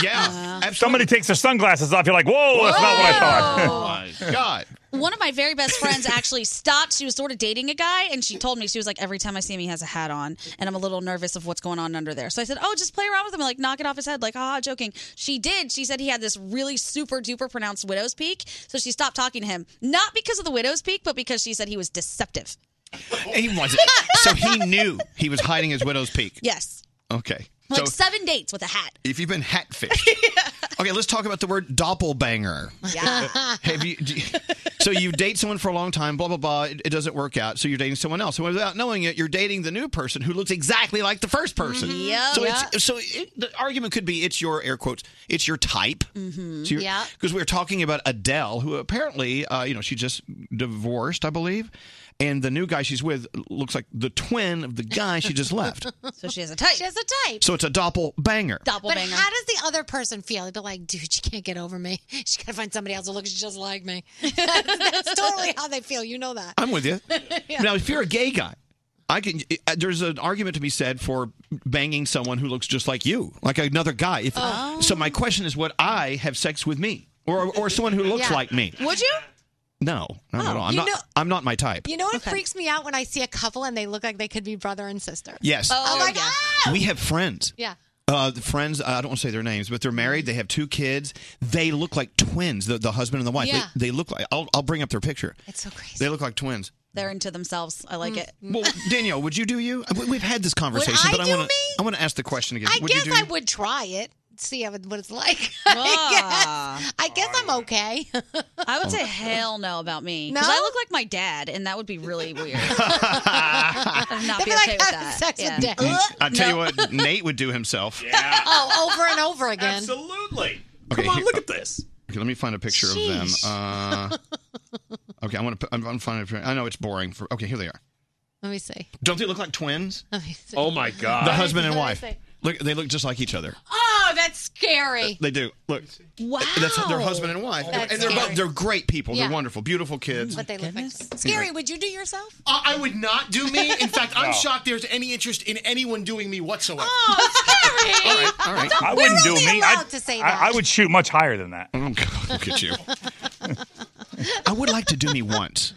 S6: Yeah.
S13: Somebody takes their sunglasses off. You're like, whoa, that's not what I thought.
S6: Oh my God.
S11: One of my very best friends actually stopped. She was sort of dating a guy, and she told me she was like, "Every time I see him, he has a hat on, and I'm a little nervous of what's going on under there." So I said, "Oh, just play around with him, like knock it off his head, like haha, joking." She did. She said he had this really super duper pronounced widow's peak, so she stopped talking to him, not because of the widow's peak, but because she said he was deceptive.
S6: He wasn't. so he knew he was hiding his widow's peak.
S11: Yes,
S6: Okay.
S11: like
S6: so
S11: seven dates with a hat.
S6: if you've been hatfished. Okay, let's talk about the word doppelbanger.
S11: Yeah.
S6: Have you, do you- so you date someone for a long time, blah blah blah. It, it doesn't work out, so you're dating someone else. And without knowing it, you're dating the new person who looks exactly like the first person.
S9: Mhm. Yeah.
S6: So
S9: Yeah.
S6: it's so it, the argument could be it's your air quotes, it's your type.
S9: Mm-hmm.
S6: So you're- Because we were talking about Adele, who apparently, uh, you know, she just divorced, I believe, and the new guy she's with looks like the twin of the guy she just left.
S11: So she has a type.
S7: She has a type.
S6: So it's a doppelbanger.
S7: But how does the other person feel? They'd be like, dude, she can't get over me. She got to find somebody else who looks just like me. that's, that's totally how they feel. You know that.
S6: I'm with you.
S7: Yeah.
S6: Now, if you're a gay guy, I can. uh, There's an argument to be said for banging someone who looks just like you, like another guy. If,
S11: Oh.
S6: So my question is, would I have sex with me, or or someone who looks
S7: Yeah. Oh,
S6: like me?
S11: Would you?
S6: No, not at all. I'm
S7: you
S6: not.
S7: know-
S6: I'm not my type.
S7: You know what freaks me out when I see a couple and they look like they could be brother and sister?
S6: Yes.
S7: Oh, my God.
S6: We have friends.
S7: Yeah.
S6: Uh, the friends, I don't want to say their names, but they're married. They have two kids. They look like twins, the, the husband and the wife.
S11: Yeah.
S6: They, they look like, I'll, I'll bring up their picture.
S11: It's so crazy.
S6: They look like twins.
S11: They're into themselves. I like
S7: Mm.
S11: it.
S6: Well, Danielle, would you do you? We- We've had this conversation,
S7: I
S6: but I
S7: do
S6: want to I want to ask the question again.
S7: I
S6: would
S7: guess
S6: you do
S7: I would try it, see how it- what it's like. I
S11: Ah.
S7: guess, I guess I'm okay.
S11: I
S6: Oh.
S11: would say hell no about me. Because
S7: No?
S11: I look like my dad, and that would be really weird. I'd not
S7: They'd
S11: be
S7: be like
S11: okay with
S7: having
S11: that.
S7: sex with
S11: Yeah.
S7: dad. Ugh.
S6: Mm. I tell you what, Nate would do himself.
S7: oh, over and over again. Absolutely.
S6: Okay, Come on, look at this. Okay, let me find a picture
S7: Sheesh.
S6: of them. Uh, okay, I want to. I'm, I'm finding. a picture. I know it's boring. For okay, here they are.
S7: Let me see.
S6: Don't they look like twins?
S7: Let me see.
S6: Oh my
S7: God.
S6: The husband and
S7: What did
S6: wife.
S7: they say?
S6: Look, they look just like each other.
S7: Oh, that's scary.
S6: They do. Look.
S7: Wow.
S6: That's their husband and wife,
S7: Oh. That's
S6: and they're both
S7: scary.
S6: they're great people.
S7: Yeah.
S6: They're wonderful, beautiful kids.
S7: But they look like scary. Would you do yourself?
S17: I I would not do me. In fact, I'm
S6: No.
S17: shocked there's any interest in anyone doing me whatsoever.
S7: Oh, all
S17: right,
S13: all right. I wouldn't do me. I, I, I would shoot much higher than that.
S6: Oh, Look at you. I would like to do me once.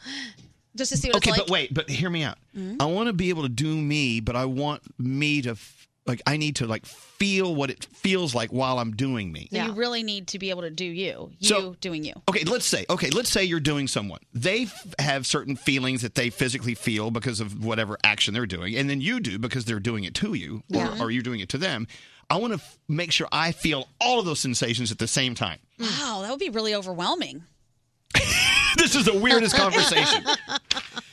S11: Just to see what
S6: Okay,
S11: it's like.
S6: but wait, but hear me out.
S7: Hmm?
S11: Mhm.
S6: I want to be able to do me, but I want me to f- like I need to like feel what it feels like while I'm doing me.
S11: So You really need to be able to do you. You
S6: So-
S11: doing you.
S6: Okay, let's say okay, let's say you're doing someone. They f- have certain feelings that they physically feel because of whatever action they're doing, and then you do because they're doing it to you, or,
S11: Yeah.
S6: or you're doing it to them. I want to f- make sure I feel all of those sensations at the same time.
S7: Mm.
S11: Wow, that would be really overwhelming.
S6: This is the weirdest conversation.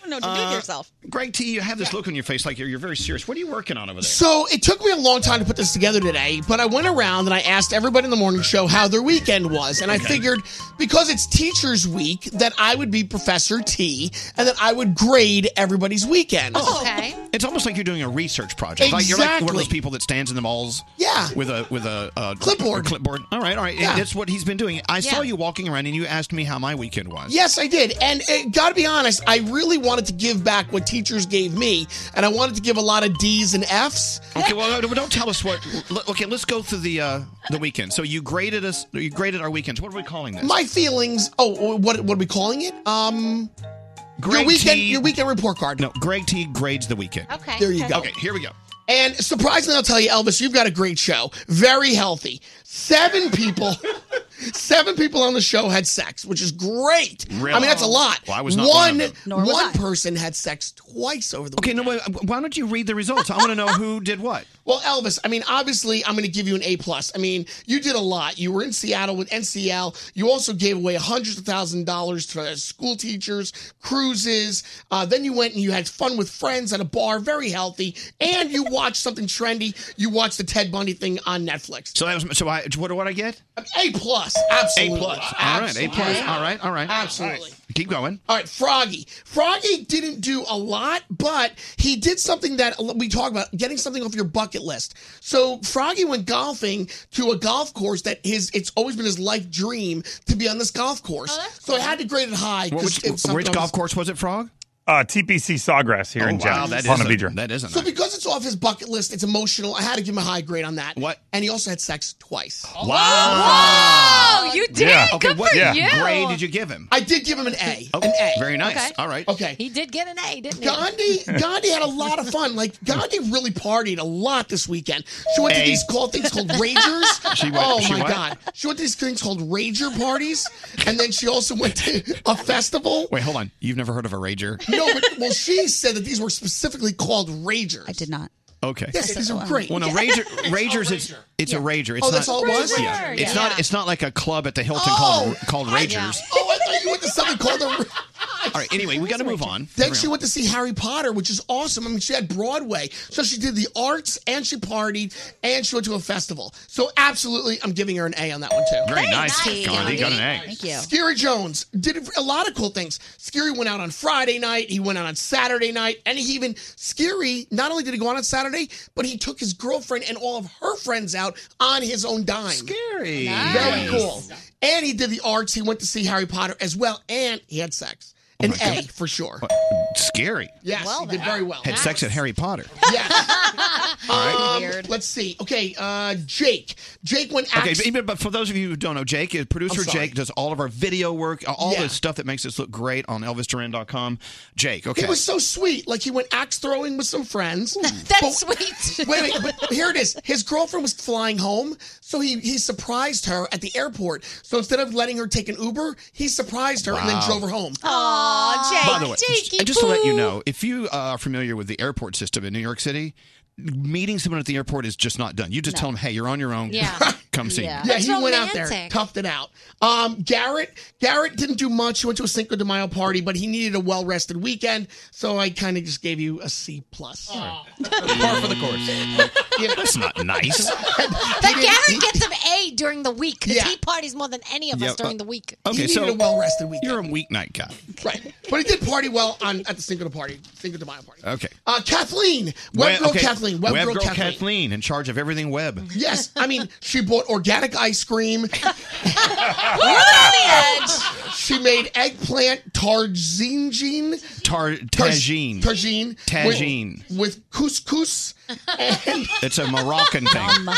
S11: No, to
S6: Uh,
S11: do yourself.
S6: Greg T, you have this look on your face like you're, you're very serious. What are you working on over there?
S19: So it took me a long time to put this together today, but I went around and I asked everybody in the morning show how their weekend was. And I
S6: Okay.
S19: figured because it's Teachers Week that I would be Professor T and that I would grade everybody's weekend.
S6: Oh,
S7: Okay.
S6: It's almost like you're doing a research project. Like you're like one
S19: Oh.
S6: of
S19: Exactly.
S6: those people that stands in the malls.
S19: Yeah.
S6: With a with a, uh
S19: Clipboard.
S6: a clipboard. All right, all right.
S19: Yeah.
S6: That's what he's been doing. I saw
S19: Yeah.
S6: you walking around and you asked me how my weekend was.
S19: Yes, I did. And it, gotta be honest, I really wanted to give back what teachers gave me, and I wanted to give a lot of D's and F's.
S6: Okay, well, don't- don't tell us what. l- Okay, let's go through the uh, the weekend. So you graded us. You graded our weekends. What are we calling this?
S19: My feelings. Oh, what what are we calling it? Um,
S6: Greg
S19: your weekend
S6: T.
S19: your weekend report card.
S6: No, Greg T grades the weekend.
S19: Okay. There you go.
S6: Okay, here we go.
S19: And surprisingly, I'll tell you, Elvis, you've got a great show. Very healthy. Seven people, seven people on the show had sex, which is great.
S6: Really?
S19: I mean, that's a lot.
S6: Well, I was not
S19: one.
S6: one of them. Nor
S19: one
S6: was I.
S19: person had sex twice over the.
S6: Okay, no, wait, why don't you read the results? I want to know who did what.
S19: Well, Elvis, I mean, obviously, I'm going to give you an A plus. I mean, you did a lot. You were in Seattle with NCL. You also gave away hundreds of thousand dollars to school teachers, cruises. Uh, then you went and you had fun with friends at a bar, very healthy. And you watched something trendy. You watched the Ted Bundy thing on Netflix.
S6: So that was so. I what do I get?
S19: A plus, absolutely.
S6: A plus. All right, A plus. All right, all right.
S19: Absolutely.
S6: Keep going.
S19: All right, Froggy. Froggy didn't do a lot, but he did something that we talk about getting something off your bucket list. So Froggy went golfing to a golf course that his it's always been his life dream to be on this golf course.
S6: Oh,
S19: So I had to grade it high.
S6: Well,
S19: 'cause
S6: which
S19: it was something
S6: which
S19: I was-
S6: golf course was it, Frog?
S13: Uh, TPC Sawgrass here
S6: Oh,
S13: in
S6: wow,
S13: Jackson,
S6: that
S13: Ponte
S6: is a-
S13: Vedra.
S6: that is a
S19: So because it's off his bucket list, it's emotional. I had to give him a high grade on that. What? And he also had sex twice.
S6: Wow.
S19: Wow,
S6: Oh, you did? Yeah. Good Okay, what- for yeah. you. grade did you give him? Oh,
S19: I did give him an A.
S6: Okay,
S19: An A.
S6: very nice. Okay. All right.
S19: Okay.
S7: He did get an A, didn't he?
S19: Gandhi, Gandhi had a lot of fun. Like Gandhi really partied a lot this weekend. She went
S6: A.
S19: to these called things called ragers.
S6: She went-
S19: oh
S6: she
S19: my
S6: what?
S19: god, she went to these things called rager parties, and then she also went to a festival.
S6: Wait, hold on. You've never heard of a rager?
S19: No, but well, she said that these were specifically called ragers. I did
S11: not.
S6: Okay.
S19: Yes, these are great.
S6: Well, no, Rager, Ragers, um, it's it's a Rager. It's
S19: Oh,
S6: not,
S19: that's all it was? Rager,
S6: Yeah. It's
S19: yeah.
S6: not it's not like a club at the Hilton
S19: Oh,
S6: called called
S19: I-
S6: Ragers.
S19: Oh, I thought you went to something called a. I
S6: All right. Anyway, we got to move on.
S19: Then she went to see Harry Potter, which is awesome. I mean, she had Broadway, so she did the arts and she partied and she went to a festival. So absolutely, I'm giving her an A on that one too.
S6: Very Very nice, nice, Gandhi. Gandhi. Got an A.
S11: Thank you.
S19: Scary Jones did a lot of cool things. Scary went out on Friday night. He went out on Saturday night, and he even Scary. Not only did he go out on Saturday, but he took his girlfriend and all of her friends out on his own dime.
S6: Scary.
S19: Very cool. And he did the arts. He went to see Harry Potter as well, and he had sex.
S6: Oh
S19: An A for sure.
S6: Scary.
S19: Yes, he did very well.
S6: Had sex at Harry Potter.
S19: Um, Let's see. Okay, uh, Jake. Jake went.
S6: Okay, but, even- but for those of you who don't know, Jake is producer.
S19: I'm sorry.
S6: Jake does all of our video work, uh, all
S19: Yeah.
S6: the stuff that makes us look great on ElvisDuran.com. Jake, okay.
S19: He was so sweet. Like he went axe throwing with some friends. That's
S11: sweet.
S19: wait, wait, but here it is. His girlfriend was flying home, so he he surprised her at the airport. So instead of letting her take an Uber, he surprised her and then
S6: Wow.
S19: drove her home.
S11: Aw, Jake.
S6: By the way, and just to let you know, if you uh, are familiar with the airport system in New York City, meeting someone at the airport is just not done. You just
S19: No.
S6: tell them, hey, you're on your own.
S19: Yeah.
S6: Come see
S19: Yeah,
S6: me.
S19: he went out there, toughed it out. Um, Garrett, Garrett didn't do much. He went to a Cinco de Mayo party, but he needed a well rested weekend, so I kind of just gave you a C plus.
S6: Par for the course. That's not nice.
S7: But Garrett gets an A during the week because
S19: Yeah.
S7: he parties more than any of
S6: Yeah,
S7: us during
S6: uh,
S7: the week.
S6: Okay, so
S19: rested weekend.
S6: You're a weeknight guy.
S19: Right. But he did party well on at the Cinco de Party, Cinco de Mayo party.
S6: Okay.
S19: Uh, Kathleen, Web
S6: Web-
S19: Girl
S6: okay,
S19: Kathleen, Web, Girl, Kathleen.
S6: in charge of everything web.
S19: Yes, I mean she bought organic ice cream. She made eggplant tarzinjin,
S6: Tar- tagine.
S19: tarjine,
S6: Tagine.
S19: with, with couscous. And
S6: It's a Moroccan thing.
S19: Um,
S7: Um,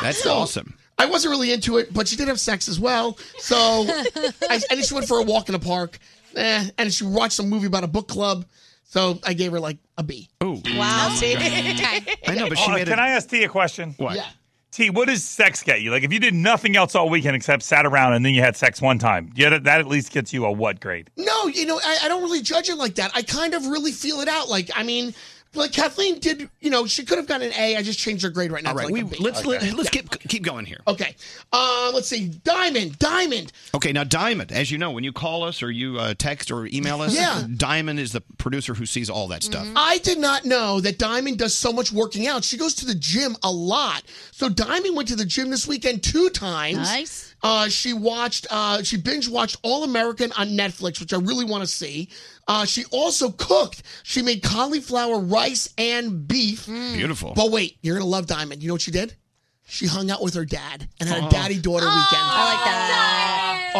S6: That's
S19: So,
S6: awesome.
S19: I wasn't really into it, but she did have sex as well. So, I, and she went for a walk in the park, eh, and she watched a movie about a book club. So I gave her like a B.
S6: Ooh.
S11: Wow.
S6: I know, but she
S13: Oh,
S6: made
S13: Can
S6: it-
S13: I ask T a question?
S6: What?
S19: Yeah.
S13: T, what does sex get you? Like, if you did nothing else all weekend except sat around and then you had sex one time, yeah, that, that at least gets you a what grade?
S19: No, you know, I, I don't really judge it like that. I kind of really feel it out. Like, I mean, like Kathleen did, you know, she could have gotten an A. I just changed her grade right now.
S6: All right,
S19: to like
S6: we
S19: a B.
S6: let's let, us let us keep keep going here.
S19: Okay. Uh, let's see. Diamond. Diamond.
S6: Okay, now Diamond, as you know, when you call us or you uh, text or email us,
S19: Yeah.
S6: Diamond is the producer who sees all that stuff.
S19: I did not know that Diamond does so much working out. She goes to the gym a lot. So Diamond went to the gym this weekend two times.
S11: Nice.
S19: Uh, she watched. Uh, she binge watched All American on Netflix, which I really want to see. Uh, she also cooked. She made cauliflower rice and beef.
S6: Beautiful.
S19: But wait, you're gonna love Diamond. You know what she did? She hung out with her dad and had
S6: Oh.
S19: a daddy daughter weekend. Oh, I like that.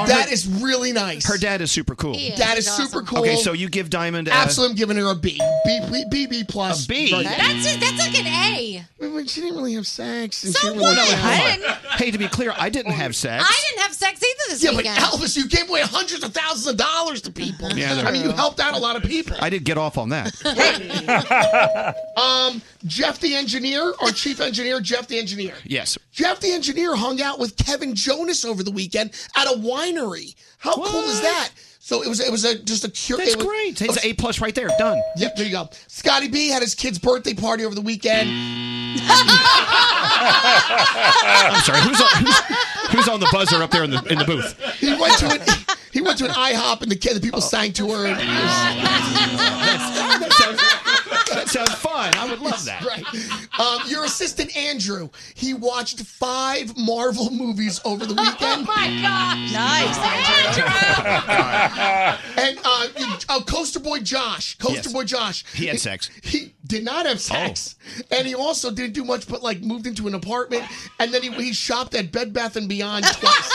S19: That is really nice.
S6: Her dad is super cool.
S19: He is. That is He's super awesome. cool.
S6: Okay, so you give Diamond a,
S19: Absolutely, I'm giving her a B. B, B, B, B plus.
S6: A B?
S19: Right.
S7: That's it. That's like an A.
S19: She didn't really have sex. And
S7: So
S19: she really
S7: what?
S6: Hey, to be clear, I didn't have sex.
S7: I didn't have sex either this
S19: Yeah, but
S7: weekend.
S19: Elvis, you gave away hundreds of thousands of dollars to people.
S6: Yeah, they're-
S19: I mean, you helped out a lot of people.
S6: I did get off on that.
S19: Um, Jeff the engineer, our chief engineer, Jeff the engineer.
S6: Yes.
S19: Jeff the engineer hung out with Kevin Jonas over the weekend at a winery. How cool is that? So it was it was a just a cure.
S6: That's
S19: it was,
S6: great. It's A plus right there. Done.
S19: Yep, there you go. Scotty B had his kid's birthday party over the weekend. Ah.
S6: I'm sorry. Who's on, who's, who's on the buzzer up there in the in the booth?
S19: He went to an he went to an IHOP and the kid the
S24: Oh.
S19: people sang to her. and it was-
S6: that, sounds, that sounds fun. I would love that.
S19: Right. Um, your assistant Andrew, he watched five Marvel movies over the weekend.
S7: Oh my gosh.
S11: Nice,
S19: And uh, you- oh, Coaster Boy Josh, Coaster
S6: Yes.
S19: Boy Josh,
S6: He had sex.
S19: he did not have sex,
S6: Oh.
S19: and he also didn't do much, but like moved into an apartment, and then he, he shopped at Bed Bath and Beyond twice.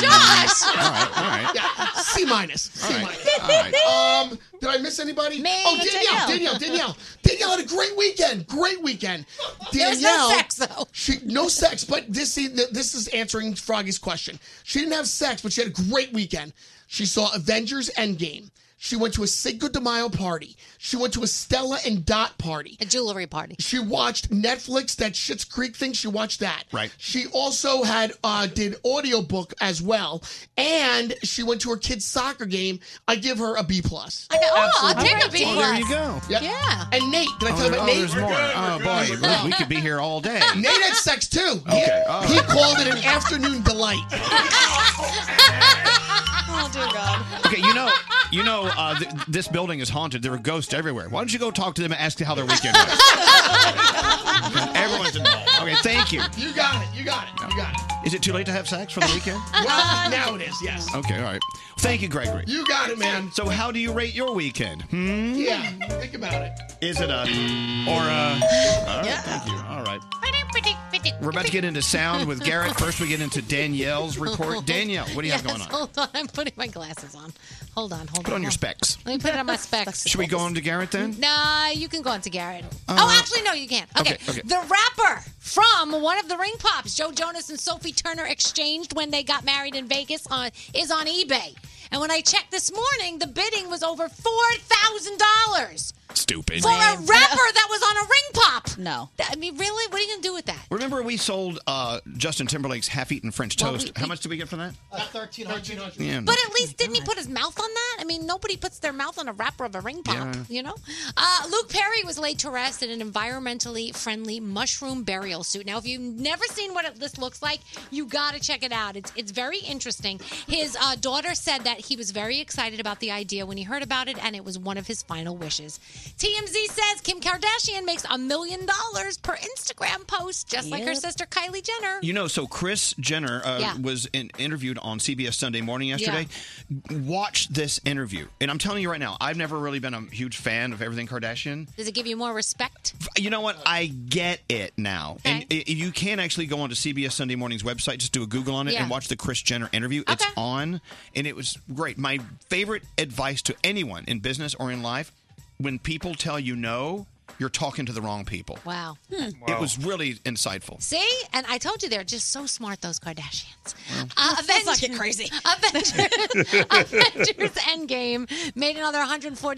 S7: Josh.
S6: All right. All right.
S19: Yeah, C minus. C minus.
S6: All right.
S19: Um, did I miss anybody? oh, Danielle, Danielle, Danielle, Danielle, had a great weekend. Great weekend.
S7: There
S19: Danielle,
S7: was no sex, though.
S19: She no sex, but this this is answering Froggy's question. She didn't have sex, but she had a great weekend. She saw Avengers Endgame. She went to a Cinco de Mayo party. She went to a Stella and Dot party.
S7: A jewelry party.
S19: She watched Netflix, that Shits Creek thing. She watched that.
S6: Right.
S19: She also had uh did audiobook as well. And she went to her kid's soccer game. I give her a B plus.
S7: I go, oh, I'll take a
S6: Absolutely.
S7: B
S6: Oh,
S7: plus.
S6: there you go.
S7: Yeah.
S19: And Nate, did I tell
S6: Oh,
S19: you about Nate?
S6: there's more. Oh boy, look, we could be here all day.
S19: Nate had sex too.
S6: Okay.
S19: He,
S6: Oh.
S19: he called it an afternoon delight.
S11: Oh dear God.
S6: Okay, you know, you know, uh, th- this building is haunted. There are ghosts everywhere. Why don't you go talk to them and ask how their weekend was? Everyone's involved. Okay, thank you.
S19: You got it. You got it. You got it.
S6: Is it too late to have sex for the weekend?
S19: Well, now it is. Yes.
S6: Okay, all right. Thank you, Gregory.
S19: You got it, man.
S6: So, how do you rate your weekend? Hmm?
S19: Yeah. Think about it.
S6: Is it a or a? All right, thank you. All right. We're about to get into sound with Garrett. First, we get into Danielle's report. Danielle, what do you
S7: yes,
S6: have going on?
S7: Hold on, I'm putting my glasses on. Hold on, hold on.
S6: Put on your
S7: hold
S6: specs.
S7: Let me put it on my specs.
S6: Should we go on to Garrett then?
S7: Nah, you can go on to Garrett.
S6: Uh,
S7: oh, actually, no, you can't. Okay.
S6: okay, okay.
S7: The rapper from one of the ring pops Joe Jonas and Sophie Turner exchanged when they got married in Vegas on is on eBay. And when I checked this morning, the bidding was over four thousand dollars
S6: Stupid.
S7: for a rapper that was on a ring pop.
S11: No.
S7: I mean, really? What are you gonna do with that?
S6: Remember, we sold uh, Justin Timberlake's half-eaten French
S7: Well,
S6: toast.
S7: we-
S6: How much did we get for that?
S19: Thirteen hundred.
S6: Yeah.
S7: But at least didn't he put his mouth on that? I mean, nobody puts their mouth on a wrapper of a ring pop,
S6: Yeah.
S7: you know? Uh, Luke Perry was laid to rest in an environmentally friendly mushroom burial suit. Now, if you've never seen what it- this looks like, you got to check it out. It's, it's very interesting. His uh, daughter said that he was very excited about the idea when he heard about it, and it was one of his final wishes. TMZ says Kim Kardashian makes a million dollars per Instagram post, just like her
S6: Yep.
S7: sister Kylie Jenner.
S6: You know, so Chris Jenner uh,
S7: Yeah.
S6: was in, interviewed on CBS Sunday Morning yesterday. Watch this interview, and I'm telling you right now, I've never really been a huge fan of everything Kardashian.
S7: Does it give you more respect?
S6: You know what? I get it now, and i you can actually go onto CBS Sunday Morning's website, just do a Google on it,
S7: Yeah.
S6: and watch the Chris Jenner interview. It's on, and it was great. My favorite advice to anyone in business or in life: when people tell you no, you're talking to the wrong people.
S7: Wow.
S6: It was really insightful.
S7: See, and I told you they're just so smart. Those Kardashians.
S6: Well.
S7: Uh, Avengers,
S11: crazy.
S7: Avengers, Avengers Endgame made another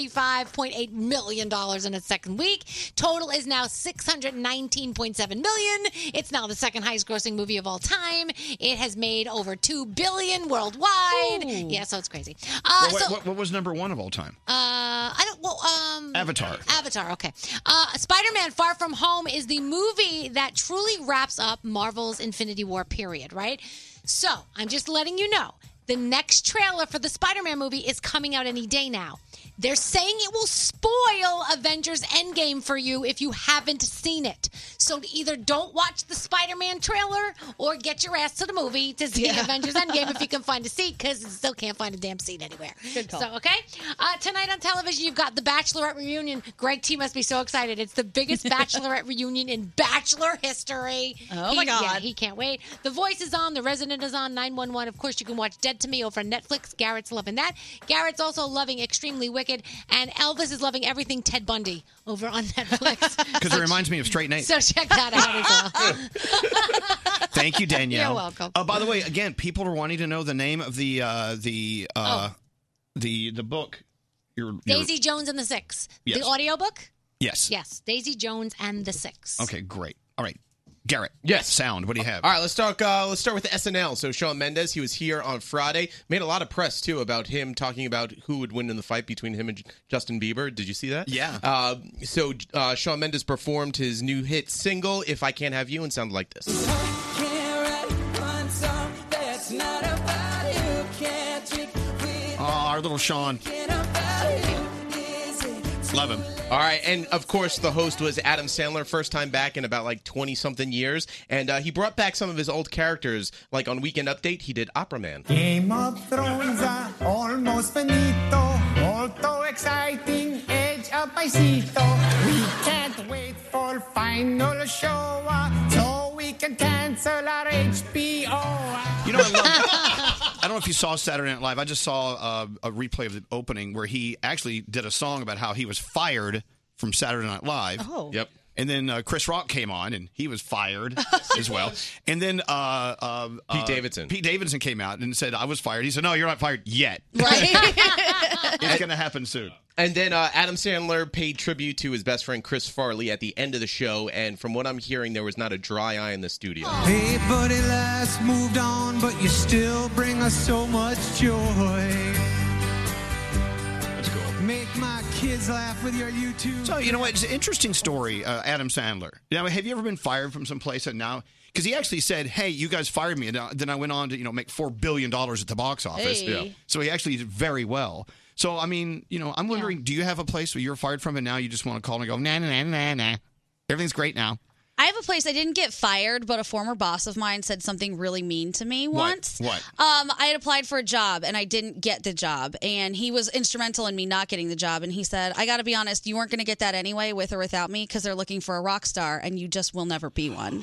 S7: 145.8 million dollars in its second week. Total is now 619.7 million. It's now the second highest-grossing movie of all time. It has made over two billion worldwide. Yeah, so it's crazy. Uh,
S6: Well, wait,
S7: so,
S6: what, what was number one of all time?
S7: uh, I don't. Well, um,
S6: Avatar.
S7: Avatar, okay. Uh, Spider Man Far From Home is the movie that truly wraps up Marvel's Infinity War period, right? So I'm just letting you know the next trailer for the Spider Man movie is coming out any day now. They're saying it will spoil Avengers Endgame for you if you haven't seen it. So either don't watch the Spider Man trailer or get your ass to the movie to see
S18: Yeah.
S7: Avengers Endgame if you can find a seat because you still can't find a damn seat anywhere.
S18: Good call.
S7: So, okay. Uh, tonight on television, you've got The Bachelorette Reunion. Greg T must be so excited. It's the biggest Bachelorette Reunion in Bachelor history.
S11: Oh,
S7: He-
S11: my
S7: Yeah,
S11: God.
S7: he can't wait. The Voice is on. The Resident is on. 911. Of course, you can watch Dead to Me over on Netflix. Garrett's loving that. Garrett's also loving Extremely Wicked. And Elvis is loving everything Ted Bundy over on Netflix.
S6: Because it reminds me of Straight Nate.
S7: so check that out as well.
S6: Thank you, Danielle.
S7: You're welcome.
S6: Uh, by the way, again, people are wanting to know the name of the uh, the uh, the the book. Your, your-
S7: Oh. Daisy Jones and the Six.
S6: Yes.
S7: The audiobook?
S6: Yes.
S7: Yes. Daisy Jones and the Six.
S6: Okay, great. All right, Garrett.
S27: Yes.
S6: Sound. What do you have?
S27: All right, let's talk. Uh, let's start with the SNL. So Sean Mendes, he was here on Friday, made a lot of press too about him talking about who would win in the fight between him and J- Justin Bieber. Did you see that?
S6: Yeah.
S27: Uh, so uh, Sean Mendes performed his new hit single "If I Can't Have You" and sounded like this.
S6: Oh, our little Sean. Love him.
S27: All right, and of course the host was Adam Sandler, first time back in about like twenty something years, and uh, he brought back some of his old characters. Like on Weekend Update, he did Opera Man.
S9: Game of Thrones are almost finito. Molto exciting, edge of paisito. We can't wait for final show, uh, so we can cancel our HBO. uh.
S6: You know, I love. I don't know if you saw Saturday Night Live. I just saw uh, a replay of the opening where he actually did a song about how he was fired from Saturday Night Live.
S9: Oh.
S27: Yep.
S6: And then uh, Chris Rock came on, and he was fired as well. And then uh, uh,
S27: Pete
S6: uh,
S27: Davidson.
S6: Pete Davidson came out and said, "I was fired." He said, "No, you're not fired yet. it's going to happen soon."
S27: And then uh, Adam Sandler paid tribute to his best friend Chris Farley at the end of the show, and from what I'm hearing, there was not a dry eye in the studio.
S9: Everybody last moved on, but you still bring us so much joy. That's
S6: cool.
S9: Make my kids laugh with your YouTube.
S6: So you know what? It's an interesting story, uh, Adam Sandler. Now, have you ever been fired from some place and now? Because he actually said, "Hey, you guys fired me," and uh, then I went on to you know make four billion dollars at the box office.
S27: Hey. Yeah.
S6: So he actually did very well. So I mean, you know, I'm wondering, do you have a place where you're fired from and now you just want to call and go, nah, nah, nah, nah, nah, everything's great now?
S11: I have a place I didn't get fired, but a former boss of mine said something really mean to me once.
S6: What?
S11: Um, I had applied for a job and I didn't get the job, and he was instrumental in me not getting the job. And he said, "I got to be honest, you weren't going to get that anyway, with or without me, because they're looking for a rock star, and you just will never be one."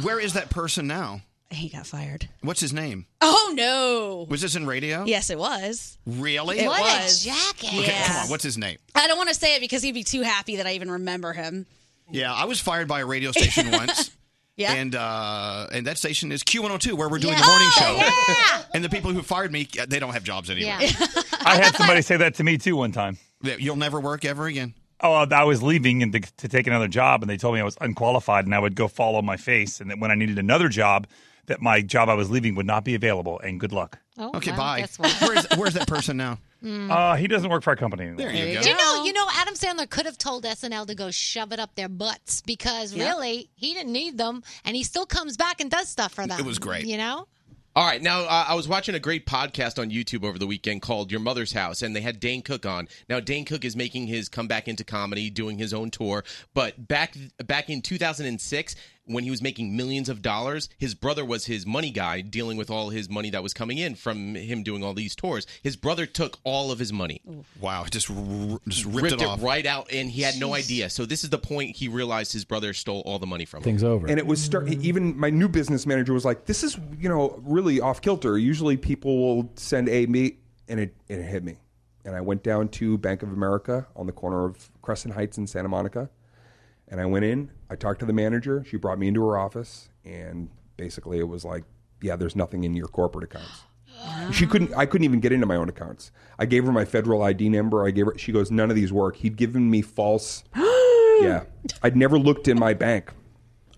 S6: Where is that person now?
S11: He got fired.
S6: What's his name?
S11: oh no!
S6: Was this in radio?
S11: Yes, it was.
S6: Really?
S11: It What a was. jacket.
S6: Okay,
S11: Yeah.
S6: come on. What's his name?
S11: I don't want to say it because he'd be too happy that I even remember him.
S6: Yeah, I was fired by a radio station once.
S11: Yeah.
S6: And uh, and that station is Q102, where we're doing the morning show. And the people who fired me, they don't have jobs anymore.
S13: I had somebody say that to me too one time.
S6: You'll never work ever again.
S13: Oh, I was leaving and to, to take another job, and they told me I was unqualified, and I would go fall on my face, and that when I needed another job, that my job I was leaving would not be available, and good luck.
S1: Oh,
S6: okay,
S1: well,
S6: bye.
S1: guess what?
S6: Where's, where's that person now?
S13: Uh, he doesn't work for our company anymore.
S6: There you
S1: Do you know, you know, Adam Sandler could have told SNL to go shove it up their butts because
S27: Yeah.
S1: really he didn't need them, and he still comes back and does stuff for them.
S27: was great.
S1: you know.
S27: All right, now uh, I was watching a great podcast on YouTube over the weekend called Your Mother's House, and they had Dane Cook on. Now Dane Cook is making his comeback into comedy, doing his own tour. But back back in 2006, when he was making millions of dollars, his brother was his money guy, dealing with all his money that was coming in from him doing all these tours. His brother took all of his money.
S6: Wow, just just ripped,
S27: ripped
S6: it off.
S27: right out, and he had no idea. So this is the point he realized his brother stole all the money from him.
S18: Things over. And it was start. Even my new business manager was like, "This is you know really off kilter. Usually people will send a me, and it and it hit me. And I went down to Bank of America on the corner of Crescent Heights and Santa Monica, and I went in. I talked to the manager. She brought me into her office, and basically it was like, "Yeah, there's nothing in your corporate accounts." She couldn't. I couldn't even get into my own accounts. I gave her my federal ID number. I gave her. She goes, none of these work. He'd given me false. yeah, I'd never looked in my bank.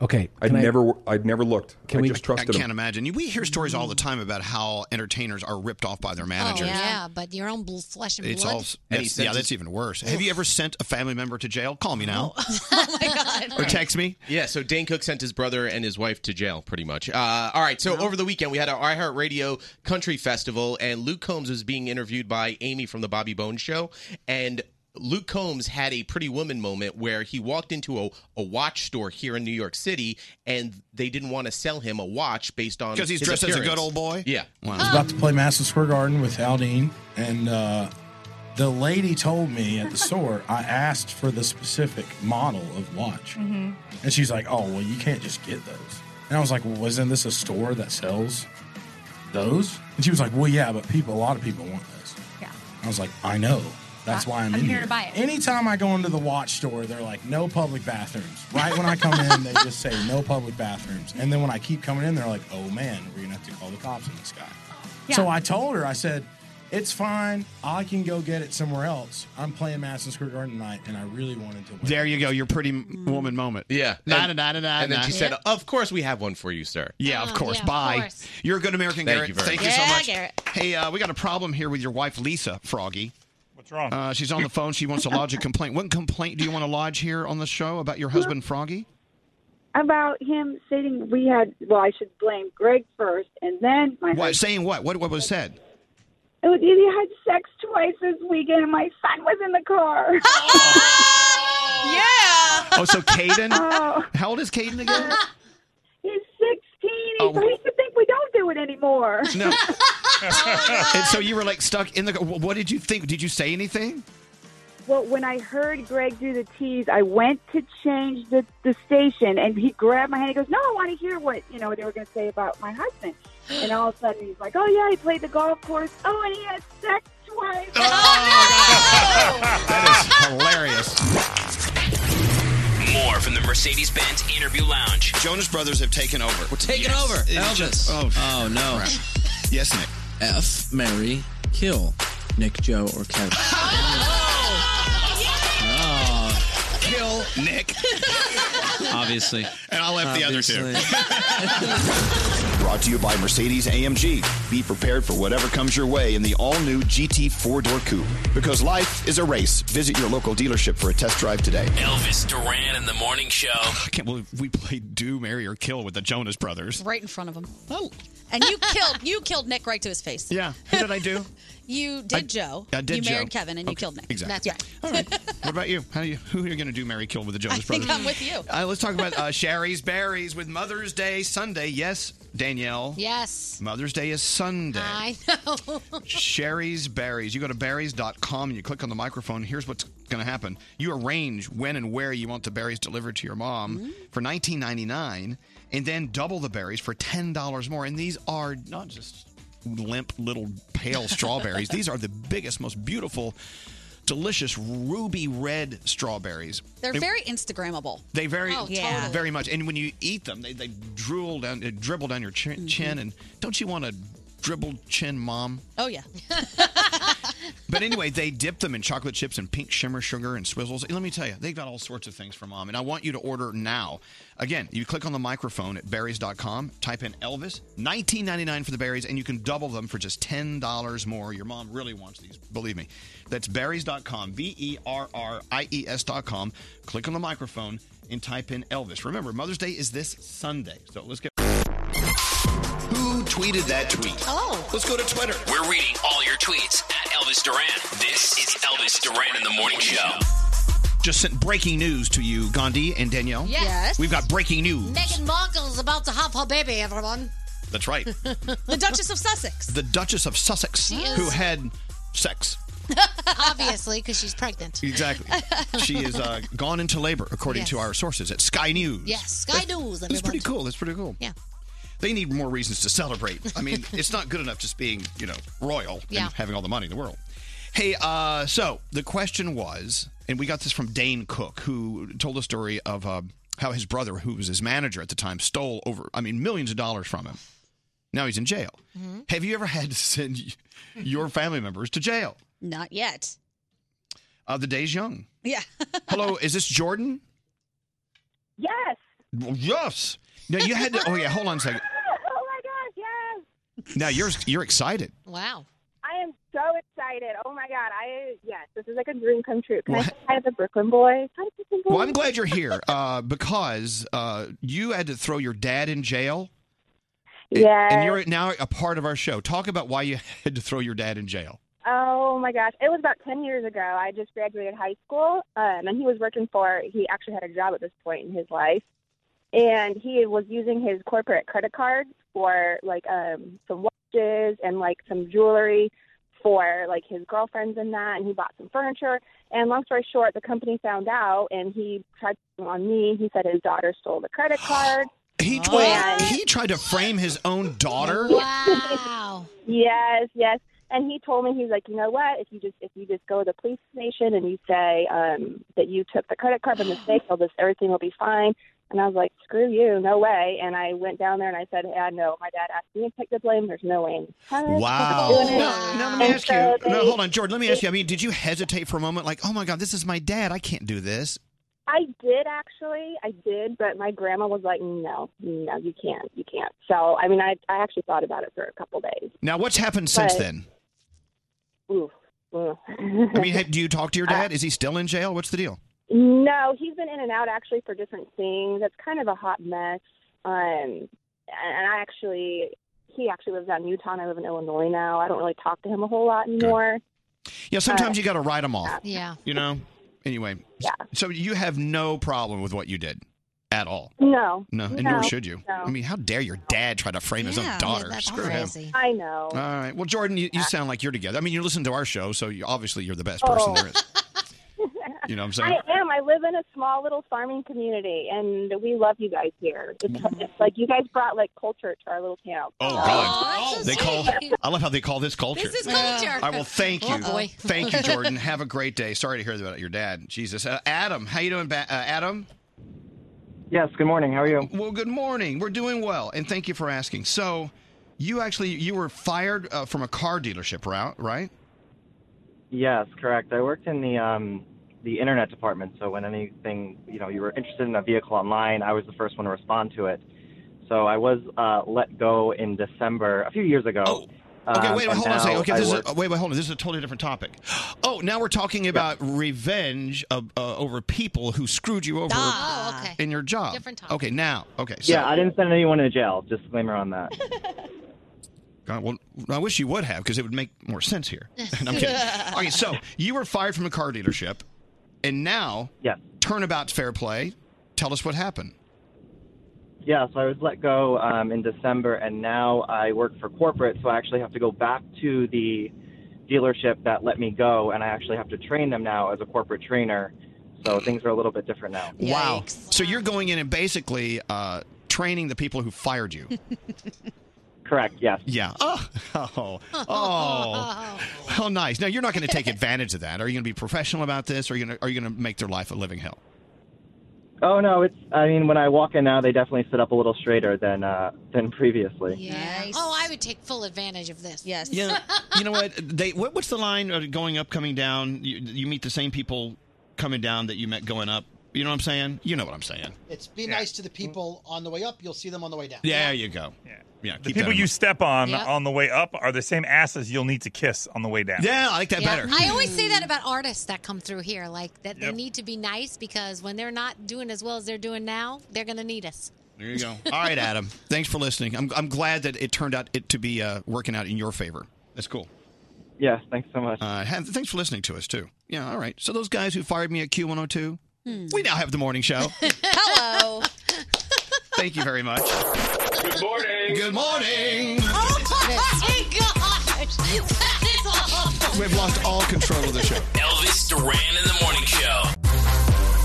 S18: Okay,
S6: I'd
S18: can I-
S6: never. I'd never looked.
S18: Can
S6: I
S18: we-
S6: just trusted
S18: I
S6: him.
S18: can't
S6: imagine. We hear stories all the time about how entertainers are ripped off by their
S1: Oh
S6: managers.
S1: yeah, but your own bl- flesh and
S6: It's
S1: blood.
S6: all. that's- yeah, that's even worse. Have you ever sent a family member to jail? Call me now.
S1: oh my god!
S6: Or text me.
S27: Yeah, so Dane Cook sent his brother and his wife to jail, pretty much. Uh, all right, so over the weekend, we had our iHeartRadio Country Festival, and Luke Combs was being interviewed by Amy from The Bobby Bones Show. And Luke Combs had a pretty woman moment where he walked into a, a watch store here in New York City, and they didn't want to sell him a watch based on.
S6: 'Cause he's
S27: his
S6: dressed as a
S27: appearance.
S6: good old boy?
S27: Yeah.
S6: Wow.
S23: I was about to play Madison Square Garden with Al Dean, and uh, the lady told me at the store, I asked for the specific model of watch. And she's like, oh, well, you can't just get those. And I was like, well, wasn't this a store that sells those? And she was like, well, yeah, but people, a lot of people want those.
S21: Yeah.
S23: I was like, I know. That's why I'm,
S21: I'm
S23: in
S21: here to buy it.
S23: Anytime I go into the watch store, they're like, no public bathrooms. Right when I come in, they just say no public bathrooms. And then when I keep coming in, they're like, oh man, we're going to have to call the cops on this guy. So I told her, I said, it's fine. I can go get it somewhere else. I'm playing Madison Square Garden tonight, and I really wanted to win.
S6: There you go. Your pretty m- woman moment.
S27: Yeah.
S6: Nah,
S27: And-
S6: nah, nah, nah,
S27: and then
S6: nah.
S27: she said, "Of course, we have one for you, sir."
S6: Oh, Yeah, of course. Bye. You're a good American,
S27: Thank
S6: Garrett.
S27: you very
S6: Thank
S27: much.
S6: you so
S27: Yeah,
S6: much.
S27: Garrett.
S6: Hey, uh, we got a problem here with your wife, Lisa Froggy.
S13: What's wrong?
S6: Uh, she's on the phone. She wants to lodge a complaint. What complaint do you want to lodge here on the show about your husband, Froggy?
S21: About him sitting, we had, well, I should blame Greg first, and then my
S6: What, saying what? What? What was said?
S21: It was- He had sex twice this weekend, and my son was in the car. yeah.
S6: Oh, so Caden. How old is Caden again? Oh.
S21: He's 16. He's, We should think we don't do it anymore.
S6: No. and so you were like stuck in the. What did you think? Did you say anything?
S21: Well, when I heard Greg do the tease, I went to change the, the station, and he grabbed my hand. He goes, "No, I want to hear what you know they were going to say about my husband." And all of a sudden, he's like, "Oh yeah, he played the golf course. Oh, and he had sex twice."
S6: Oh,
S1: Oh,
S6: That is hilarious.
S15: More from the Mercedes Benz Interview Lounge.
S6: Jonas Brothers have taken over. We're
S15: taking over.
S28: Elvis. Oh, no.
S6: Yes, Nick.
S28: F. Mary. Kill. Nick, Joe, or Kevin. Oh.
S6: Kill Nick.
S28: Obviously.
S6: And I'll
S28: have the other two.
S6: Brought to you by Mercedes AMG. Be prepared for whatever comes your way in the all new GT four door coupe. Because life is a race. Visit your local dealership for a test drive today.
S15: Elvis Duran in the morning show.
S6: I can't believe we played Do, Marry, or Kill with the Jonas Brothers.
S11: Right in front of him.
S6: Oh.
S11: And you killed you killed Nick right to his face.
S6: Yeah. What did I do?
S11: You did
S6: I-
S11: Joe.
S6: I did
S11: you married
S6: Joe.
S11: Kevin and you
S6: Okay,
S11: killed Nick.
S6: exactly.
S11: That's right.
S6: What about you? How do you? Who are you going to do? Mary Kill with the
S11: I
S6: Jonas
S11: think
S6: Brothers?
S11: I'm with you.
S6: Uh, let's talk about uh, Sherry's Berries with Mother's Day Sunday. Yes, Danielle.
S7: Yes.
S6: Mother's Day is Sunday.
S7: I know.
S6: Sherry's Berries. You go to berries.com and you click on the microphone. Here's what's going to happen. You arrange when and where you want the berries delivered to your mom for $19.99 and then double the berries for $10 more. And these are not just limp little pale strawberries. these are the biggest, most beautiful, delicious ruby red strawberries.
S11: They're
S6: And-
S11: very Instagrammable.
S6: they very,
S11: Oh, yeah.
S6: very much. And when you eat them, they, they drool down, they dribble down your chin, chin. And don't you want a dribbled chin, mom?
S11: Oh yeah.
S6: But anyway, they dip them in chocolate chips and pink shimmer sugar and swizzles. Let me tell you, they've got all sorts of things for mom. And I want you to order now. Again, you click on the microphone at berries.com, type in Elvis, nineteen ninety nine for the berries, and you can double them for just $10 more. Your mom really wants these, believe me. That's berries.com, B E R R I E S.com. Click on the microphone and type in Elvis. Remember, Mother's Day is this Sunday. So let's get.
S10: Who tweeted that tweet?
S11: Oh.
S10: Let's go to Twitter.
S15: We're reading all your tweets at Elvis Duran. This is Elvis Duran in the Morning Show.
S6: Just sent breaking news to you, Gandhi and Danielle.
S7: Yes. Yes.
S6: We've got breaking news.
S7: Meghan Markle's about to have her baby, everyone.
S6: That's right.
S11: the Duchess of Sussex.
S6: the Duchess of Sussex,
S7: She is.
S6: who had sex.
S7: Obviously, because she's pregnant.
S6: Exactly. she is uh, gone into labor, according to
S7: Yes.
S6: our sources at Sky News.
S7: Yes, Sky News,
S6: That's
S7: everyone.
S6: pretty cool. That's pretty cool.
S7: Yeah.
S6: They need more reasons to celebrate. I mean, it's not good enough just being, you know, royal
S7: Yeah.
S6: and having all the money in the world. Hey, uh, so the question was, and we got this from Dane Cook, who told a story of uh, how his brother, who was his manager at the time, stole over, I mean, millions of dollars from him. Now he's in jail.
S7: Mm-hmm.
S6: Have you ever had to send y- your family members to jail?
S11: Not yet.
S6: Uh, the day's young.
S11: Yeah.
S6: Hello, is this Jordan?
S21: Yes.
S6: Yes. No, you had to. Oh yeah, hold on a second.
S21: Oh my gosh, yes.
S6: Now you're you're excited.
S7: Wow.
S21: I am so excited. Oh my god, I yes, this is like a dream come true. Can I
S6: Well,
S21: say hi to the Brooklyn boys? Hi, Brooklyn boys.
S6: Well, I'm glad you're here uh, because uh, you had to throw your dad in jail.
S21: Yes.
S6: And you're now a part of our show. Talk about why you had to throw your dad in jail.
S21: Oh my gosh, it was about ten years ago. I just graduated high school, um, and he was working for. He actually had a job at this point in his life, and he was using his corporate credit card for like um, some watches and like some jewelry for like his girlfriends and that. And he bought some furniture. And long story short, the company found out, and he tried to on me. He said his daughter stole the credit card.
S6: He
S21: Oh.
S6: tried, he tried to frame his own daughter.
S21: Wow. yes, yes. And he told me he's like, you know what? If you just if you just go to the police station and you say um, that you took the credit card by mistake, all this everything will be fine. And I was like, screw you, no way. And I went down there and I said, yeah, no, my dad asked me to take the blame. There's no way. in heck I'm
S6: Wow.
S21: doing it."
S6: No, no, let me
S21: And
S6: ask
S21: so
S6: you. No,
S21: they-
S6: hold on, Jordan. Let me ask you. I mean, did you hesitate for a moment? Like, oh my God, this is my dad. I can't do this.
S21: I did actually, I did, but my grandma was like, no, no, you can't, you can't. So I mean, I I actually thought about it for a couple days.
S6: Now, what's happened since
S21: But-
S6: then?
S21: Ooh. Ooh.
S6: I mean, have- do you talk to your dad? Is he still in jail? What's the deal?
S21: No, he's been in and out actually for different things. It's kind of a hot mess. Um, and I actually, he actually lives out in Utah, and I live in Illinois now. I don't really talk to him a whole lot anymore.
S6: Yeah, sometimes you got to write them off.
S21: Yeah.
S6: You know? Anyway. Yeah. So you have no problem with what you did at all.
S21: No.
S6: No, and nor should you.
S21: No.
S6: I mean, how dare your dad try to frame his own daughter? Screw him.
S21: I know.
S6: All right. Well, Jordan, you, you sound like you're together. I mean, you listen to our show, so you, obviously you're the best person
S21: Oh.
S6: there is. You know what I'm saying?
S21: I am. I live in a small little farming community, and we love you guys here. It's, it's like you guys brought like culture to our little town.
S6: Mm-hmm. Oh, God! they call. I love how they call this culture.
S21: This is culture.
S6: I will thank you,
S21: Oh, boy.
S6: thank you, Jordan. Have a great day. Sorry to hear about your dad. Jesus, uh, Adam, how you doing, ba- uh, Adam?
S2: Yes, good morning. How are you?
S6: Well, good morning. We're doing well, and thank you for asking. So, you actually you were fired uh, from a car dealership, route, right?
S2: Yes, correct. I worked in the um, the internet department, so when anything you know you were interested in a vehicle online, I was the first one to respond to it. So I was uh, let go in December a few years ago. Oh.
S6: Okay, wait, hold on a second. Okay, this is
S2: work,
S6: a, wait, wait, hold on. This is a totally different topic. Oh, now we're talking about revenge of, uh, over people who screwed you over
S21: Ah, oh,
S6: in your job.
S2: Different
S6: topic. Okay, now, okay. So,
S2: yeah, I didn't send anyone to jail. Disclaimer on that.
S6: God, well, I wish you would have because it would make more sense here. No, I'm kidding. okay, so you were fired from a car dealership, and now turnabout's fair play. Tell us what happened.
S2: Yeah, so I was let go um, in December, and now I work for corporate, so I actually have to go back to the dealership that let me go, and I actually have to train them now as a corporate trainer. So things are a little bit different now.
S6: Wow. So you're going in and basically uh, training the people who fired you.
S2: Correct. Yes.
S6: Yeah. Oh. Oh. Oh. oh nice. Now you're not going to take advantage of that. Are you going to be professional about this? Or are you going to, are you going to make their life a living hell?
S2: Oh no, it's. I mean, when I walk in now, they definitely sit up a little straighter than uh, than previously.
S7: Oh, I would take full advantage of this. Yes.
S6: You know, you know what? They what, what's the line uh, going up, coming down? You, you meet the same people coming down that you met going up. You know what I'm saying? You know what I'm saying?
S4: It's be nice to the people on the way up. You'll see them on the way down.
S6: Yeah, there you go. Yeah. Yeah.
S13: The
S6: Keep
S13: people
S6: that in
S13: you
S6: mind.
S13: step on
S7: Yep.
S13: on the way up are the same asses you'll need to kiss on the way down.
S6: Yeah, I like that
S7: Yeah. I always say that about artists that come through here, like that they
S13: Yep.
S7: need to be nice because when they're not doing as well as they're doing now, they're going to need us.
S6: There you go. All right, Adam. Thanks for listening. I'm I'm glad that it turned out it to be uh, working out in your favor. That's cool.
S2: Yes. Thanks so much.
S6: Uh, have, thanks for listening to us too. Yeah. All right. So those guys who fired me at Q102,
S11: Hmm.
S6: we now have the morning show.
S11: Hello.
S6: Thank you very much.
S9: Good
S6: morning. Good morning.
S9: Oh my gosh. That is awful.
S6: We've lost all control of the show.
S15: Elvis Duran in the morning show.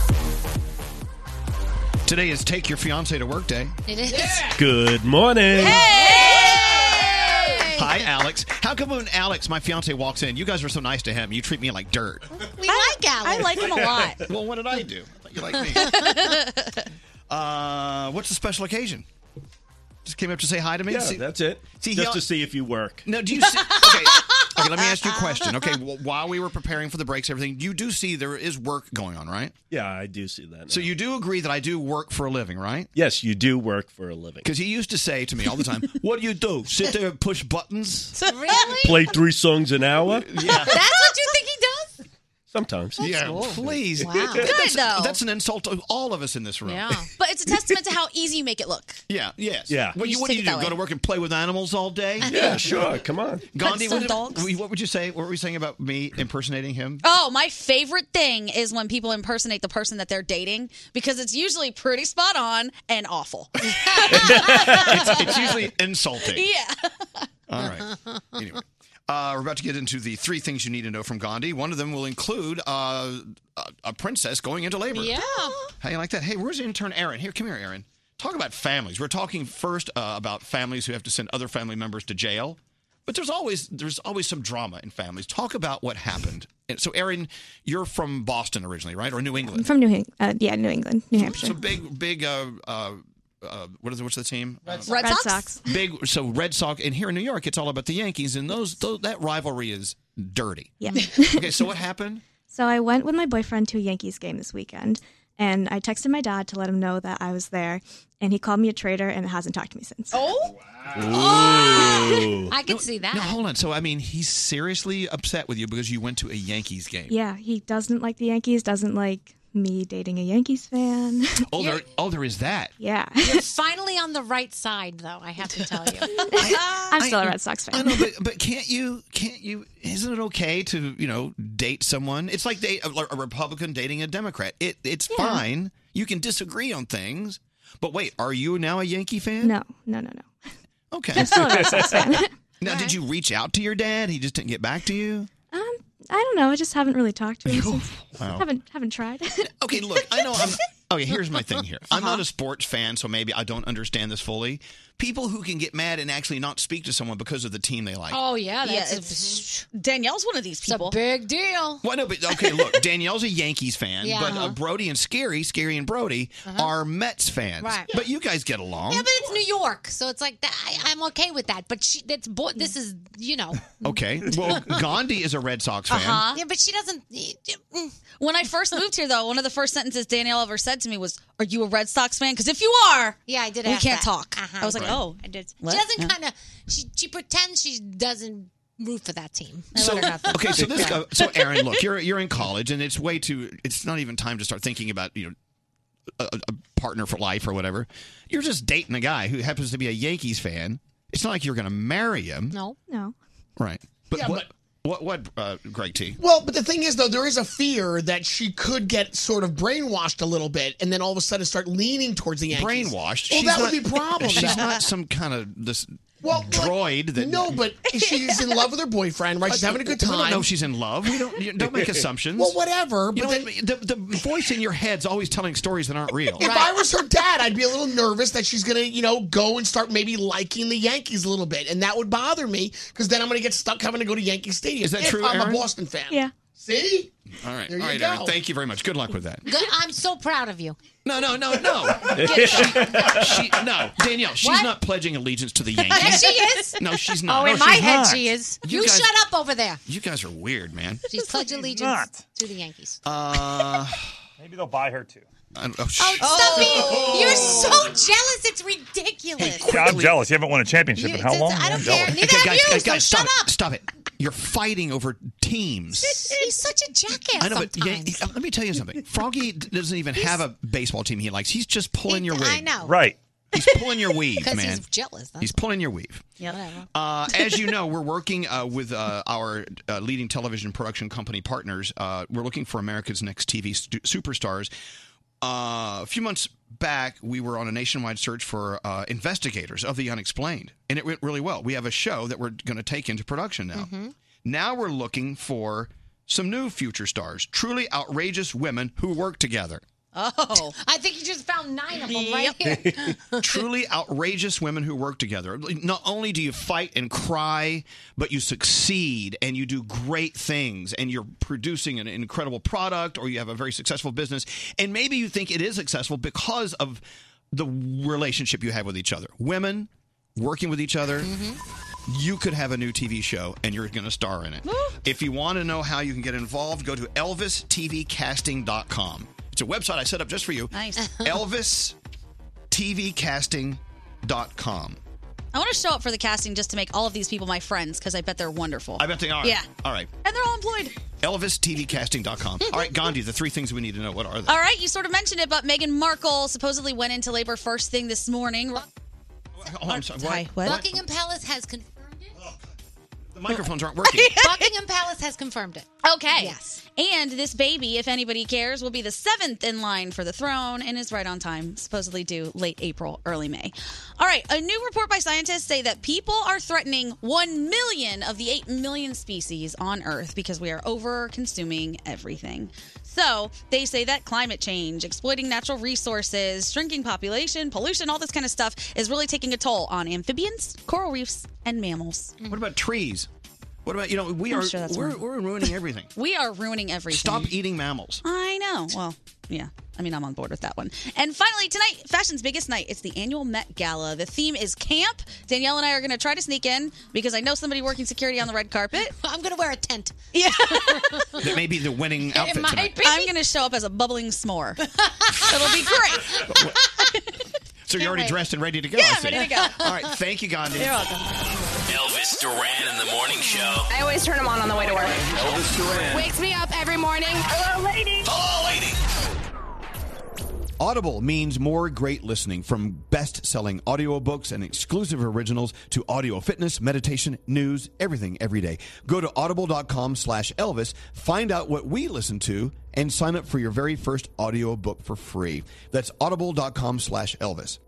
S6: Today is Take Your Fiance to Work Day.
S7: It is.
S5: Good morning.
S6: Hi, Alex. How come when Alex, my fiance, walks in, you guys are so nice to him? You treat me like dirt.
S7: We like Alex.
S11: I like him a lot.
S6: well, what did I do? I thought you liked me. uh, what's the special occasion? Just came up to say hi to me.
S5: Yeah,
S6: See-
S5: that's it.
S6: See,
S5: Just
S6: he-
S5: to see if you work.
S6: No, do you see? Okay, okay. Let me ask you a question. Okay, wh- while we were preparing for the breaks, everything you do see there is work going on, right?
S5: Yeah, I do see that.
S6: So you do agree that I do work for a living, right?
S5: Yes, you do work for a living.
S6: Because he used to say to me all the time, "What do you do? Sit there and push buttons?"
S7: Really?
S5: Play three songs an hour?
S6: Yeah.
S7: That's what you think he does?
S5: Sometimes.
S6: yeah, please.
S11: Wow.
S6: That-
S11: Good,
S6: that's,
S11: though.
S6: That's an insult to all of us in this room.
S11: But it's a testament to how easy you make it look.
S6: Yeah. Yes.
S5: Yeah.
S6: What, you, what do you
S11: Just take it that
S6: do?
S11: way.
S6: Go to work and play with animals all day?
S11: Yeah, sure.
S5: Come on.
S6: Gandhi,
S11: That's
S6: what,
S11: some dogs.
S6: did- what would you say? What were you saying about me impersonating him?
S11: Oh, my favorite thing is when people impersonate the person that they're dating because it's usually pretty spot on and awful.
S6: it's, it's usually insulting.
S11: yeah.
S6: All right. Anyway, uh, we're about to get into the three things you need to know from Gandhi. One of them will include uh, a, a princess going into labor.
S9: Yeah.
S6: How you like that? Hey, where's intern Aaron? Here, come here, Aaron. Talk about families. We're talking first uh, about families who have to send other family members to jail. But there's always there's always some drama in families. Talk about what happened. And so, Aaron, you're from Boston originally, right, or New England?
S8: I'm from New England. Uh, yeah, New England, New Hampshire.
S6: So big, big. Uh, uh, uh, what is the, what's the team? Red
S11: Sox. Red Red Sox?
S6: Big. So Red Sox, and here in New York, it's all about the Yankees, and those, those that rivalry is dirty.
S8: Yeah.
S6: Okay, so what happened?
S8: So I went with my boyfriend to a Yankees game this weekend, and I texted my dad to let him know that I was there, and he called me a traitor and hasn't talked to me since.
S11: Oh,
S6: Ooh.
S8: I can
S6: No,
S8: see that.
S6: No, hold on. So I mean, he's seriously upset with you because you went to a Yankees game.
S8: yeah, he doesn't like the Yankees. Doesn't like me dating a Yankees fan.
S6: Oh, there, oh, there is that.
S8: yeah,
S7: You're finally on the right side, though, I have to tell you.
S8: I'm still a Red Sox fan.
S6: I know, but, but can't you? Can't you? Isn't it okay to you know date someone? It's like date a, a Republican dating a Democrat. It it's fine. You can disagree on things. But wait, are you now a Yankee fan?
S8: No, no, no, no.
S6: Okay.
S8: I'm still a Red Sox fan.
S6: Now, did you reach out to your dad? He just didn't get back to you.
S8: Um, I don't know. I just haven't really talked to him since.
S6: Wow.
S8: Haven't haven't tried.
S6: okay, look, I know I'm. Okay, here's my thing here. I'm not a sports fan, so maybe I don't understand this fully. People who can get mad and actually not speak to someone because of the team they like.
S11: Oh yeah, that's it's, Danielle's one of these people. It's a
S7: big deal.
S6: Well, no, but okay, look, Danielle's a Yankees fan,
S11: Yeah.
S6: but uh,
S11: Uh-huh.
S6: Brody and Scary, Scary and Brody are Mets fans.
S7: Uh-huh. Right.
S6: But you guys get along.
S7: Yeah, but it's New York, so it's like that, I, I'm okay with that. But she, that's bo- this is you know. Uh-huh.
S6: okay, well, Gandhi is a Red Sox fan.
S7: Yeah, but she doesn't.
S11: When I first moved here, though, one of the first sentences Danielle ever said to me was, "Are you a Red Sox fan? Because if you are,
S7: yeah, I did.
S11: We
S7: ask
S11: can't
S7: that.
S11: talk."
S7: Uh-huh.
S11: I was like,
S7: Right.
S11: "Oh,
S7: I did.
S11: what?
S7: She doesn't
S11: No.
S7: kind of. She she pretends she doesn't root for that team. I
S6: So
S7: let her have that.
S6: okay, so this guy, so Aaron, look, you're you're in college, and it's way too. It's not even time to start thinking about you know a, a- a partner for life or whatever. You're just dating a guy who happens to be a Yankees fan. It's not like you're going to marry him.
S1: No.
S8: No.
S6: Right. But
S19: Yeah,
S6: what, what, what, uh, Greg T?
S19: Well, but the thing is, though, there is a fear that she could get sort of brainwashed a little bit, and then all of a sudden start leaning towards the Yankees.
S6: Brainwashed.
S19: Well,
S6: She's
S19: that
S6: not-
S19: would be a problem.
S6: She's
S19: though.
S6: not some kind of this
S19: Well, but-
S6: droid that.
S19: No, but she's in love with her boyfriend, right? She's having a good time.
S6: We don't know if she's in love. We don't you- don't make assumptions.
S19: Well, whatever.
S6: You
S19: But
S6: know
S19: then,
S6: what? the, the voice in your head's always telling stories that aren't real.
S19: if I was her dad, I'd be a little nervous that she's gonna, you know, go and start maybe liking the Yankees a little bit, and that would bother me because then I'm gonna get stuck having to go to Yankee Stadium.
S6: Is that
S19: if
S6: true,
S19: I'm
S6: Aaron?
S19: a Boston fan.
S8: Yeah.
S19: See.
S6: All right,
S19: There
S6: all
S19: you
S6: right,
S19: go.
S6: Aaron. Thank you very much. Good luck with that.
S1: Good. I'm so proud of you.
S6: No, no, no, no. she, no, Danielle, she's
S1: What?
S6: not pledging allegiance to the Yankees.
S1: yes, she is.
S6: No, she's not.
S1: Oh, in
S6: No,
S1: my
S6: she's
S1: head,
S6: not.
S1: she is. You,
S6: You guys-
S1: shut up over there.
S6: You guys are weird, man.
S1: She's pledged allegiance
S13: not.
S1: to the Yankees.
S6: Uh,
S13: Maybe they'll buy her too.
S6: I don't- oh,
S1: Oh,
S6: sh-
S1: stop being.
S6: Oh.
S1: You're so
S7: jealous. It's ridiculous.
S13: Yeah, I'm jealous. You haven't won a championship in how long?
S7: I
S13: I'm
S7: don't care.
S13: jealous.
S7: Neither have
S6: guys,
S7: you.
S6: guys, guys,
S7: so
S6: stop
S7: shut
S6: it.
S7: up.
S6: Stop it. You're fighting over teams.
S7: He's such a jackass.
S6: I know, but yeah,
S7: sometimes.
S6: let me tell you something. Froggy d- doesn't even have a baseball team he likes. He's just pulling your wig.
S7: I know.
S13: Right.
S6: He's pulling your weave,
S7: Because
S6: man.
S7: he's jealous.
S6: He's pulling your weave.
S7: Yeah.
S6: Uh, as you know, we're working uh, with uh, our uh, leading television production company partners. Uh, we're looking for America's Next TV stu- Superstars. Uh, a few months back, we were on a nationwide search for uh, investigators of the unexplained, and it went really well. We have a show that we're going to take into production now. Now we're looking for some new future stars, truly outrageous women who work together.
S1: Oh. I think you just found nine of them right here.
S6: Truly outrageous women who work together. Not only do you fight and cry, but you succeed and you do great things and you're producing an incredible product or you have a very successful business. And maybe you think it is successful because of the relationship you have with each other. Women working with each other. You could have a new TV show and you're going to star in it. If you want to know how you can get involved, go to elvistvcasting.com. It's a website I set up just for you.
S11: Nice.
S6: Elvis tvcasting.com.
S11: I want to show up for the casting just to make all of these people my friends because I bet they're wonderful.
S6: I bet they are.
S11: Yeah.
S6: All right.
S11: And they're all employed.
S6: ElvisTVCasting.com. All right, Gandhi, the three things we need to know. What are they?
S11: All right, you sort of mentioned it, but Meghan Markle supposedly went into labor first thing this morning.
S6: Oh, I'm sorry.
S11: Hi, what?
S1: Buckingham Palace has confirmed
S6: The microphones aren't working.
S1: Buckingham Palace has confirmed it.
S11: Okay. Yes. And this baby, if anybody cares, will be the seventh in line for the throne and is right on time, supposedly due late April, early May. All right. A new report by scientists say that people are threatening 1 million of the 8 million species on Earth because we are over consuming everything. So they say that climate change, exploiting natural resources, shrinking population, pollution, all this kind of stuff is really taking a toll on amphibians, coral reefs, and mammals.
S6: What about trees? What about, you know, we
S11: I'm
S6: are
S11: sure that's
S6: we're,
S11: wrong.
S6: we're ruining everything.
S11: We are ruining everything.
S6: Stop eating mammals.
S11: I know. Well, yeah. I mean, I'm on board with that one. And finally, tonight, fashion's biggest night. It's the annual Met Gala. The theme is camp. Danielle and I are going to try to sneak in because I know somebody working security on the red carpet. I'm going to wear a tent. Yeah.
S6: That may be the winning outfit tonight.
S11: I'm going to show up as a bubbling s'more. It'll be great.
S6: So you're already
S11: wait.
S6: dressed and ready to go.
S11: Yeah,
S6: I
S11: I'm
S6: see.
S11: ready to go.
S6: All right, thank you, Gandhi.
S11: You're welcome.
S15: Elvis Duran in the morning show.
S3: I always turn them on on the way to work.
S15: Elvis Duran.
S3: Wakes me up every morning. Hello, lady. Hello, lady.
S6: Audible means more great listening from best selling audiobooks and exclusive originals to audio fitness, meditation, news, everything every day. Go to audible.com slash Elvis, find out what we listen to, and sign up for your very first audiobook for free. That's audible.com slash Elvis.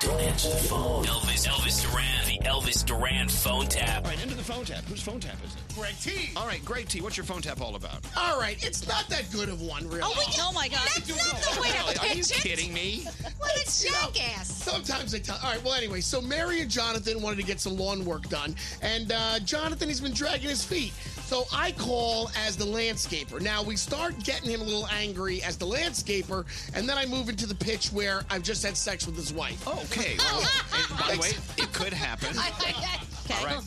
S15: Don't answer the phone. Elvis, Elvis Duran, the Elvis Duran phone tap.
S6: All right, into the phone tap. Whose phone tap is it?
S19: Greg T.
S6: All right, Greg T, what's your phone tap all about?
S19: All right, it's not that good of one, really.
S11: Oh, we can- oh my God. That's not the way to
S6: Are you kidding me?
S19: What a jackass. Sometimes they tell. All right, well, anyway, so Mary and Jonathan wanted to get some lawn work done, and uh, Jonathan has been dragging his feet. So I call as the landscaper. Now, we start getting him a little angry as the landscaper, and then I move into the pitch where I've just had sex with his wife.
S6: Oh, Okay. well, and by the way, it could happen. All right.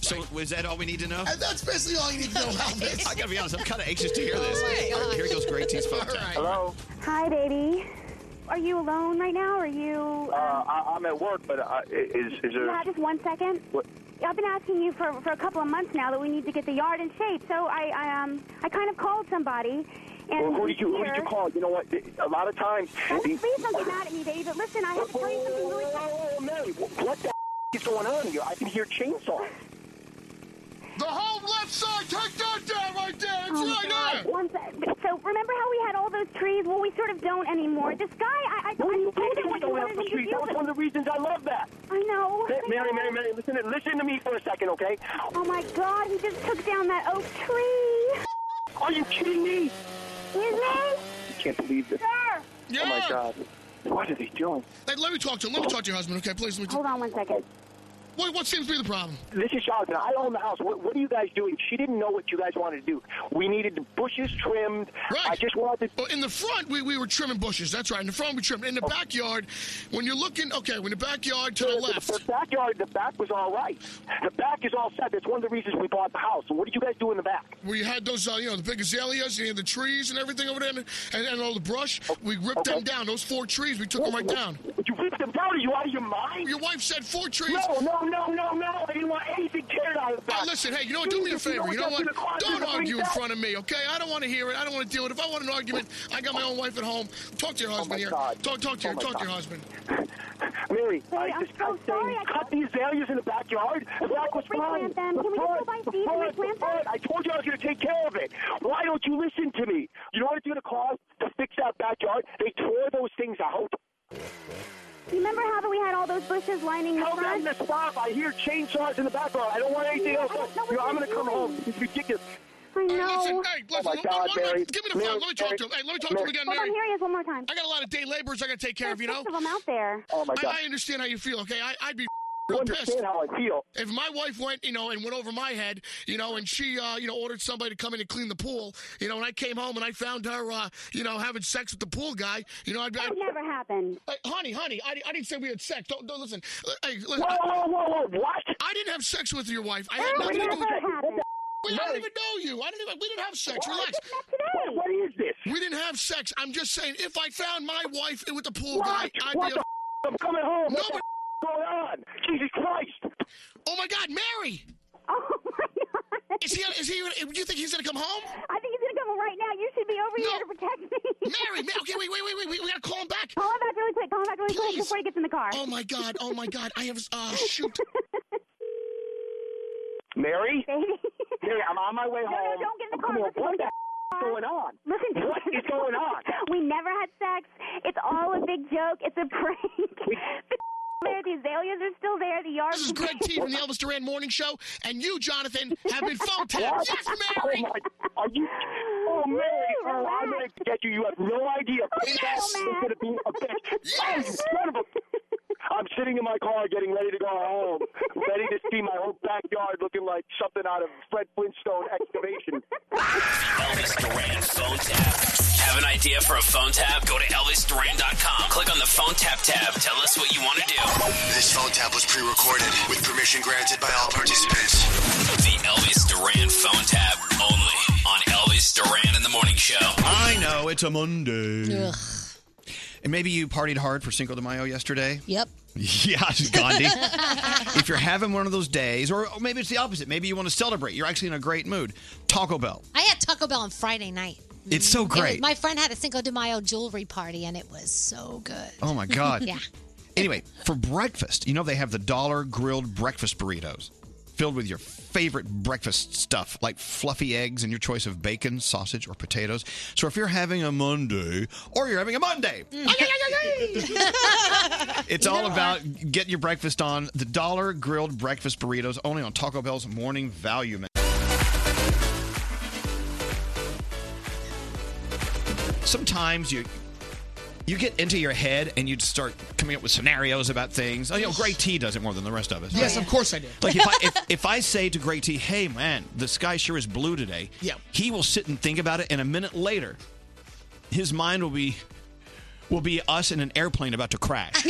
S6: So, was that all we need to know?
S19: And that's basically all you need to know about this.
S6: I gotta be honest, I'm kind of anxious to hear this. Oh All right, here goes Greg T's phone tap.
S12: Hello.
S21: Hi, baby. Are you alone right now? Are you?
S12: Uh,
S4: um,
S12: I, I'm at work, but uh, is is there?
S21: Yeah, just one second.
S12: What?
S21: I've been asking you for, for a couple of months now that we need to get the yard in shape. So I, I um I kind of called somebody, and
S12: Well, who did you who did
S21: here-
S12: you call? You know what? A lot of times.
S21: Don't-
S12: the-
S2: Oh,
S21: please don't get mad at me, baby. But listen, I have to tell you something really.
S12: What the
S2: is going on here? I can hear chainsaws.
S24: The whole left side, take that down right there. It's
S4: Oh,
S24: right
S4: God.
S24: there.
S4: One sec- So remember how we had all those trees? Well, we sort of don't anymore. This guy, I, I, I told him what you wanted me to do.
S2: That was one of the reasons I love that.
S4: I know.
S2: Hey, Mary, Mary, Mary, listen, to- listen to me for a second, okay?
S4: Oh my God! He just took down that oak tree.
S2: Are you kidding me?
S4: His name?
S2: I can't believe this.
S4: Sir.
S2: Oh my God. What are they doing?
S24: Hey, let me talk to him. Let me talk to your husband, okay? Please. Let me
S4: Hold on one second.
S24: Wait, what seems to be the problem?
S2: This is Jonathan. I own the house. What, what are you guys doing? She didn't know what you guys wanted to do. We needed the bushes trimmed.
S24: Right.
S2: I just wanted.
S24: Well, in the front, we, we were trimming bushes. That's right. In the front, we trimmed. In the backyard, when you're looking, okay, when the backyard to the left.
S2: The backyard, the back was all right. The back is all set. That's one of the reasons we bought the house. So what did you guys do in the back?
S24: We had those, uh, you know, the big azaleas and the trees and everything over there, and, and, and all the brush. We ripped them down. Those four trees, we took them right down.
S2: You ripped them down? Are you out of your mind?
S24: Your wife said four trees.
S2: No, no, no, no, no. I didn't want anything cared out of the back.
S24: Hey, listen, hey, you know what? Do me a
S2: Jesus,
S24: favor. You know
S2: what's
S24: what?
S2: in the closet
S24: Don't
S2: that brings
S24: argue in
S2: that?
S24: front of me, okay? I don't want to hear it. I don't want to deal with it. If I want an argument, I got my own wife at home. Talk to your husband here. Talk, talk to
S2: Oh,
S24: your,
S2: my
S24: talk to your
S2: Oh, God.
S24: husband.
S2: Mary, I just, I'm saying, cut the azaleas in the backyard. The back was fine.
S4: replant them? Can we just
S2: Replant,
S4: go by seeds and
S2: replant,
S4: replant them?
S2: replant. I told you I was going to take care of it. Why don't you listen to me? You know what it's going to cost to fix that backyard? They tore those things out.
S4: You remember how we had all those bushes lining the
S2: Tell them
S4: front?
S2: to stop. I hear chainsaws in the background. I don't want anything else. You know, I'm going to come home. This is ridiculous.
S4: I know.
S24: Listen, hey,
S2: Oh,
S24: listen,
S2: my
S24: let-
S2: God,
S24: let- let-
S2: Mary.
S24: give me the phone.
S2: Mary,
S24: Let me talk to him. Hey, let me talk to him
S2: Mary.
S24: again,
S4: Hold on,
S24: Mary.
S4: here he is one more time.
S24: I got a lot of day laborers I got to take care of, you know?
S4: Six of them out there.
S2: Oh, my God.
S24: I, I understand how you feel, okay? I, I'd be real
S2: understand
S24: pissed.
S2: how I feel.
S24: If my wife went, you know, and went over my head, you know, and she, uh, you know, ordered somebody to come in and clean the pool, you know, and I came home and I found her, uh, you know, having sex with the pool guy, you know, I'd be. That
S4: never happened.
S24: honey, honey, I, I didn't say we had sex. Don't, don't listen. Uh, Hey, listen.
S2: Whoa, whoa, whoa, whoa, what?
S24: I didn't have sex with your wife. I had
S2: That
S24: nothing to do with
S2: never
S24: you.
S2: happened.
S24: Wait, I don't even know you. I didn't even. We didn't have sex.
S2: Well, I
S24: Relax.
S2: What, what is this?
S24: We didn't have sex. I'm just saying, if I found my wife with the pool
S2: What?
S24: guy, I'd be.
S2: What the f- I'm coming home.
S24: No,
S2: What the
S24: but
S2: f- going on? Jesus Christ.
S24: Oh my God, Mary!
S4: Oh my God.
S24: Is he? Is he? Do you think he's gonna come home?
S4: I think he's gonna come right now. You should be over here to protect me.
S24: Mary, Ma- okay, wait, wait, wait, wait, wait. We gotta call him back.
S4: Call him back really quick. Call him back really quick
S24: Please.
S4: before he gets in the car.
S24: Oh my God! Oh my God! I have. Uh, shoot.
S2: Mary? Mary, I'm on my way
S4: No, no,
S2: home.
S4: don't get in the
S2: I'm
S4: car.
S2: coming home. What
S4: Listen,
S2: the f- is going on?
S4: Listen. to
S2: What
S4: me.
S2: is going on?
S4: We never had sex. It's all a big joke. It's a prank. the there, the azaleas are still there. The yard.
S24: This is Greg T from the Elvis Duran Morning Show, and you, Jonathan, have been phone tapped. Yes, Mary.
S2: Oh, my, are you? Oh, Mary, oh, I'm going to get you. You have no idea.
S24: Yes.
S2: It's going to be a bitch. Oh, you son of a... I'm sitting in my car getting ready to go home, ready to see my whole backyard looking like something out of Fred Flintstone excavation.
S15: Elvis Duran phone tap. Have an idea for a phone tap? Go to ElvisDuran.com. Click on the phone tap tab. Tell us what you want to do.
S29: This phone tap was pre-recorded with permission granted by all participants.
S15: The Elvis Duran phone tap only on Elvis Duran in the Morning Show.
S6: I know it's a Monday. And maybe you partied hard for Cinco de Mayo yesterday.
S11: Yep.
S6: Yeah, Gandhi. if you're having one of those days, or maybe it's the opposite. Maybe you want to celebrate. You're actually in a great mood. Taco Bell.
S7: I had Taco Bell on Friday night.
S6: It's so
S7: It was-
S6: great.
S7: my friend had a Cinco de Mayo jewelry party, and it was so good.
S6: Oh my God.
S7: yeah.
S6: Anyway, for breakfast, you know they have the dollar grilled breakfast burritos filled with your favorite breakfast stuff like fluffy eggs and your choice of bacon, sausage, or potatoes. So if you're having a Monday or you're having a Monday, it's all about getting your breakfast on the dollar grilled breakfast burritos only on Taco Bell's morning value menu. Sometimes you you get into your head and you just start coming up with scenarios about things. Oh, you know, Gray T does it more than the rest of us.
S24: Yes,
S6: right?
S24: of course I did.
S6: Like if I if, if I say to Gray T, "Hey man, the sky sure is blue today,"
S24: Yeah.
S6: he will sit and think about it, and a minute later, his mind will be will be us in an airplane about to crash.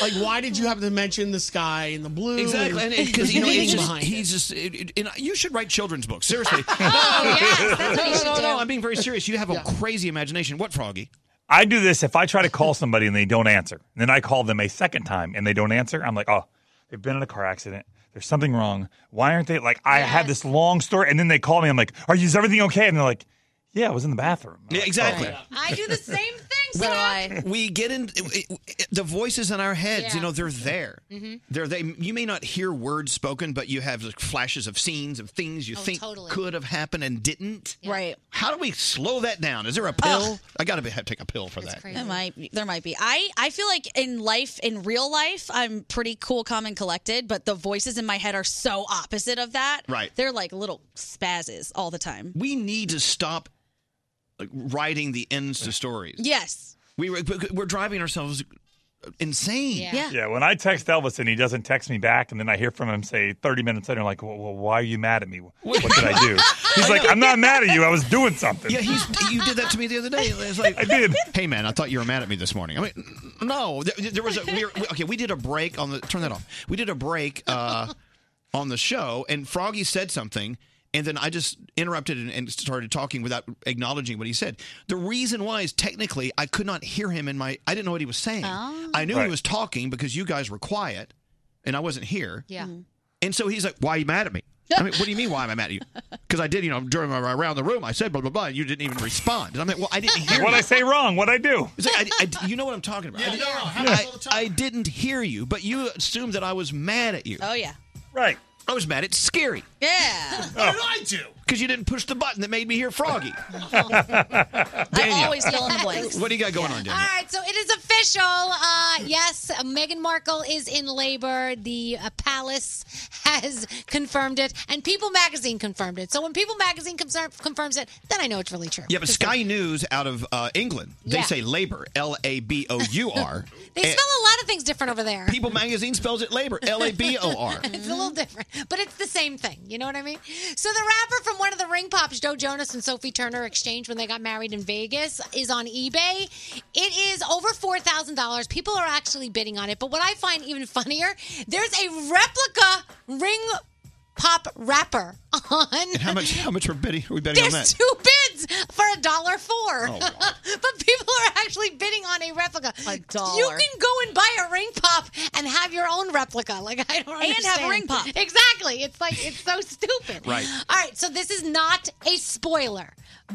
S19: like, why did you happen to mention the sky and the blue?
S6: Exactly, and because you know
S19: Meaning
S6: it's just,
S19: behind it.
S6: he's just. It, it- and you should write children's books. Seriously. oh
S24: yes, that's
S6: no,
S24: what you
S6: no,
S24: should
S6: no,
S24: do.
S6: no. I'm being very serious. You have a crazy imagination. What, Froggy?
S13: I do this if I try to call somebody and they don't answer. Then I call them a second time and they don't answer. I'm like, oh, they've been in a car accident. There's something wrong. Why aren't they like? I have this long story, and then they call me. I'm like, are you is everything okay? And they're like, yeah, I was in the bathroom.
S6: Yeah, exactly.
S13: Okay.
S7: I do the same thing
S9: I.
S6: we get in the voices in our heads. You
S9: Yeah.
S6: know, they're there.
S9: Mhm.
S6: They're they. You may not hear words spoken, but you have like flashes of scenes of things you
S9: Oh,
S6: think
S9: totally.
S6: could have happened and didn't.
S9: Right.
S6: How do we slow that down? Is there a pill? I gotta be, have to take a pill for that.
S9: There might be- there might be. I I feel like in life in real life I'm pretty cool, calm, and collected, but the voices in my head are so opposite of that.
S6: Right.
S9: They're like little spazzes all the time.
S6: We need to stop like, writing the ends to stories.
S9: Yes.
S6: We were, we're driving ourselves insane.
S9: Yeah.
S13: Yeah, when I text Elvis and he doesn't text me back, and then I hear from him, say, 30 minutes later, I'm like, well, well, why are you mad at me? What did I do? He's like, I'm not mad at you. I was doing something.
S6: Yeah, he's, you did that to me the other day. It's like I
S13: did.
S6: Hey man, I thought you were mad at me this morning. I mean, no, there, there was a we were, we- okay. We did a break on the turn that off. We did a break uh, on the show, and Froggy said something, and then I just interrupted and, and started talking without acknowledging what he said. The reason why is technically I could not hear him in my. I didn't know what he was saying.
S9: Oh.
S6: I knew
S9: Right.
S6: he was talking because you guys were quiet, and I wasn't here.
S9: Yeah.
S6: And so he's like, "Why are you mad at me?" I mean, what do you mean? Why am I mad at you? Because I did, you know, during my around the room, I said blah blah blah. And you didn't even respond. And I'm like, "Well, I didn't hear
S13: What'd I
S6: say
S13: wrong? What I do?"
S6: It's like, I, I- you know what I'm talking about? I, I, I didn't hear you, but you assumed that I was mad at you.
S9: Oh yeah.
S13: Right.
S6: I was mad at Scary
S9: Yeah.
S6: What
S9: did
S6: I do? because you didn't push the button that made me hear Froggy.
S9: I always fill in the blanks.
S6: What do you got going on,
S9: All
S6: Daniel?
S9: right, so it is official. Uh, yes, Meghan Markle is in labor. The uh, palace
S7: has confirmed it, and People Magazine confirmed it. So when People Magazine confirm- confirms it, then I know it's really true.
S6: Yeah, but Sky News out of uh, England, they
S7: Yeah.
S6: say labor, L A B O U R.
S7: They
S6: And
S7: spell a lot of things different over there.
S6: People Magazine spells it labor, L A B O R.
S7: it's a little different, but it's the same thing. You know what I mean? So the rapper from one of the Ring Pops, Joe Jonas and Sophie Turner exchanged when they got married in Vegas, is on eBay. It is over four thousand dollars. People are actually bidding on it. But what I find even funnier, there's a replica ring pop rapper on
S6: And how much? How much are, betting, are we betting on that?
S7: there's two bids for a dollar four.
S6: Oh,
S7: but people are actually bidding on a replica. A dollar. You
S9: dollar.
S7: can go and buy a ring pop and have your own replica. Like I don't
S9: And have a
S7: understand.
S9: ring pop.
S7: Exactly. It's like it's so stupid.
S9: Right.
S7: All right. So this is not a spoiler,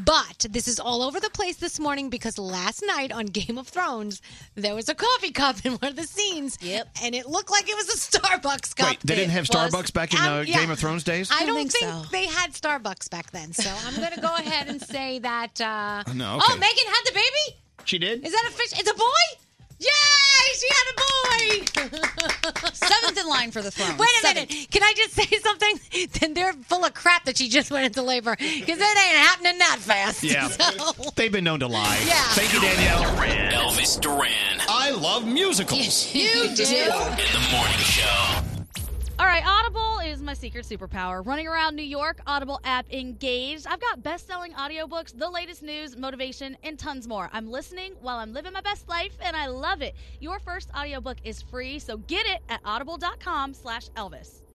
S7: but this is all over the place this morning because last night on Game of Thrones there was a coffee cup in one of the scenes. Yep. And it looked like it was a Starbucks cup.
S6: Wait, they didn't have
S7: It was-
S6: Starbucks back in
S7: Um,
S6: uh,
S7: yeah.
S6: Game of Thrones days.
S7: I don't think, they had Starbucks back then, so I'm going to go ahead and say that. Uh,
S6: No,
S7: Oh,
S6: okay.
S7: Megan had the baby.
S6: She did.
S7: Is that a fish? It's a boy. Yay! She had a boy.
S9: Seventh in line for the throne.
S7: Wait a minute. Can I just say something? Then they're full of crap that she just went into labor because it ain't happening that fast.
S6: Yeah,
S7: So-
S6: they've been known to lie. Thank you, Danielle.
S15: Elvis Duran.
S6: I love musicals.
S7: You do.
S15: In the morning show.
S11: All right, Audible is my secret superpower. Running around New York, Audible app engaged. I've got best selling audiobooks, the latest news, motivation, and tons more. I'm listening while I'm living my best life, and I love it. Your first audiobook is free, so get it at audible.com slash Elvis.